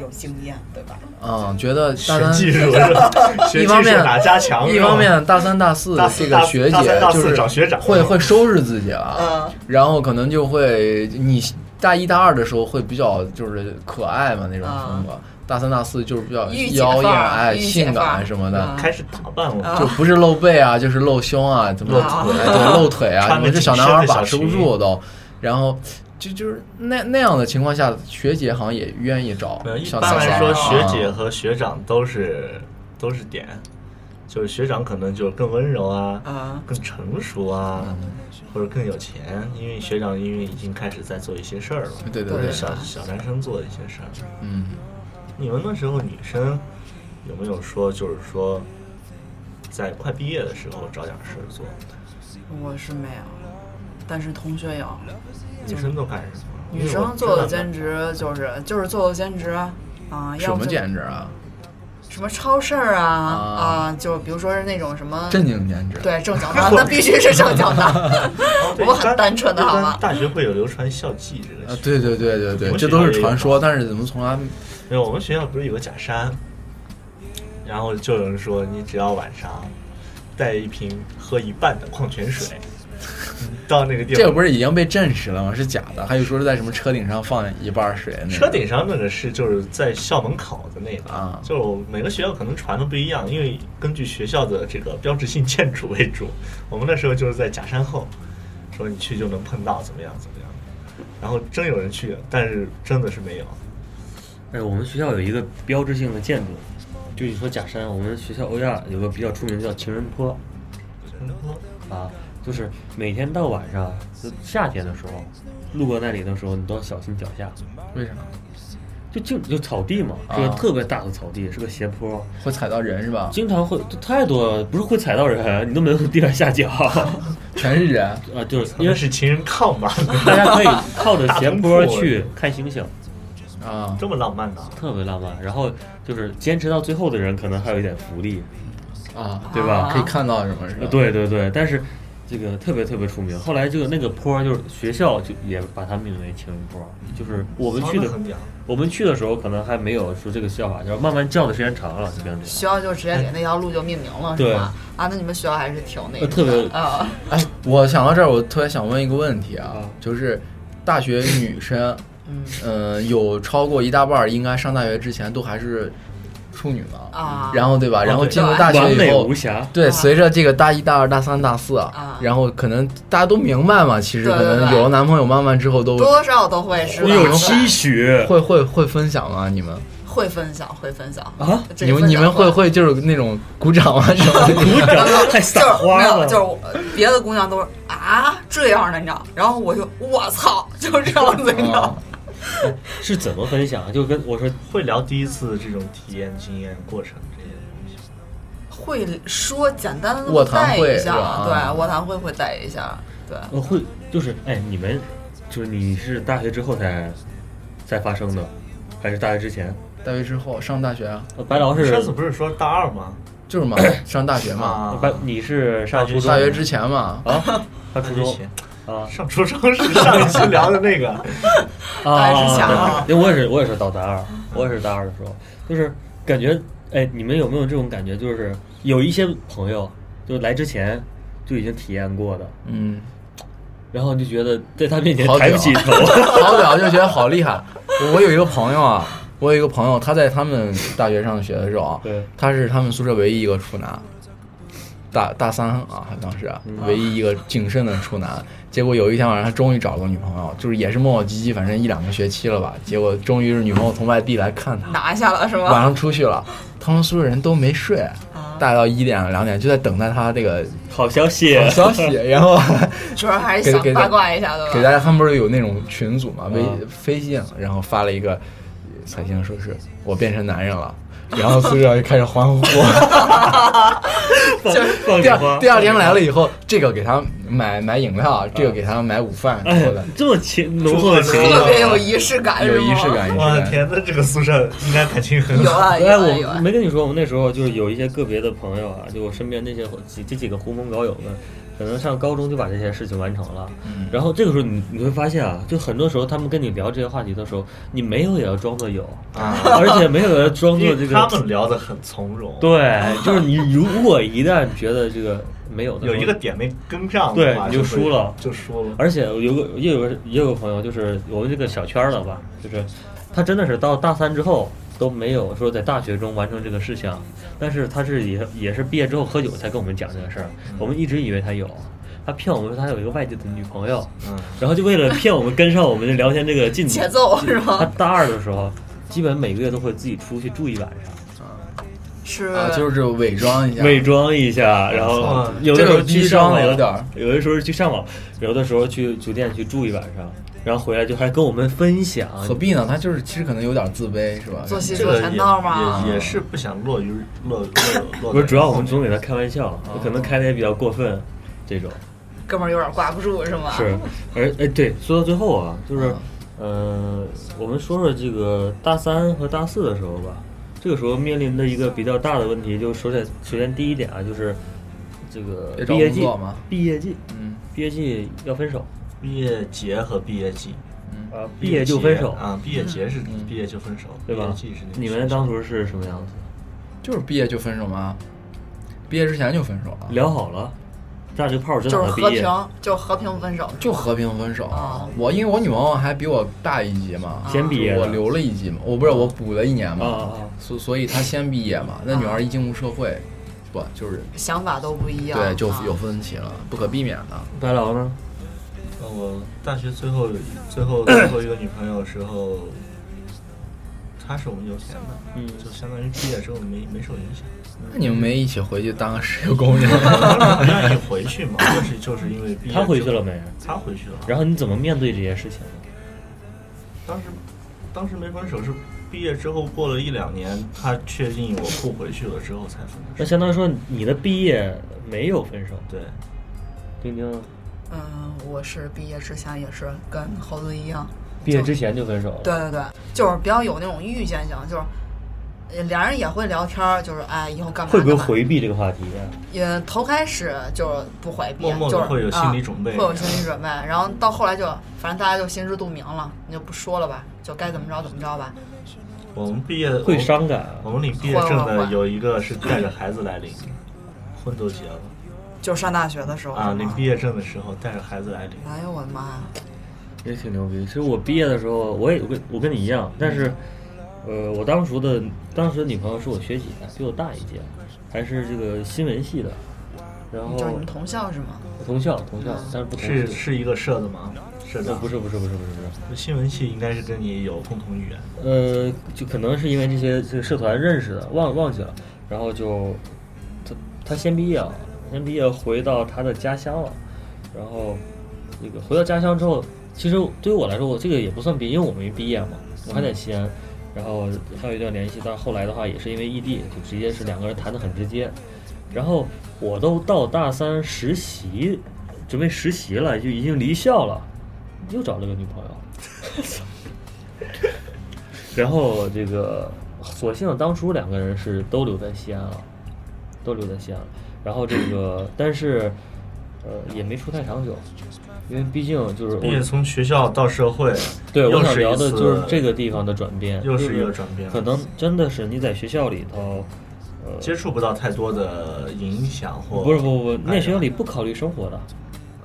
Speaker 5: 有经验，对吧？
Speaker 1: 嗯，觉得大
Speaker 2: 学
Speaker 1: 三
Speaker 2: 技术 是吧？学
Speaker 1: 一
Speaker 2: 技
Speaker 1: 方
Speaker 2: 术
Speaker 1: 面
Speaker 2: 哪家强？
Speaker 1: 一方面大三大四
Speaker 2: 大
Speaker 1: 这
Speaker 2: 四
Speaker 1: 个
Speaker 2: 大四
Speaker 1: 学
Speaker 2: 大
Speaker 1: 姐
Speaker 2: 三大
Speaker 1: 就
Speaker 2: 四
Speaker 1: 是
Speaker 2: 找学长
Speaker 1: 啊会会收拾自己了，
Speaker 5: 嗯
Speaker 1: 然后可能就会你大一大二的时候会比较就是可爱嘛那种风格，大三大四就是比较
Speaker 4: 嗯御姐
Speaker 1: 妖艳
Speaker 4: 范儿
Speaker 1: 哎
Speaker 4: 御姐
Speaker 1: 性
Speaker 4: 范
Speaker 1: 感
Speaker 4: 儿
Speaker 1: 什么的
Speaker 4: 嗯，
Speaker 2: 开始打扮我，
Speaker 1: 就不是露背啊，就是露胸啊，怎么露
Speaker 4: 啊
Speaker 1: 腿啊，对，露腿啊，
Speaker 2: 穿
Speaker 1: 你们
Speaker 2: 着
Speaker 1: 这小男
Speaker 2: 紧身
Speaker 1: 孩
Speaker 2: 的小
Speaker 1: 把持不
Speaker 2: 裙
Speaker 1: 住都，然后就就是那那样的情况下，学姐好像也愿意找
Speaker 2: 没有，一
Speaker 1: 小
Speaker 2: 般
Speaker 1: 男
Speaker 2: 来
Speaker 1: 孩
Speaker 2: 说，
Speaker 1: 儿
Speaker 2: 学
Speaker 1: 啊
Speaker 2: 姐和学长都是都是点，就是学长可能就更温柔啊，
Speaker 4: 啊嗯
Speaker 2: 更成熟啊，或者更有钱，因为学长因为已经开始在做一些事儿了，
Speaker 1: 对对
Speaker 4: 对
Speaker 1: 对，
Speaker 2: 小小男生做的一些事儿。
Speaker 1: 嗯，
Speaker 2: 你们那时候女生有没有说，就是说，在快毕业的时候找点事儿做？
Speaker 4: 我是没有，但是同学有。
Speaker 2: 女生都干什么？
Speaker 4: 女生做的兼职就是就是做的兼职啊，啊
Speaker 1: 什
Speaker 4: 要
Speaker 1: 么
Speaker 4: 么就
Speaker 1: 兼职啊？
Speaker 4: 什么超市啊
Speaker 1: 啊
Speaker 4: 啊，就比如说是那种什么
Speaker 1: 正经兼职，
Speaker 4: 嗯对 正经的，那必须是正经 的。
Speaker 2: 哦对
Speaker 4: 我很单纯的
Speaker 2: 一般
Speaker 4: 好吗
Speaker 2: 一般大学会有流传校纪这个
Speaker 1: 啊
Speaker 2: 学，
Speaker 1: 对对对对对，
Speaker 2: 我
Speaker 1: 这
Speaker 2: 学
Speaker 1: 都
Speaker 2: 校
Speaker 1: 是
Speaker 2: 也
Speaker 1: 传
Speaker 2: 有
Speaker 1: 说，但是怎么从来
Speaker 2: 没有，我们学校不是有个假山，然后就有人说，你只要晚上带一瓶喝一半的矿泉水，到那个地方，
Speaker 1: 这个不是已经被证实了吗？是假的，还有说是在什么车顶上放一半儿水，那
Speaker 2: 车
Speaker 1: 种
Speaker 2: 顶上那个是就是在校门口的那个，
Speaker 1: 啊
Speaker 2: 就每个学校可能传的不一样，因为根据学校的这个标志性建筑为主。我们那时候就是在假山后，说你去就能碰到怎么样怎么样，然后真有人去，但是真的是没有。
Speaker 3: 哎，我们学校有一个标志性的建筑，就你说假山，我们学校欧亚有个比较出名叫情人坡啊，就是每天到晚上，就夏天的时候，路过那里的时候，你都要小心脚下，
Speaker 1: 为啥
Speaker 3: 就就就草地嘛，
Speaker 1: 啊
Speaker 3: 是个特别大的草地，是个斜坡，
Speaker 1: 会踩到人是吧？
Speaker 3: 经常会就太多，不是会踩到人，你都没有地方下脚 啊，
Speaker 1: 全是人，
Speaker 3: 就是因
Speaker 2: 应该
Speaker 3: 为
Speaker 2: 是情人炕吧？
Speaker 3: 大家可以靠着斜坡去看星星，
Speaker 1: 啊，
Speaker 2: 这么浪漫呢、
Speaker 3: 特别浪漫。然后就是坚持到最后的人，可能还有一点福利，
Speaker 1: 啊，
Speaker 3: 对吧？
Speaker 1: 可以看到什么是吧
Speaker 3: 呃，？对对对，但是这个特别特别出名。后来就那个坡儿，就是学校就也把它命为情人坡儿，就是我们去
Speaker 2: 哦那
Speaker 3: 的，
Speaker 2: 很屌，
Speaker 3: 我们去的时候可能还没有说这个叫法，就是慢慢叫的时间长了就变成这样。
Speaker 4: 学校就直接给那条路就命名了，是
Speaker 3: 对
Speaker 4: 吧？啊，那你们学校还是挺那
Speaker 3: 呃
Speaker 4: 个
Speaker 3: 特别
Speaker 4: 的啊，
Speaker 1: 哎，我想到这儿，我特别想问一个问题啊
Speaker 3: 啊，
Speaker 1: 就是大学女生，
Speaker 4: 嗯
Speaker 1: 嗯、有超过一大半儿应该上大学之前都还是处女嘛，
Speaker 4: 啊，
Speaker 1: 然后对吧？然后
Speaker 3: 对
Speaker 1: 进入大学
Speaker 3: 完
Speaker 1: 以
Speaker 3: 美
Speaker 1: 后
Speaker 3: 无，瑕，
Speaker 1: 对，
Speaker 4: 啊
Speaker 1: 随着这个大一、大二、大三、大四，
Speaker 4: 啊
Speaker 1: 然后可能大家都明白嘛，其实
Speaker 4: 对
Speaker 1: 可
Speaker 4: 对
Speaker 1: 能
Speaker 4: 对
Speaker 1: 有了男朋友，慢慢之后都
Speaker 4: 多多少少都会是
Speaker 3: 我
Speaker 4: 吧？
Speaker 3: 有期 许
Speaker 1: 会会会分享吗？你们
Speaker 4: 会分享，会分享
Speaker 3: 啊！
Speaker 4: 这
Speaker 1: 你
Speaker 4: 个
Speaker 1: 们你
Speaker 4: 分
Speaker 1: 们
Speaker 4: 享
Speaker 1: 会会就是那种鼓掌 啊什么的？
Speaker 3: 鼓掌太
Speaker 4: 就
Speaker 3: 撒
Speaker 4: 是
Speaker 3: 花
Speaker 4: 没有，
Speaker 3: 了，
Speaker 4: 就是我别的姑娘都是啊这样的，你知道？然后我就我操， 就这样子，你知道
Speaker 1: 啊？
Speaker 3: 是怎么分享？就跟我说
Speaker 2: 会聊第一次这种体验、经验、过程这些东西。
Speaker 4: 会说简单的
Speaker 1: 卧谈
Speaker 4: 带
Speaker 1: 会
Speaker 4: 一
Speaker 1: 是
Speaker 4: 下
Speaker 1: 吧，啊
Speaker 4: 对，卧谈会会带一下，对。
Speaker 3: 呃，会就是哎，你们就是你是大学之后才才发生的，还是大学之前？
Speaker 1: 大学之后上大学啊，
Speaker 3: 呃白劳是
Speaker 2: 上次不是说大二吗？
Speaker 1: 就是 嘛，上大学嘛，
Speaker 2: 啊，
Speaker 3: 白，你是上初中
Speaker 1: 大学之前嘛，
Speaker 3: 啊，上
Speaker 2: 那
Speaker 3: 初
Speaker 2: 就
Speaker 3: 中
Speaker 2: 行
Speaker 3: 啊
Speaker 2: 上初中是上一期聊的 那个。
Speaker 4: 大学之前啊
Speaker 3: 哦因为我也是我也是到大二，我也是大二的时候，就是感觉哎，你们有没有这种感觉？就是有一些朋友就是来之前就已经体验过的，
Speaker 1: 嗯。
Speaker 3: 然后你就觉得在他面前
Speaker 1: 好
Speaker 3: 抬不
Speaker 1: 屌
Speaker 3: 起 头，
Speaker 1: 好屌就觉得好厉害。我有一个朋友啊，我有一个朋友，他在他们大学上学的时候啊
Speaker 3: 对，
Speaker 1: 他是他们宿舍唯一一个处男，大大三啊，当时啊唯一一个谨慎的处男。结果有一天晚上，他终于找到女朋友，就是也是磨磨唧唧，反正一两个学期了吧。结果终于是女朋友从外地来看他，
Speaker 4: 拿下了是
Speaker 1: 晚
Speaker 4: 吗？
Speaker 1: 上出去了，他们宿舍人都没睡，大概到一点两点就在等待他这个
Speaker 3: 好消息，
Speaker 1: 消息， 然后。
Speaker 4: 主要还是想
Speaker 1: 给给
Speaker 4: 八卦一下，
Speaker 1: 给
Speaker 4: 对
Speaker 1: 大
Speaker 4: 吧？
Speaker 1: 家他们不是有那种群组嘛，微
Speaker 3: 呃嗯
Speaker 1: 飞信，然后发了一个彩星说是我变成男人了，然后宿舍就开始欢 呼。第
Speaker 3: 放放礼花
Speaker 1: 二第二天来了以后，这个给他买买饮料，啊这个给他买午饭
Speaker 3: 哎
Speaker 1: 什么的，，
Speaker 3: 这么情浓厚的情谊，
Speaker 4: 特别有仪式
Speaker 3: 哎
Speaker 4: 感，
Speaker 1: 有
Speaker 4: 是吗
Speaker 1: 仪式。感，
Speaker 2: 我
Speaker 1: 有
Speaker 2: 的
Speaker 1: 仪式感。
Speaker 2: 天，那这个宿舍应该感情很
Speaker 4: 有
Speaker 2: 好。
Speaker 4: 啊有
Speaker 3: 哎，
Speaker 4: 啊有
Speaker 3: 我
Speaker 4: 啊！
Speaker 3: 没跟你说，我那时候就是有一些个别的朋友啊，就我身边那些几这几个狐朋狗友们，可能上高中就把这些事情完成了。
Speaker 1: 嗯
Speaker 3: 然后这个时候你你会发现啊，就很多时候他们跟你聊这些话题的时候，你没有也要装作有，
Speaker 2: 啊，
Speaker 3: 而且没有也要装
Speaker 2: 因
Speaker 3: 作
Speaker 2: 为
Speaker 3: 这
Speaker 2: 他
Speaker 3: 个。
Speaker 2: 们聊得很从容，，
Speaker 3: 对，就是你如果一旦觉得这个没有的时
Speaker 2: 有
Speaker 3: 候，
Speaker 2: 一个点没跟上
Speaker 3: 对
Speaker 2: 的话，
Speaker 3: 你就
Speaker 2: 会
Speaker 3: 输了
Speaker 2: 就输
Speaker 4: 嗯
Speaker 2: 了。
Speaker 3: 而且有个也有个也有个朋友，就是我们这个小圈儿的吧，就是他真的是到大三之后都没有说在大学中完成这个事项，但是他是也也是毕业之后喝酒才跟我们讲这个事儿，
Speaker 4: 嗯
Speaker 3: 我们一直以为他有，他骗我们说他有一个外地的女朋友，
Speaker 2: 嗯，
Speaker 3: 然后就为了骗我们跟上我们的聊天这个进度
Speaker 4: 节奏是
Speaker 3: 他
Speaker 4: 吗？
Speaker 3: 大二的时候，基本每个月都会自己出去住一晚上，
Speaker 4: 是
Speaker 1: 啊，就是伪装一下，
Speaker 3: 伪装一下，然后
Speaker 2: 哇
Speaker 3: 有的时
Speaker 1: 嗯这
Speaker 3: 候
Speaker 1: 个
Speaker 3: 去
Speaker 1: 低
Speaker 3: 上
Speaker 1: 商了
Speaker 3: 网
Speaker 1: 有点儿
Speaker 3: 有的时候去上网，有的时候去酒店去住一晚上，然后回来就还跟我们分享。
Speaker 1: 何必呢？他就是其实可能有点自卑，是吧？
Speaker 4: 做戏
Speaker 2: 这
Speaker 4: 说
Speaker 2: 个
Speaker 4: 全道吗？
Speaker 2: 也也也是不想落于落落落。
Speaker 3: 不是，主要我们总给他开玩笑，
Speaker 1: 嗯
Speaker 3: 可能开的也比较过分，这种
Speaker 4: 哥们儿有点挂不住是吗？
Speaker 3: 是。而哎，对，说到最后啊，就是
Speaker 1: 啊嗯
Speaker 3: 呃，我们说说这个大三和大四的时候吧。这个时候面临的一个比较大的问题，就是首先首先第一点啊，就是这个
Speaker 1: 别找
Speaker 3: 毕业
Speaker 1: 工
Speaker 3: 季
Speaker 1: 作吗，
Speaker 3: 毕业季，
Speaker 1: 嗯，
Speaker 3: 毕业季要分手，
Speaker 2: 毕业节和毕业季，
Speaker 3: 啊，毕业就分手，嗯
Speaker 2: 啊，毕业节是毕业就分手，
Speaker 3: 对
Speaker 2: 毕
Speaker 3: 吧
Speaker 2: 业季是那？个
Speaker 3: 你
Speaker 2: 分
Speaker 3: 们
Speaker 2: 手
Speaker 3: 当时是什么样子？
Speaker 1: 就是毕业就分手吗？毕业之前就分手啊？
Speaker 3: 聊好了，炸这个炮儿真
Speaker 4: 就是
Speaker 3: 好毕
Speaker 4: 和
Speaker 3: 业，
Speaker 4: 平，就和平分手。
Speaker 1: 就和平分手
Speaker 3: 哦
Speaker 4: 啊
Speaker 1: 我因为我女朋友还比我大一级嘛，
Speaker 3: 先毕业
Speaker 1: 我
Speaker 3: 的啊
Speaker 1: 留了一级嘛，我不是我补了一年
Speaker 3: 啊啊
Speaker 1: 嘛，
Speaker 3: 啊！
Speaker 1: 所所以她先毕业嘛。那女孩一进入社会，不就是
Speaker 4: 想法都不一样，
Speaker 1: 对就
Speaker 4: 啊
Speaker 1: 有分歧了，不可避免的。
Speaker 3: 白狼呢？
Speaker 2: 呃，我大学最后最后最后一个女朋友的时候，她是我们有钱的，
Speaker 3: 嗯
Speaker 2: 就相当于毕业之后没没受影响。
Speaker 1: 那你们没一起回去当个石油工人？
Speaker 2: 不愿意回去嘛，但是就是因为毕业
Speaker 3: 他回
Speaker 2: 之
Speaker 3: 去
Speaker 2: 后
Speaker 3: 了，没？
Speaker 2: 她回去了。
Speaker 3: 然后你怎么面对这些事情呢？
Speaker 2: 当时当时没分手是毕业之后过了一两年，她确定我不回去了之后才分的
Speaker 3: 那
Speaker 2: 手。
Speaker 3: 相当于说你的毕业没有分手，
Speaker 2: 对，
Speaker 3: 丁丁呢
Speaker 4: 嗯，我是毕业之前也是跟猴子一样，
Speaker 3: 毕业之前就分手了，
Speaker 4: 对对对，就是比较有那种预见性，就是呃俩人也会聊天儿，就是哎以后干嘛
Speaker 3: 会不会
Speaker 4: 干嘛
Speaker 3: 回避这个话题？啊
Speaker 4: 也头开始就是不回避，
Speaker 2: 默默
Speaker 4: 就
Speaker 2: 地
Speaker 4: 是
Speaker 2: 会有心理准备嗯
Speaker 4: 啊，会有心理准备。然后到后来就，反正大家就心知肚明了，你就不说了吧，就该怎么着怎么着吧。
Speaker 2: 我们毕业
Speaker 3: 会。伤感啊
Speaker 2: 我们领毕业证
Speaker 4: 会会
Speaker 2: 的
Speaker 4: 会
Speaker 2: 有一个是带着孩子来领，婚都结了
Speaker 4: 就上大学的时候
Speaker 2: 啊！领毕
Speaker 4: 业，
Speaker 2: 业证的时候带着孩子来领，
Speaker 4: 哎呦我的妈呀！
Speaker 3: 也挺牛逼。其实我毕业的时候，我也我跟我跟你一样，但是，呃，我当时的当时的女朋友是我学姐，比我大一届，还是这个新闻系的，然
Speaker 4: 就是你
Speaker 3: 后
Speaker 4: 们同校是吗？
Speaker 3: 同校同校，但是不同
Speaker 2: 是
Speaker 3: 系。
Speaker 2: 是一个社的吗？社
Speaker 3: 呃
Speaker 2: 长
Speaker 3: 嗯不是不是不是不是不是，
Speaker 2: 新闻系应该是跟你有共同语言，
Speaker 3: 呃，就可能是因为这些这个社团认识的，忘忘记了，然后就他他先毕业了，先毕业回到他的家乡了，然后那个回到家乡之后，其实对于我来说，我这个也不算毕业，因为我没毕业嘛，我还在西
Speaker 2: 嗯
Speaker 3: 安，然后还有一段联系，但后来的话也是因为异地，就直接是两个人谈得很直接，然后我都到大三实习，准备实习了，就已经离校了，又找了个女朋友。 然后这个，所幸当初两个人是都留在西安了，都留在西安了。然后这个，但是，呃，也没处太长久，因为毕竟就是
Speaker 2: 毕业
Speaker 3: 我，
Speaker 2: 从学校到社会，
Speaker 3: 对我
Speaker 2: 又
Speaker 3: 想
Speaker 2: 是一
Speaker 3: 聊的就是
Speaker 2: 次
Speaker 3: 这个地方的转变，
Speaker 2: 又
Speaker 3: 就是
Speaker 2: 一个转变
Speaker 3: 可能真的是你在学校里头，呃，
Speaker 2: 接触不到太多的影响或
Speaker 3: 不是不不不，你
Speaker 2: 哎
Speaker 3: 在
Speaker 2: 呀
Speaker 3: 学校里不考虑生活的，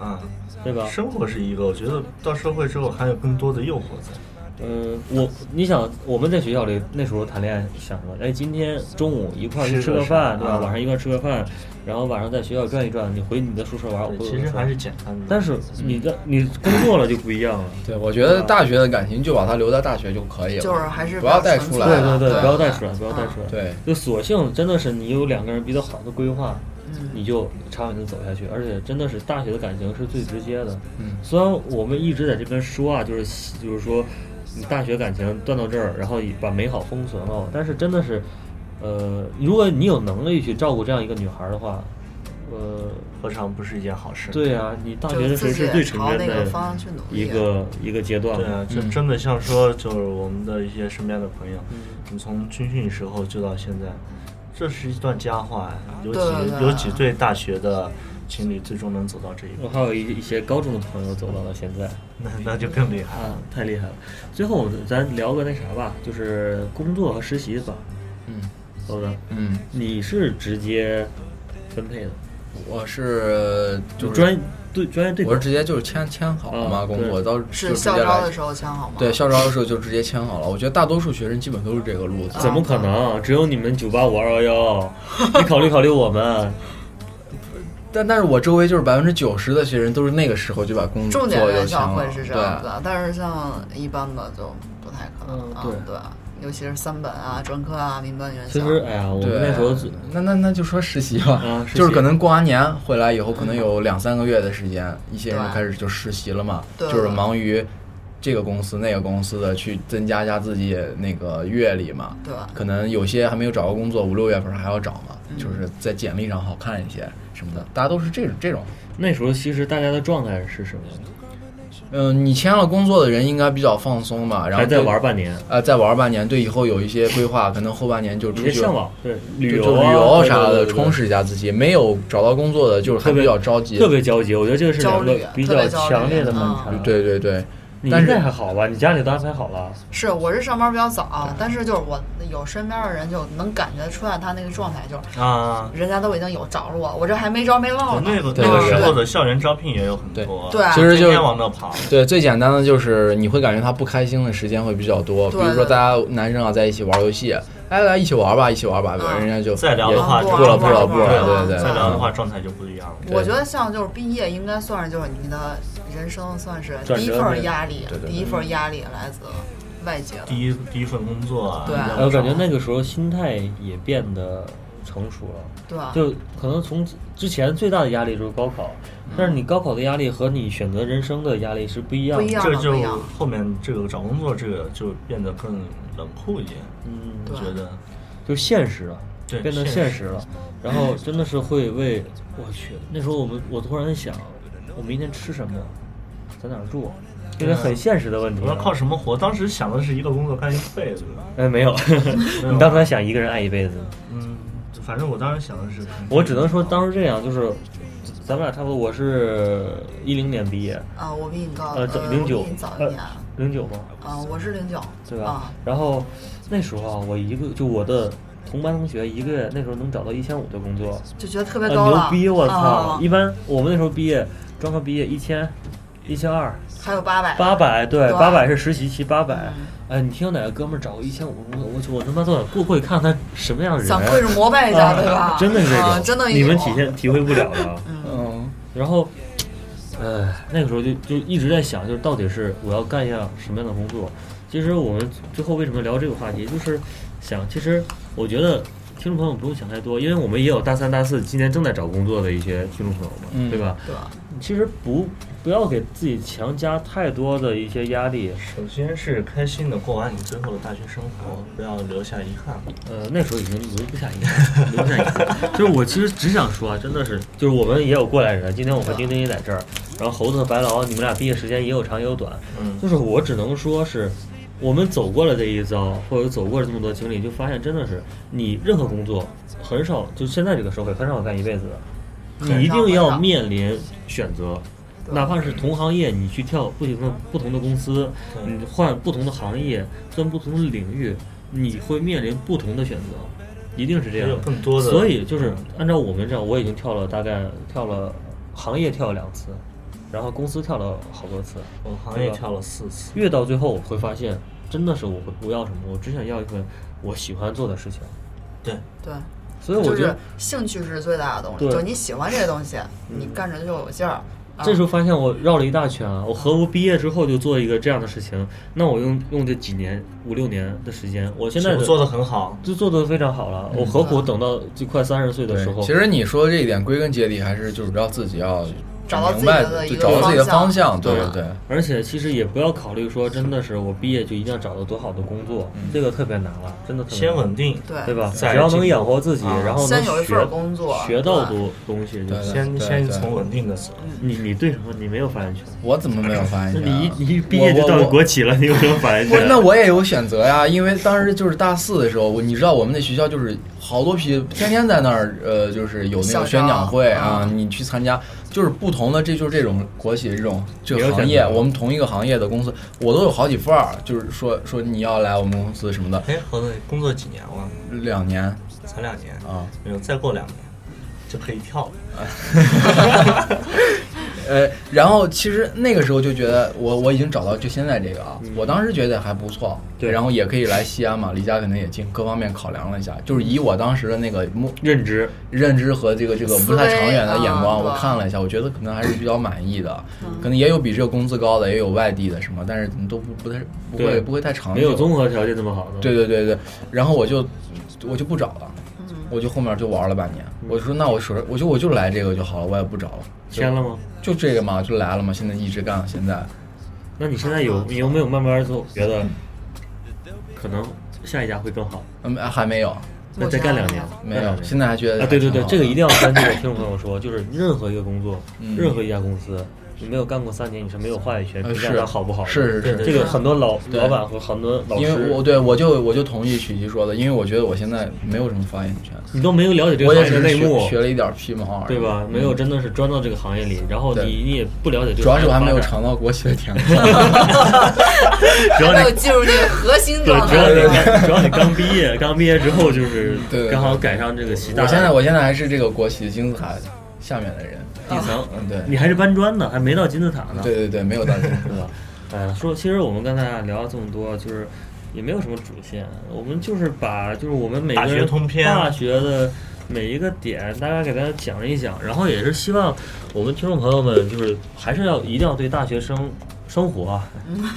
Speaker 2: 啊，
Speaker 3: 对吧？
Speaker 2: 生活是一个，我觉得到社会之后还有更多的诱惑在，
Speaker 3: 嗯，我你想我们在学校里那时候谈恋爱想什么？哎，今天中午一块儿去
Speaker 2: 吃
Speaker 3: 吃
Speaker 2: 个
Speaker 3: 个饭，
Speaker 2: 啥
Speaker 3: 对吧？
Speaker 2: 啊
Speaker 3: 晚上一块儿吃个饭，然后晚上在学校转一转，你回你的宿舍玩儿。我
Speaker 2: 对
Speaker 3: 回我
Speaker 2: 其
Speaker 3: 的
Speaker 2: 实
Speaker 3: 宿舍
Speaker 2: 还是，嗯简单的。
Speaker 3: 但是你的你工作了就不一样了。
Speaker 1: 对，我觉得大学的感情就把它留在大学就可以了，
Speaker 4: 就是还是
Speaker 1: 不要带
Speaker 4: 纯
Speaker 1: 出
Speaker 4: 粹
Speaker 1: 来
Speaker 3: 对
Speaker 1: 了
Speaker 4: 的
Speaker 3: 对，不要带出来，
Speaker 4: 对嗯
Speaker 3: 不要带出来。，
Speaker 1: 对，
Speaker 3: 就索性真的是你有两个人比较好的规划，
Speaker 4: 嗯
Speaker 3: 你就长远的走下去。而且真的是大学的感情是最直接的。
Speaker 1: 嗯
Speaker 3: 虽然我们一直在这边说啊，就是就是说，你大学感情断到这儿，然后把美好封存了，但是真的是，呃，如果你有能力去照顾这样一个女孩儿的话，
Speaker 4: 嗯
Speaker 3: 呃，
Speaker 2: 何尝不是一件好事？
Speaker 3: 对啊，你大学
Speaker 4: 就
Speaker 3: 的时候
Speaker 4: 自己
Speaker 3: 是
Speaker 4: 也
Speaker 3: 最成
Speaker 4: 朝
Speaker 3: 人
Speaker 4: 那
Speaker 3: 的
Speaker 4: 个方向去努力。啊
Speaker 3: 一个一个阶段
Speaker 2: 对
Speaker 3: 嘛。
Speaker 2: 啊，就
Speaker 1: 嗯
Speaker 2: 真的像说，就是我们的一些身边的朋友，
Speaker 3: 嗯
Speaker 2: 你从军训时候就到现在，这是一段佳话呀。尤
Speaker 4: 啊对对
Speaker 2: 其
Speaker 4: 对
Speaker 2: 尤其对大学的情侣最终能走到这一步
Speaker 3: 我，还有一一些高中的朋友走到了现在
Speaker 4: 嗯
Speaker 2: 那那就更厉害了。
Speaker 3: 啊，太厉害了。最后咱聊个那啥吧，就是工作和实习吧，
Speaker 1: 嗯
Speaker 3: 豆子，
Speaker 1: 嗯，
Speaker 3: 你是直接分配的，
Speaker 1: 我是就是
Speaker 3: 专对专业对口
Speaker 1: 我是直接就是签签好了嘛，
Speaker 3: 啊
Speaker 1: 工作
Speaker 3: 对
Speaker 1: 到就是直接
Speaker 4: 校招
Speaker 1: 来
Speaker 4: 的时候签好吗？
Speaker 1: 对，校招的时候就直接签好了。我觉得大多数学生基本都是这个路子。
Speaker 3: 啊怎么可能？只有你们九八五二幺 幺，你考虑考虑我们。
Speaker 1: 但但是我周围就是百分之九十的学生都是那个时候就把工作
Speaker 4: 重
Speaker 1: 就
Speaker 4: 点
Speaker 1: 签
Speaker 4: 院校
Speaker 1: 了。
Speaker 4: 会是这样
Speaker 1: 对，
Speaker 4: 子，但是像一般的就不太可能
Speaker 3: 嗯
Speaker 4: 啊
Speaker 3: 对，
Speaker 4: 对，尤其是三本啊、专科啊、民办院校
Speaker 3: 其，实，哎呀，我们
Speaker 1: 对
Speaker 3: 那时候最
Speaker 1: 那那那就说实习吧，
Speaker 3: 啊实习
Speaker 1: 就是可能过完年回来以后，可能有两三个月的时间，一些人
Speaker 4: 对
Speaker 1: 开始就实习了嘛，
Speaker 4: 对
Speaker 1: 就是忙于这个公司那个公司的去增加一下自己那个阅历嘛。
Speaker 4: 对吧？
Speaker 1: 可能有些还没有找到工作，五六月份还要找嘛，
Speaker 4: 嗯
Speaker 1: 就是在简历上好看一些什么的，大家都是这种这种。
Speaker 3: 那时候其实大家的状态是什么样的？
Speaker 1: 嗯，你签了工作的人应该比较放松嘛，然后
Speaker 3: 还在
Speaker 1: 对
Speaker 3: 玩半年，
Speaker 1: 呃，再玩半年，对以后有一些规划，可能后半年就
Speaker 3: 你
Speaker 1: 出
Speaker 3: 这
Speaker 1: 去
Speaker 3: 向往对
Speaker 1: 就
Speaker 3: 旅
Speaker 1: 就
Speaker 3: 游
Speaker 1: 旅
Speaker 3: 啊
Speaker 1: 游
Speaker 3: 对
Speaker 1: 啥
Speaker 3: 对
Speaker 1: 的，
Speaker 3: 对对
Speaker 1: 充实一下自己。没有找到工作的，就是还
Speaker 3: 特别
Speaker 1: 比较着急。
Speaker 3: 特别焦急。我觉得这个是两
Speaker 4: 焦
Speaker 3: 个
Speaker 4: 虑
Speaker 3: 比
Speaker 4: 特
Speaker 3: 较
Speaker 4: 别焦虑
Speaker 3: 强烈的反
Speaker 4: 嗯
Speaker 3: 差。，
Speaker 1: 对对对，
Speaker 3: 你
Speaker 1: 但
Speaker 3: 现
Speaker 1: 是
Speaker 3: 在还好吧？你家里都安排好了，
Speaker 4: 是，我是上班比较早，啊但是就是我有身边的人就能感觉出来他那个状态，就是
Speaker 2: 啊，
Speaker 4: 人家都已经有找着我，我这还没着没落呢。
Speaker 2: 那个
Speaker 1: 对
Speaker 2: 那个
Speaker 1: 对
Speaker 2: 时
Speaker 1: 对啊
Speaker 2: 候的校园招聘也有很多，啊
Speaker 4: 对对
Speaker 1: 其实
Speaker 2: 天
Speaker 1: 就
Speaker 2: 天往那跑，
Speaker 1: 对最简单的就是你会感觉他不开心的时间会比较多，比
Speaker 4: 对
Speaker 1: 如说
Speaker 4: 对
Speaker 1: 大家男生啊在一起玩游戏，哎来一起玩吧，一起玩吧，
Speaker 4: 嗯
Speaker 1: 人家就
Speaker 2: 再聊
Speaker 1: 也
Speaker 2: 的话
Speaker 1: 不
Speaker 2: 就
Speaker 1: 了
Speaker 2: 不
Speaker 1: 不了
Speaker 2: 玩
Speaker 1: 不
Speaker 2: 了
Speaker 1: 了，对对。
Speaker 2: 再聊的
Speaker 1: 嗯
Speaker 2: 话状态就不一样了。
Speaker 4: 我觉得像就是毕业，应该算是就是你的人生算是
Speaker 3: 转
Speaker 4: 第一
Speaker 3: 折
Speaker 4: 份
Speaker 3: 点
Speaker 4: 压力
Speaker 1: 对，对
Speaker 4: 第一份压力来自外界的
Speaker 2: 第。一第一份工作啊，
Speaker 4: 对
Speaker 2: 要
Speaker 3: 哎我感觉那个时候心态也变得成熟了。
Speaker 4: 对吧？
Speaker 3: 就可能从之前最大的压力就是高考，
Speaker 4: 嗯
Speaker 3: 但是你高考的压力和你选择人生的压力是不一样的。
Speaker 4: 不一样
Speaker 2: 这
Speaker 4: 了，不一
Speaker 2: 就
Speaker 4: 样了。
Speaker 2: 后面这个找工作这个就变得更冷酷一些，
Speaker 3: 嗯，
Speaker 2: 我
Speaker 4: 对啊
Speaker 2: 觉得
Speaker 3: 就现实了，
Speaker 2: 对
Speaker 3: 变得
Speaker 2: 现
Speaker 3: 现
Speaker 2: 实
Speaker 3: 实了。然后真的是会为，我去，那时候我们我突然想，我明天吃什么，在哪儿住，这是很现实的问题
Speaker 2: 啊我
Speaker 3: 了。
Speaker 2: 要靠什么活？当时想的是一个工作干一辈子，
Speaker 3: 哎，没有，
Speaker 2: 有
Speaker 3: 你当时想一个人爱一辈子，
Speaker 2: 嗯，反正我当时想的是，
Speaker 3: 我只能说当时这样，就是咱们俩差不多，我是一零年毕业，
Speaker 4: 啊，我比你高，
Speaker 3: 呃，
Speaker 4: 我
Speaker 3: 零
Speaker 4: 比
Speaker 3: 九
Speaker 4: 你早一
Speaker 3: 呃
Speaker 4: 年。
Speaker 3: 零九吗？
Speaker 4: 啊，我是零九，
Speaker 3: 对吧？
Speaker 4: 啊，
Speaker 3: 然后那时候啊，我一个就我的同班同学，一个月那时候能找到一千五的工作，
Speaker 4: 就觉得特别
Speaker 3: 很
Speaker 4: 高
Speaker 3: 牛
Speaker 4: 了。
Speaker 3: 逼！我操！
Speaker 4: 啊
Speaker 3: 一般我们那时候毕业，专科毕业一千、一千二、
Speaker 4: 还有八百，
Speaker 3: 八百，对，
Speaker 4: 对
Speaker 3: 八百是实习期八百
Speaker 4: 嗯。
Speaker 3: 哎，你听有哪个哥们儿找个一千五工作，我去，我他妈都想过过去看看他什么样的人。
Speaker 4: 想跪着膜拜一下，
Speaker 3: 啊
Speaker 4: 对吧？
Speaker 3: 真的是这
Speaker 4: 啊
Speaker 3: 种，
Speaker 4: 真的有
Speaker 3: 你们体现体会不了啊的。
Speaker 1: 嗯，
Speaker 3: 然后，呃，那个时候就就一直在想，就是到底是我要干一样什么样的工作。其实我们最后为什么聊这个话题，就是想，其实我觉得听众朋友不用想太多，因为我们也有大三、大四，今年正在找工作的一些听众朋友嘛，
Speaker 1: 嗯
Speaker 3: 对吧？
Speaker 4: 对吧？
Speaker 3: 其实不不要给自己强加太多的一些压力。
Speaker 2: 首先是开心的过完你最后的大学生活，不要留下遗憾。
Speaker 3: 呃，那时候已经留不下一个，留不下一个。 就是我其实只想说啊，真的是，就是我们也有过来人，今天我和丁丁也在这儿，然后猴子和白劳，你们俩毕业时间也有长也有短，
Speaker 2: 嗯，
Speaker 3: 就是我只能说是，我们走过了这一遭，或者走过了这么多经历，就发现真的是你任何工作很少，就现在这个社会很少有干一辈子的，
Speaker 4: 少
Speaker 3: 你一定
Speaker 4: 很
Speaker 3: 要
Speaker 4: 少
Speaker 3: 面临选择。
Speaker 4: 对
Speaker 3: 哪怕是同行业，你去跳不停的不同的公司，
Speaker 2: 对
Speaker 3: 你换不同的行业，钻不同的领域，你会面临不同的选择，一定是这
Speaker 2: 也
Speaker 3: 样
Speaker 2: 有
Speaker 3: 的。
Speaker 2: 更多的，
Speaker 3: 所以就是按照我们这样，我已经跳了大概跳了行业跳了两次，然后公司跳了好多次，
Speaker 2: 我行业跳了四次。
Speaker 3: 越到最后，我会发现，真的是我会我要什么，我只想要一份我喜欢做的事情。
Speaker 2: 对，
Speaker 4: 对，
Speaker 3: 所以我
Speaker 4: 就
Speaker 3: 觉
Speaker 4: 是啊
Speaker 3: 得，
Speaker 4: 兴趣是最大的东西，
Speaker 3: 对嗯
Speaker 4: 就你喜欢这些东西，你干着就有劲儿。啊
Speaker 3: 这时候发现我绕了一大圈啊！我何不毕业之后就做一个这样的事情？那我用用这几年五六年的时间，我现在
Speaker 2: 我
Speaker 3: 的
Speaker 2: 做嗯啊的很好，
Speaker 3: 就做得非常好了。我何苦等到就快三十岁的时
Speaker 1: 对。
Speaker 3: 候？
Speaker 1: 其实你说这一点，归根结底还是就是要自己要
Speaker 4: 找到自
Speaker 1: 明
Speaker 4: 己
Speaker 1: 白
Speaker 4: 的一
Speaker 1: 就
Speaker 4: 个
Speaker 1: 找到自己的方
Speaker 4: 向。
Speaker 1: 向，对对
Speaker 4: 嗯
Speaker 1: 对，
Speaker 3: 而且其实也不要考虑说真的是我毕业就一定要找到多好的工作，这个特别难了，真的特
Speaker 2: 嗯
Speaker 3: 别
Speaker 2: 先
Speaker 3: 难
Speaker 2: 稳定，
Speaker 4: 对
Speaker 3: 对吧？只
Speaker 2: 再
Speaker 3: 要
Speaker 2: 进
Speaker 3: 能
Speaker 2: 步
Speaker 3: 养活自己，
Speaker 2: 啊
Speaker 3: 然后能
Speaker 4: 先有一
Speaker 3: 学
Speaker 4: 份工作
Speaker 3: 学到
Speaker 4: 对
Speaker 3: 多东西就
Speaker 1: 对
Speaker 3: 行。
Speaker 2: 先先
Speaker 1: 对
Speaker 2: 从稳定的走。
Speaker 3: 你你对什么？你没有发言权。
Speaker 1: 我怎么没有发现
Speaker 3: 那
Speaker 1: 啊？
Speaker 3: 你一你一毕业就
Speaker 1: 我
Speaker 3: 到
Speaker 1: 我
Speaker 3: 了
Speaker 1: 我
Speaker 3: 国企了，你有什么发言
Speaker 1: 不是，
Speaker 3: 权？
Speaker 1: 那我也有选择呀，因为当时就是大四的时候，我你知道我们那学校就是好多批，天天在那儿呃，就是有那
Speaker 4: 校
Speaker 1: 种
Speaker 4: 招
Speaker 1: 宣讲会啊，
Speaker 4: 啊
Speaker 1: 你去参加，就是不同的，这就是这种国企这种这
Speaker 3: 也
Speaker 1: 个
Speaker 3: 有
Speaker 1: 行
Speaker 3: 选
Speaker 1: 业，
Speaker 3: 择
Speaker 1: 我们同一个行业的公司，我都有好几份儿，就是说说你要来我们公司什么的，
Speaker 2: 哎，猴子工作几年了？
Speaker 1: 两年
Speaker 2: 才两年，
Speaker 1: 啊，
Speaker 2: 没有，再过两年就可以跳了。
Speaker 1: 呃，然后其实那个时候就觉得我我已经找到就现在这个啊，我当时觉得还不错，
Speaker 3: 嗯对
Speaker 1: 然后也可以来西安嘛，离家可能也近，各方面考量了一下，就是以我当时的那个目
Speaker 3: 认知，
Speaker 1: 认知和这个这个
Speaker 4: 思
Speaker 1: 不太长
Speaker 4: 维
Speaker 1: 远的眼
Speaker 4: 啊
Speaker 1: 光，
Speaker 4: 对嗯
Speaker 1: 我看了一下，我觉得可能还是比较满意的，可能也有比这个工资高的，也有外地的什么，但是都不不太不
Speaker 3: 对
Speaker 1: 会不会太长
Speaker 3: 没有
Speaker 1: 久。
Speaker 3: 综合条件这么好的。
Speaker 1: 对对对对，然后我就我就不找了，
Speaker 4: 嗯
Speaker 1: 我就后面就玩了半年，
Speaker 3: 嗯
Speaker 1: 我就说那我手我就我就来这个就好了，我也不找了，就
Speaker 3: 签了吗？
Speaker 1: 就这个嘛，就来了嘛，现在一直干到现在。
Speaker 3: 那你现在
Speaker 1: 嗯
Speaker 3: 有你有没有慢慢就觉得，可能下一家会更好？
Speaker 1: 嗯，还没有，
Speaker 3: 那再干两年，
Speaker 1: 没
Speaker 3: 干两
Speaker 1: 有，
Speaker 3: 年
Speaker 1: 现在还觉得
Speaker 3: 啊，对对对，
Speaker 1: 还挺好的
Speaker 3: 这个一定要跟这个听众朋友说，就是任何一个工作，
Speaker 1: 嗯
Speaker 3: 任何一家公司，你没有干过三年，你是没有话语权
Speaker 1: 呃
Speaker 3: 评价
Speaker 1: 是
Speaker 3: 它好不好的。
Speaker 1: 是
Speaker 2: 对
Speaker 1: 是
Speaker 2: 对
Speaker 1: 是，
Speaker 3: 这个很多老
Speaker 1: 对
Speaker 3: 老板和很多老
Speaker 1: 因为我
Speaker 3: 师，
Speaker 1: 对我就我就同意曲奇说的，因为我觉得我现在没有什么发言权，
Speaker 3: 你都没有了解这
Speaker 1: 我
Speaker 3: 个
Speaker 1: 也
Speaker 3: 行业
Speaker 1: 只
Speaker 3: 的
Speaker 1: 是
Speaker 3: 内幕
Speaker 1: 学，学了一点皮毛而已，嗯
Speaker 3: 对吧？没有真的是钻到这个行业里，然后
Speaker 1: 对
Speaker 3: 你你也不了解这个
Speaker 1: 主要
Speaker 3: 行
Speaker 1: 是我
Speaker 3: 业的发
Speaker 1: 还
Speaker 3: 展。
Speaker 1: 没有尝到国企的甜 头。
Speaker 3: 主要
Speaker 4: 还没有
Speaker 3: 你
Speaker 4: 进入这个核心
Speaker 3: 对
Speaker 4: 状，
Speaker 3: 主要
Speaker 4: 态。
Speaker 3: 你刚主要你刚毕业，刚毕业之后就是
Speaker 1: 对对
Speaker 3: 刚好赶上这个习大
Speaker 1: 我
Speaker 3: 大，
Speaker 1: 现在我现在还是这个国企的金字塔下面的人，
Speaker 3: 底层，
Speaker 1: 嗯，对，
Speaker 3: 你还是搬砖呢，还没到金字塔呢。
Speaker 1: 对对对，没有到金字
Speaker 3: 对
Speaker 1: 塔。
Speaker 3: 吧？哎呀，说其实我们刚才啊聊了这么多，就是也没有什么主线，我们就是把就是我们每个
Speaker 2: 大学
Speaker 3: 人
Speaker 2: 通篇
Speaker 3: 大学的每一个点，大概给大家讲一讲，然后也是希望我们听众朋友们就是还是要一定要对大学生生活啊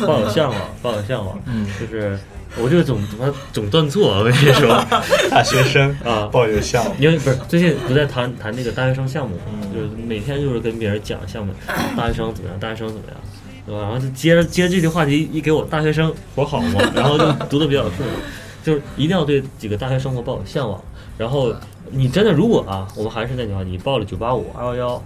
Speaker 3: 抱有向往，抱有向往，
Speaker 1: 嗯
Speaker 3: 就是我就总他妈总断错，啊我跟你说
Speaker 2: 大学 生
Speaker 3: 啊，
Speaker 2: 抱有向往，
Speaker 3: 因为不是最近不在谈谈那个大学生项目嘛，
Speaker 2: 嗯
Speaker 3: 就是每天就是跟别人讲项目，大学生怎么样，大学生怎么样，对吧？然后就接着接着这句话题一给我大学生活好嘛，然后就读的比较顺， 就是一定要对几个大学生活抱有向往。然后你真的如果啊，我们还是那句话，你报了九八五、二幺幺，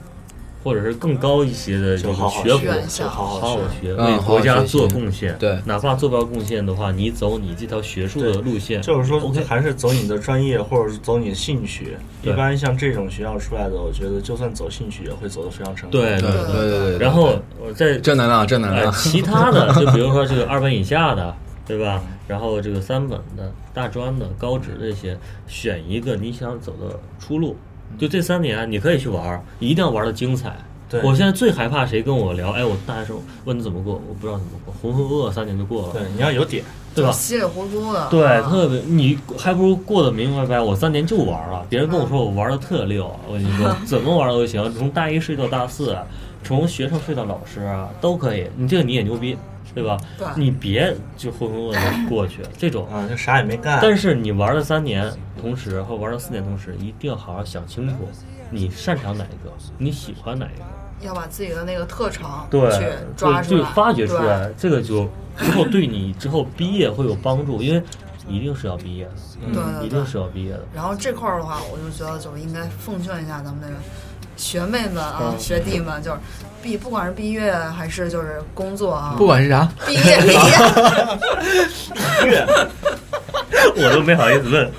Speaker 3: 或者是更高一些的这
Speaker 2: 就
Speaker 3: 个
Speaker 2: 好好
Speaker 3: 学府
Speaker 2: 学，
Speaker 4: 院
Speaker 2: 就
Speaker 4: 校
Speaker 2: 好
Speaker 3: 好
Speaker 2: 好
Speaker 3: 好
Speaker 2: 学。
Speaker 3: 学，
Speaker 1: 嗯
Speaker 3: 为
Speaker 1: 好好
Speaker 3: 国家
Speaker 1: 学习
Speaker 3: 做贡献。
Speaker 1: 对
Speaker 3: 哪怕做不到贡献的话，你走你这条学术的路线，
Speaker 2: 就是说
Speaker 3: OK，
Speaker 2: 还是走你的专业，或者是走你的兴趣。一
Speaker 3: 对
Speaker 2: 般像这种学校出来的，我觉得就算走兴趣，也会走得非常成功。
Speaker 3: 对
Speaker 1: 对对对对对。
Speaker 3: 然后我再
Speaker 1: 正能量，正能
Speaker 3: 呃，
Speaker 1: 量。
Speaker 3: 其他的就比如说这个二本以下的，对吧？然后这个三本的、大专的、高职这些，选一个你想走的出路。
Speaker 2: 嗯
Speaker 3: 就这三年，啊你可以去玩儿，一定要玩的精彩。
Speaker 2: 对
Speaker 3: 我现在最害怕谁跟我聊，哎，我大学时候问你怎么过，我不知道怎么过，浑浑噩噩三年就过了，
Speaker 2: 对，你要有点，
Speaker 3: 对吧？
Speaker 4: 稀里糊涂的，
Speaker 3: 对，
Speaker 4: 啊
Speaker 3: 特别你还不如过得明明白白。我三年就玩了，别人跟我说我玩的特溜，啊 我跟你说怎么玩都行，从大一睡到大四，啊从学生睡到老师啊，都可以。你这个你也牛逼，对吧？
Speaker 4: 对
Speaker 3: 你别就浑浑噩噩过 去这种。
Speaker 2: 啊，就啥也没干。
Speaker 3: 但是你玩了三年，同时或玩了四年，同时一定要好好想清楚，你擅长哪一个，你喜欢哪一个。
Speaker 4: 要把自己的那个特长
Speaker 3: 对，
Speaker 4: 去抓出
Speaker 3: 就
Speaker 4: 来，
Speaker 3: 就发掘出
Speaker 4: 对
Speaker 3: 来，这个就之后对你之后毕业会有帮助，因为一定是要毕业的，
Speaker 4: 对对对
Speaker 3: 嗯一定是要毕业的。
Speaker 4: 然后这块儿的话，我就觉得就是应该奉劝一下咱们那个学妹们啊、
Speaker 3: 嗯
Speaker 4: 学弟们，就是毕不管是毕业还是就是工作啊，
Speaker 1: 不管是啥，
Speaker 4: 毕业毕业，
Speaker 3: 我都没好意思问，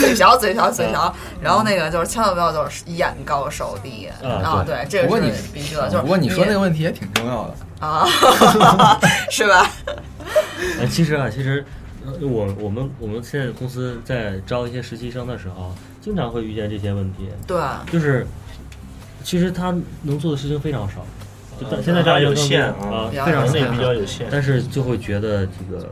Speaker 4: 嘴瓢嘴瓢嘴瓢。然后那个就是千万不要就是眼高手低
Speaker 3: 啊对
Speaker 4: 对，这
Speaker 1: 不过
Speaker 4: 个
Speaker 1: 你
Speaker 4: 是必须的，就是
Speaker 1: 不过你说那个问题也挺重要的。
Speaker 4: 啊，是吧？
Speaker 3: 哎，其实啊，其实呃我我们我们现在公司在招一些实习生的时候，经常会遇见这些问题，
Speaker 4: 对，
Speaker 3: 就是其实他能做的事情非常少，就但
Speaker 2: 呃
Speaker 3: 现在这样
Speaker 2: 有限啊，
Speaker 3: 啊，非常
Speaker 2: 能力
Speaker 3: 内
Speaker 2: 比较有限。
Speaker 3: 但是就会觉得这个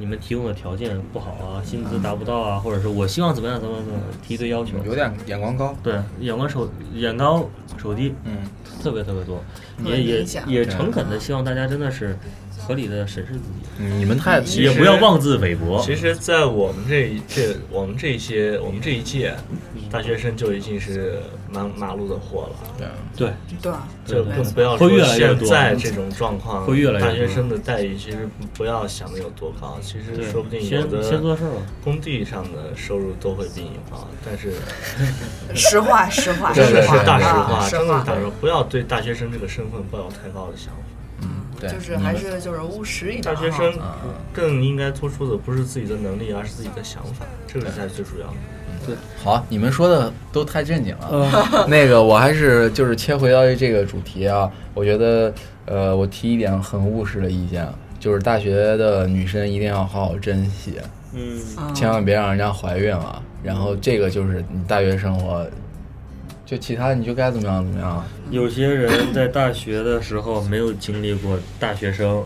Speaker 3: 你们提供的条件不好啊，薪资达不到啊，或者是我希望怎么样怎么样怎么样，提一堆要求，
Speaker 1: 嗯有点眼光高，
Speaker 3: 对，眼高手眼高手低，
Speaker 1: 嗯，
Speaker 3: 特别特别多，
Speaker 4: 特别
Speaker 3: 也也
Speaker 4: 明显
Speaker 3: 也诚恳的希望大家真的是合理的审视自己，
Speaker 1: 嗯你们太
Speaker 2: 其
Speaker 3: 也
Speaker 2: 实
Speaker 3: 不要妄自菲薄。
Speaker 2: 其实，在我们这一这我们这一些我们这一届大学生就已经是满马路的货了，
Speaker 1: 对，
Speaker 3: 对，
Speaker 4: 对，
Speaker 2: 就更不要
Speaker 3: 会
Speaker 2: 说
Speaker 3: 越来越
Speaker 2: 现
Speaker 3: 多嗯
Speaker 2: 在这种状况，
Speaker 3: 会越来越多
Speaker 2: 大学生的待遇其实不要想的有多高，其实
Speaker 3: 对
Speaker 2: 说不定有
Speaker 3: 先先做
Speaker 2: 的
Speaker 3: 事儿吧。
Speaker 2: 工地上的收入都会比你高，但是
Speaker 4: 实话实话
Speaker 1: 对
Speaker 2: 真的
Speaker 4: 实
Speaker 2: 是
Speaker 4: 话
Speaker 2: 大实
Speaker 4: 啊
Speaker 2: 话，
Speaker 4: 实
Speaker 2: 真的
Speaker 4: 话
Speaker 2: 是大实话，不要对大学生这个身份抱有太高的想法。
Speaker 1: 对
Speaker 4: 就是还是就是务实一点
Speaker 2: 大
Speaker 4: 啊。
Speaker 2: 学生更应该突出的不是自己的能力，而是自己的想法，这个才是最主要的。
Speaker 1: 好，你们说的都太正经了。 那个，我还是就是切回到这个主题啊，我觉得，呃，我提一点很务实的意见，就是大学的女生一定要好好珍惜，
Speaker 3: 嗯，
Speaker 4: 嗯
Speaker 1: 千万别让人家怀孕了。然后这个就是你大学生活，就其他你就该怎么样怎么 样。
Speaker 3: 有些人在大学的时候没有经历过大学生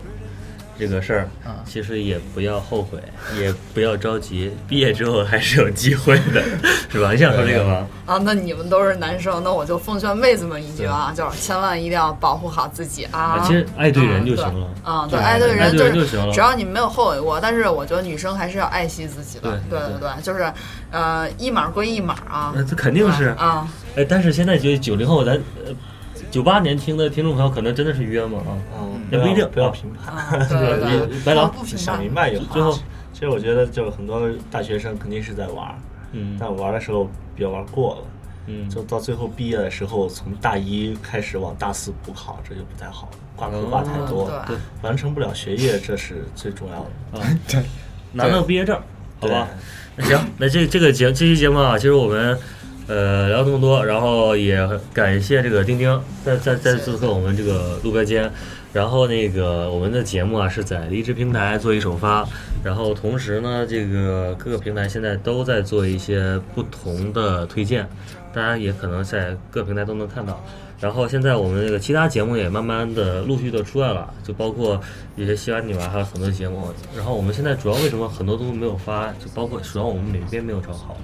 Speaker 3: 这个事儿
Speaker 1: 啊，
Speaker 3: 其实也不要后悔，也不要着急，毕业之后还是有机会的，是吧？你想说这个吗？
Speaker 4: 啊，那你们都是男生，那我就奉劝妹子们一句啊，就是千万一定要保护好自己啊。
Speaker 3: 其实爱对人就行了。
Speaker 4: 啊，对，
Speaker 1: 对
Speaker 4: 爱对
Speaker 3: 爱
Speaker 4: 人
Speaker 3: 对人
Speaker 4: 是
Speaker 3: 就行了
Speaker 4: 只要你没有后悔过，但是我觉得女生还是要爱惜自己的。
Speaker 3: 对
Speaker 4: 对
Speaker 3: 对
Speaker 4: 对对，就是呃，一码归一码啊
Speaker 3: 那。这肯定是，
Speaker 4: 啊，
Speaker 3: 哎，但是现在就九零后，咱呃九八年听的听众朋友可能真的是约吗？啊，
Speaker 2: 嗯，
Speaker 3: 也不一定
Speaker 2: 不要评判。
Speaker 4: 啊啊对对对
Speaker 3: 对
Speaker 4: 对，
Speaker 3: 白狼
Speaker 4: 不评
Speaker 2: 想
Speaker 4: 判
Speaker 2: 明白就好。
Speaker 3: 最后，
Speaker 2: 其实我觉得就是很多大学生肯定是在玩儿，
Speaker 3: 嗯
Speaker 2: 但玩儿的时候别玩儿过了，
Speaker 3: 嗯，
Speaker 2: 就到最后毕业的时候，从大一开始往大四补考，这就不太好了，挂科挂太多，
Speaker 4: 哦对
Speaker 2: 完成不了学业这是最重要的。
Speaker 3: 拿到毕业证，好
Speaker 2: 对
Speaker 3: 吧？那行，那这这个节这期节目啊，其实我们呃聊这么多，然后也感谢这个丁丁再再再次做我们这个录播间。然后那个我们的节目啊是在荔枝平台做一首发，然后同时呢，这个各个平台现在都在做一些不同的推荐，大家也可能在各平台都能看到。然后现在我们这个其他节目也慢慢的陆续的出来了，就包括有些西安女娃，还有很多节目。然后我们现在主要为什么很多东西没有发，就包括主要我们美编没有找好，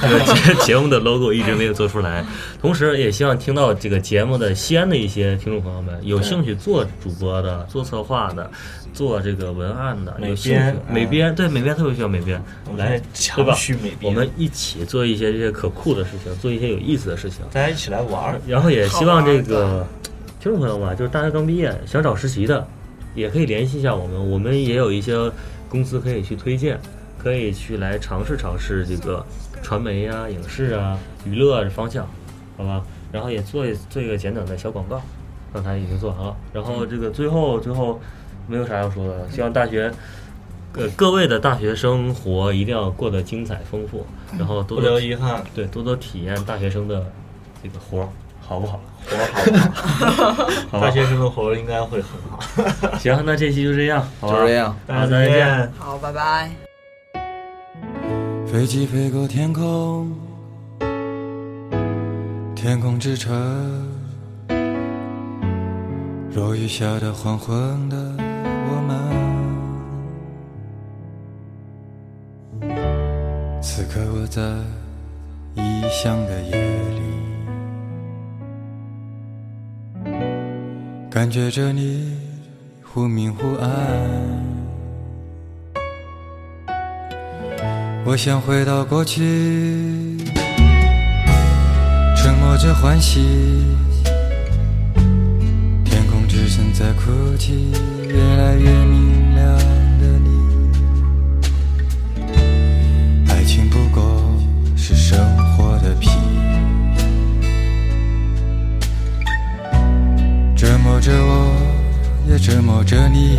Speaker 3: 这个节节目的 logo 一直没有做出来。同时也希望听到这个节目的西安的一些听众朋友们，有兴趣做主播的、做策划的、做这个文案的、
Speaker 2: 美
Speaker 3: 有兴趣
Speaker 2: 编
Speaker 3: 美编啊对美编特别需要美编
Speaker 2: 我，们
Speaker 3: 来
Speaker 2: 来
Speaker 3: 对吧
Speaker 2: 强去美？
Speaker 3: 我
Speaker 2: 编
Speaker 3: 们一起做一些这些可酷的事情，做一些有意思的事情。
Speaker 2: 大家一起来玩儿，
Speaker 3: 然后也希望这个听众朋友们啊，就是大学刚毕业想找实习的，也可以联系一下我们，我们也有一些公司可以去推荐，可以去来尝试尝试这个传媒啊、影视啊、娱乐啊方向，好吧？然后也做一做一个简短的小广告，刚才已经做完了。然后这个最后最后没有啥要说的了，希望大学。呃，各位的大学生活一定要过得精彩丰富，然后多
Speaker 2: 不
Speaker 3: 多
Speaker 2: 留遗憾，
Speaker 3: 对，多多体验大学生的这个活儿，好不 好？
Speaker 2: 活儿好不好？
Speaker 3: 好 吧
Speaker 2: 大学生的活儿应该会很好。
Speaker 3: 行，那这期就这样，好吧
Speaker 1: 就是这样
Speaker 3: 大家再见。
Speaker 4: 好，拜拜。
Speaker 6: 飞机飞过天空，天空之城，落雨下的黄昏的我们，此刻我在异乡的夜里，感觉着你忽明忽暗。我想回到过去，沉默着欢喜，天空之城在哭泣，越来越明亮的你，爱情不过是生活的皮，折磨着我，也折磨着你。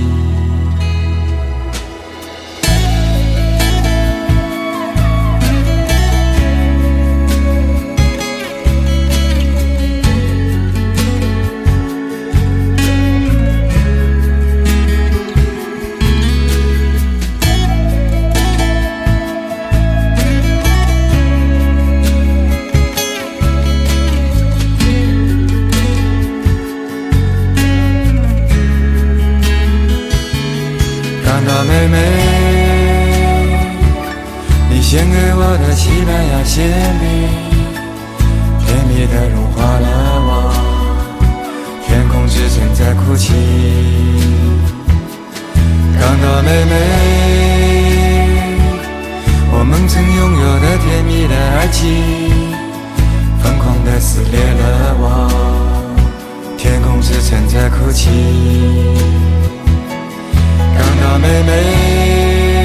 Speaker 6: 献给我的西班牙馅饼，甜蜜的融化了我，天空之城在哭泣。港岛妹妹，我们曾拥有的甜蜜的爱情，疯狂的撕裂了我，天空之城在哭泣。港岛妹妹，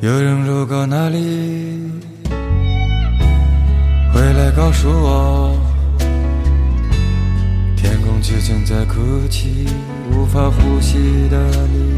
Speaker 6: 有人路过那里，回来告诉我，天空之城在哭泣，无法呼吸的你。